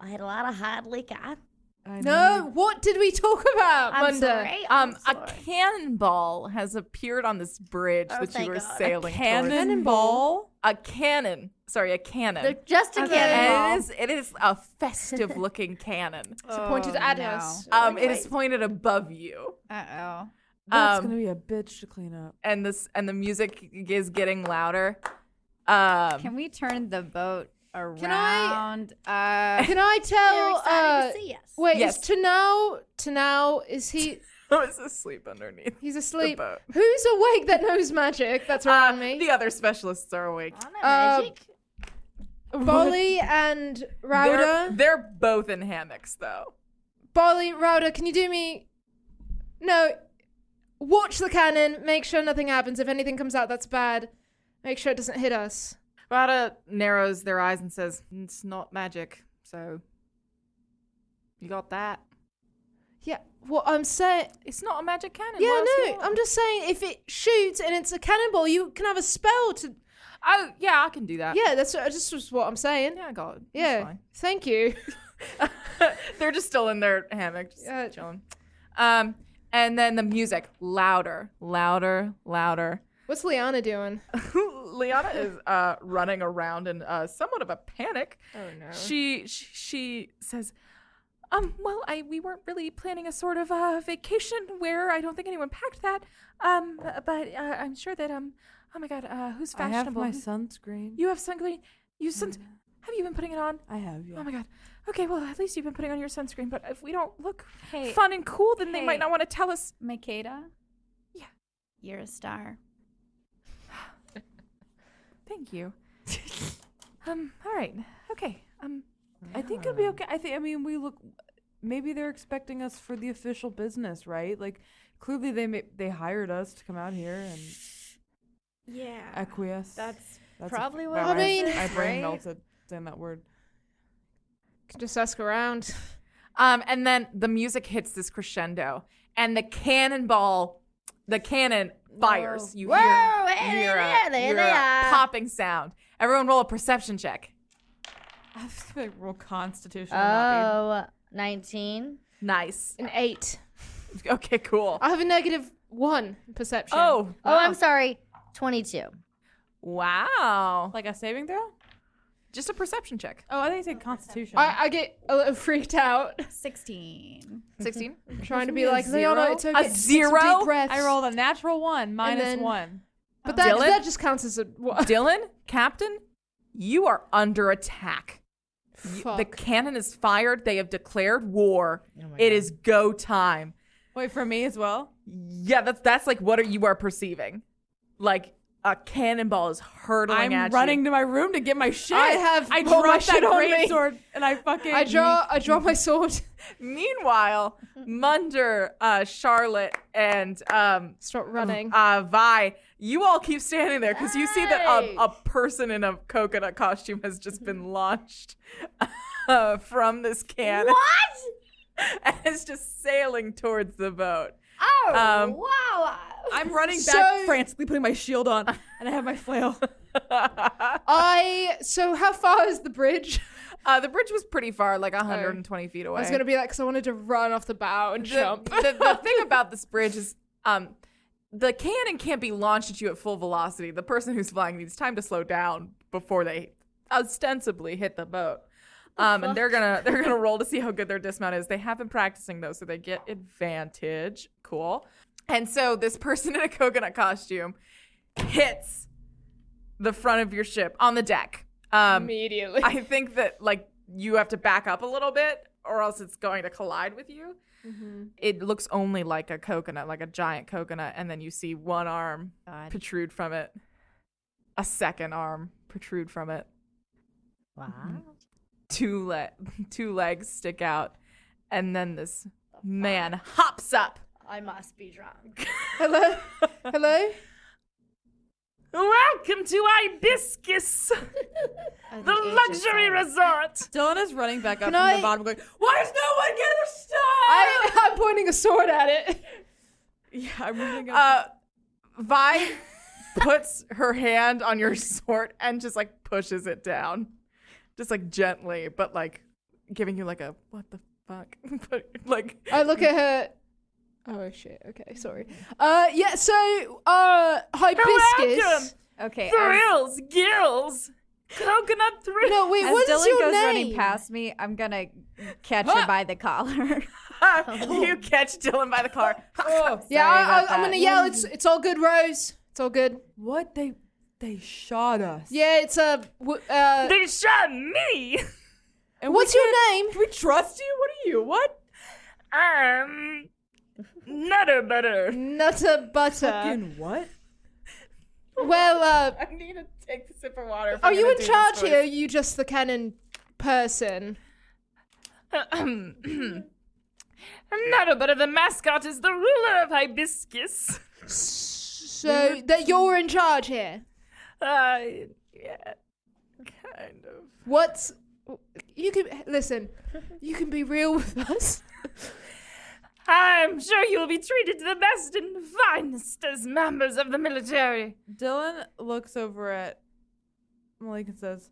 J: I had a lot of hard liquor.
B: I
E: No, what did we talk about,
J: I'm
E: Munder?
J: sorry. I'm
A: Uh, Um, a
J: sorry.
A: cannonball has appeared on this bridge
J: Oh,
A: that you
J: thank
A: were
J: God. A
A: sailing. towards.
B: Cannonball.
A: A cannon. Sorry, a cannon.
J: They're just a
E: Okay.
A: And
J: cannonball.
A: it is it is a festive looking cannon.
E: It's pointed
C: Oh,
E: at
C: no.
E: us.
A: Um, it is pointed above you,
C: Uh oh.
B: That's
A: Um,
B: gonna be a bitch to clean up.
A: and this and the music is getting louder. Um,
C: Can we turn the boat
E: I-
C: around? Uh,
E: Can I
J: They're
E: tell?
J: excited
E: uh,
J: to see us.
E: wait,
A: Yes.
E: is Tanao? Tanao is he?
A: I was asleep underneath.
E: He's asleep.
A: boat.
E: Who's awake that knows magic? That's
A: Uh,
E: around me.
A: The other specialists are awake.
J: I know
E: uh,
J: magic.
E: Bolly and
A: They're,
E: Rauda.
A: they're both in hammocks though.
E: Bolly, Rauda, can you do me? No. Watch the cannon. Make sure nothing happens. If anything comes out, that's bad. Make sure it doesn't hit us.
A: Rada narrows their eyes and says, "It's not magic, so you got that.
E: Yeah. What I'm saying.
A: It's not a magic cannon.
E: Yeah,
A: what else you
E: no.
A: want?
E: I'm just saying if it shoots and it's a cannonball, you can have a spell to.
A: Oh yeah, I can do that.
E: Yeah, that's just was what I'm saying.
A: yeah, I got it. It's
E: Yeah.
A: fine.
E: Thank you.
A: They're just still in their hammock, just
E: Yeah.
A: chilling. Um, and then the music louder, louder, louder.
E: What's Liana doing?
A: Liana is uh, running around in uh, somewhat of a panic.
E: Oh no.
A: She, she she says, "Um, well, I we weren't really planning a sort of uh, vacation where I don't think anyone packed that. Um, but uh, I'm sure that um, oh my god, uh, who's
B: I have
A: fashionable?
B: my
A: Who-
B: sunscreen.
A: you have sunscreen. You sun. Have you been putting it on?
B: I have. Yeah.
A: Oh my god. Okay, well at least you've been putting on your sunscreen. But if we don't look
C: Hey.
A: fun and cool, then they
C: Hey.
A: might not want to tell us.
C: Makeda?
A: Yeah.
C: You're a star.
A: Thank you. um. All right. Okay. Um. I think it'll be okay.
B: I think. I mean, we look. Maybe they're expecting us for the official business, right? Like, clearly they ma- they hired us to come out here and
C: Yeah.
B: acquiesce.
C: That's
B: That's a-
C: probably what
B: that
E: I
B: was-
E: mean-
B: my brain
C: right?
B: melted. Saying that word.
E: Can just ask around.
A: Um. And then the music hits this crescendo, and the cannonball, the cannon fires. You hear,
J: Whoa,
A: you
J: Oh, hey,
A: hear
J: there,
A: a,
J: there
A: you hear
J: they
A: a
J: are.
A: popping sound. Everyone, roll a perception check.
B: I have to like roll Constitution. and not be-
J: Oh, 19.
A: Nice.
E: An eight.
A: Okay. Cool.
E: I have a negative one perception.
A: Oh.
J: Oh,
B: Uh-huh.
J: I'm sorry. 22. Oh.
A: Wow.
B: Like a saving throw?
A: Just a perception check.
B: Oh, I think you said Constitution.
E: I, I get a little freaked out
C: 16.
O: Mm-hmm.
A: 16.
E: trying to be like Liana. It's okay.
A: A
E: Take some deep
A: zero?
E: breaths."
B: I rolled a natural one, minus
E: then-
B: one.
E: but that,
A: Dylan?
E: that just counts as a what?
A: Dylan, Captain, you are under attack. You-
E: Fuck.
A: The cannon is fired. They have declared war. it is go time.
B: Wait for me as well.
O: Yeah, that's that's like what are you are perceiving? Like a cannonball is hurtling
B: I'm
O: at
B: running
O: you.
B: to my room to get my shit.
E: I have
B: I
E: all my
B: dropped that
E: shit on me.
B: great sword and I fucking.
E: I draw. I draw my sword.
O: Meanwhile, Munder, uh, Charlotte, and um,
E: Start running.
O: uh, Vi, you all keep standing there because you see that
E: Hey.
O: a, a person in a coconut costume has just been launched uh, from this cannon. What? And it's just sailing towards the boat.
P: Oh,
O: Um,
P: wow.
B: I'm running back,
E: So-
B: frantically putting my shield on, and I have my flail.
E: I. So how far is the bridge?
O: Uh, the bridge was pretty far, like 120 feet away.
E: I was gonna be like, because I wanted to run off the bow and
O: the,
E: jump.
O: the, the thing about this bridge is um, the cannon can't be launched at you at full velocity. The person who's flying needs time to slow down before they ostensibly hit the boat. Um, and they're gonna they're gonna roll to see how good their dismount is. They have been practicing though, so they get advantage. Cool. And so this person in a coconut costume hits the front of your ship on the deck. Um,
E: Immediately.
O: I think that like you have to back up a little bit or else it's going to collide with you.
E: Mm-hmm.
O: It looks only like a coconut, like a giant coconut, and then you see one arm protrude from it, a second arm protrude from it. Wow. Two le- two legs stick out, and then this man hops up.
P: I must be drunk.
E: Hello. Hello.
A: Welcome to Ibiscus, the luxury resort.
B: Dylan is running back up
E: Can
B: from
E: I-
B: the bottom, going, "Why is no one getting a stone?"
E: I, I'm pointing a sword at it.
B: yeah, I'm running up.
O: Uh, Vi puts her hand on your sword and just like pushes it down, just like gently, but like giving you like a what the fuck, but like
E: I look at her. Oh shit. Okay, sorry. Uh, yeah. So, uh, hibiscus.
C: Okay. as-
A: Thrills, gills, coconut thrills.
E: No, wait.
C: As
E: What
C: Dylan
E: is your
C: goes
E: name?
C: running past me, I'm gonna catch her by the collar.
A: Oh.
O: you catch Dylan by the car.
E: yeah,
C: Sorry
E: I,
C: about
E: I, I'm
C: that.
E: gonna yell. It's it's all good, Rose. It's all good.
B: what they they shot us.
E: Yeah, it's a. w- Uh,
A: They shot me.
B: And
E: what's
B: we
E: your name?
B: can't- We trust you. What are you? What?
A: Um, nutter butter.
E: Nutter butter.
B: Fucking what?
E: Well, uh,
O: I need to take a sip of water. if
E: are
O: I'm
E: you
O: gonna
E: in
O: do
E: charge
O: this voice.
E: here? Or are you just the canon person?
A: Nutter butter, the mascot, is the ruler of Hibiscus.
E: So that you're in charge here.
A: Uh, yeah, kind of.
E: What's you can listen? You can be real with us.
A: I'm sure you will be treated to the best and finest as members of the military.
B: Dylan looks over at Malik and says,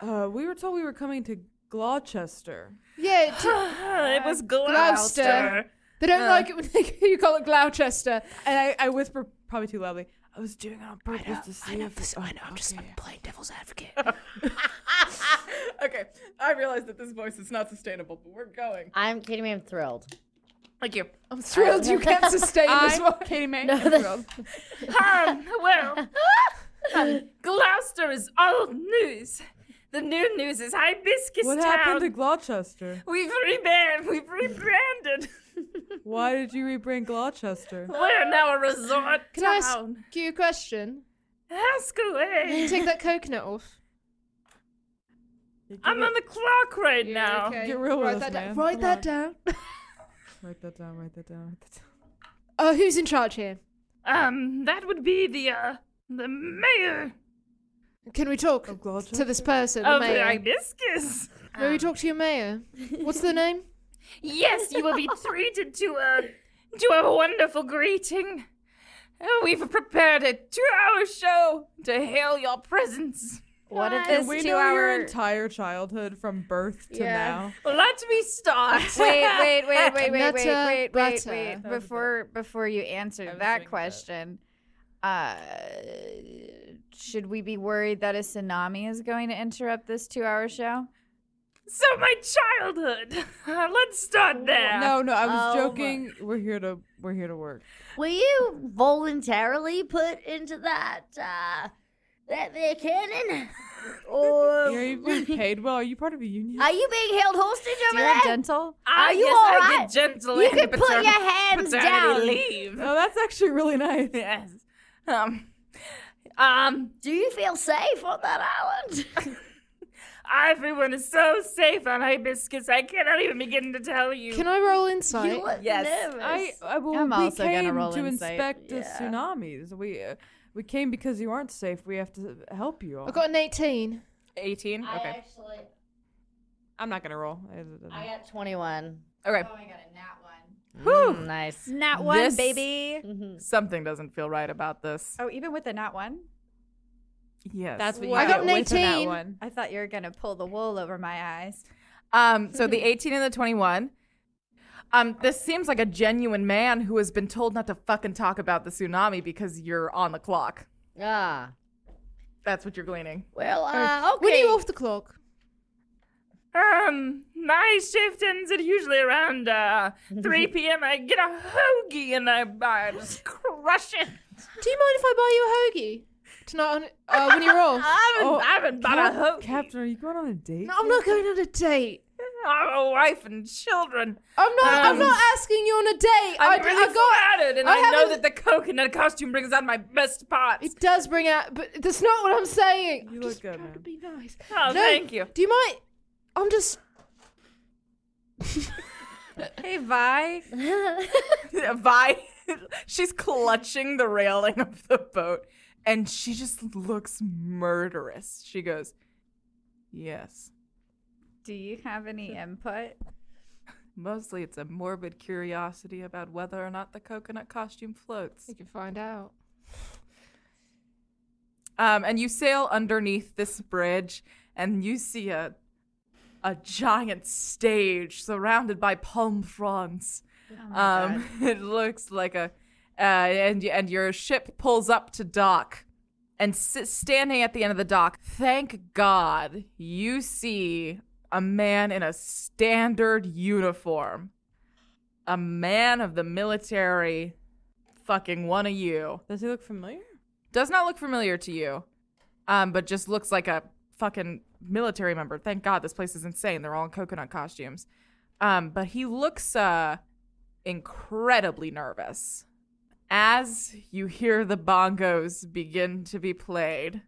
B: "Uh, we were told we were coming to Gloucester."
E: Yeah, t-
A: it was
E: Gloucester.
A: Gloucester.
E: they don't like it when they, you call it Gloucester.
B: And I, I whisper, probably too loudly, "I was doing it on purpose to see if." oh, okay.
E: playing devil's advocate.
O: Okay, I realize that this voice is not sustainable, but we're going.
D: I'm kidding me. I'm thrilled.
A: Thank you.
E: I'm thrilled you can't sustain this one.
B: I'm Katie May. No,
A: Um, well, um, Gloucester is old news. The new news is Hibiscus
B: what
A: Town.
B: happened to Gloucester?
A: We've rebranded. We've rebranded.
B: Why did you rebrand Gloucester?
A: We're now a resort
E: Can I ask
A: town. eh?
E: you a question?
A: Ask away.
E: Take that coconut off.
A: I'm on the clock right now.
E: Okay.
B: Get real with
E: write
B: us,
E: that down.
B: man.
E: Write
B: Come
E: that
B: on.
E: down.
B: Write that down. Write that down. Write that down.
E: Uh, who's in charge here?
A: Um, that would be the uh, the mayor
E: Can we talk
B: Of Gloucester?
E: to this person, the um,
A: of
E: mayor?
A: Hibiscus.
E: May we talk to your mayor? What's the name?
A: Yes, you will be treated to a to a wonderful greeting. Oh, We've prepared a two-hour show to hail your presence.
C: what if
B: And
C: this
B: we
C: two
B: know your
C: hour?
B: entire childhood from birth to now.
A: Let me start.
C: Wait, wait, wait, wait, wait, wait,
E: Nutter
C: wait, wait,
E: butter.
C: wait.
B: was good.
C: Before before you answer
B: was
C: that
B: doing good.
C: question, uh, should we be worried that a tsunami is going to interrupt this two hour show?
A: So my childhood. Uh, let's start there.
B: No, no, I was
D: Oh.
B: joking. We're here to we're here to work.
D: Were you voluntarily put into that uh,
J: that there cannon? Or
B: Are you being paid well? Are you part of a union?
J: are you being held hostage over
C: Do you have
J: there?
C: dental?
Q: Ah,
J: Are you
Q: yes,
J: all
Q: I
J: right?
Q: get gentle
J: You
Q: and
J: can put
Q: patern-
J: your hands
Q: paternity
J: down.
Q: leave.
B: Oh, that's actually really nice.
Q: Yes. Um, um,
J: Do you feel safe on that island?
Q: everyone is so safe on Hibiscus. I cannot even begin to tell you.
E: Can I roll insight?
J: You look
Q: Yes.
J: nervous.
B: I, I well,
C: I'm
B: we
C: also gonna
B: came
C: roll
B: to
C: insight.
B: inspect the
J: Yeah.
B: tsunamis. We uh, we came because you aren't safe. We have to help you. All.
E: I got an 18.
A: 18?
J: I
A: Okay.
J: actually
B: I'm not gonna roll. I-
J: I got 21.
A: Okay.
C: I got a nat one.
J: Mm, nice.
C: Nat one,
A: This-
C: baby.
A: Something doesn't feel right about this.
C: Oh, even with the nat one,
A: Yes.
B: That's what you
E: I got
B: get
E: an
B: with a nat
E: 18.
B: one.
C: I thought you were gonna pull the wool over my eyes.
A: Um, so the 18 and the 21. Um, this seems like a genuine man who has been told not to fucking talk about the tsunami because you're on the clock.
J: Ah.
A: That's what you're gleaning.
J: Well, uh,
E: When are
J: okay.
E: you off the clock?
Q: Um, my shift ends at usually around uh, 3 p.m. I get a hoagie and I, I just crush it.
E: Do you mind if I buy you a hoagie? Tonight on, uh, when you're off?
Q: I haven't,
B: Oh,
Q: I haven't bought
B: Cap-
Q: a hoagie.
B: Captain, are you going on a date?
E: No, I'm not going on a date.
Q: I have a wife and children.
E: I'm not. I'm
Q: Um,
E: not asking you on a date.
Q: I'm
E: I,
Q: really
E: I got.
Q: flattered, and
E: uh, I
Q: I, know that
E: haven't-
Q: the coconut costume brings out my best parts.
E: It does bring out, but that's not what I'm saying.
B: You
E: I'm
B: look
E: just
B: good,
E: trying to
B: man.
E: be nice.
Q: Oh,
E: No,
Q: thank you.
E: Do you mind? I'm just.
C: Hey, Vi.
A: Vi, she's clutching the railing of the boat and she just looks murderous. She goes, Yes.
C: Do you have any input?
A: Mostly it's a morbid curiosity about whether or not the coconut costume floats.
E: You can find out.
A: Um, and you sail underneath this bridge, and you see a a giant stage surrounded by palm fronds. um, it looks like a uh, and and your ship pulls up to dock, and s- standing at the end of the dock, thank God, you see a man in a standard uniform, a man of the military, fucking one of you
B: Does he look familiar?
A: does not look familiar to you, um, but just looks like a fucking military member. Thank God this place is insane. They're all in coconut costumes. Um, but he looks uh, incredibly nervous. As you hear the bongos begin to be played,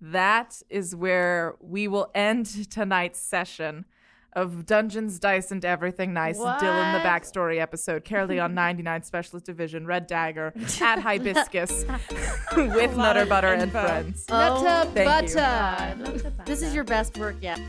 A: that is where we will end tonight's session of Dungeons, Dice, and Everything Nice. Dylan, the backstory episode, Carolee on 99 Specialist Division, Red Dagger, at Hibiscus, with Nutter Butter and Friends.
E: Nutter
J: Oh,
A: thank you.
E: butter.
J: This is your best work yet.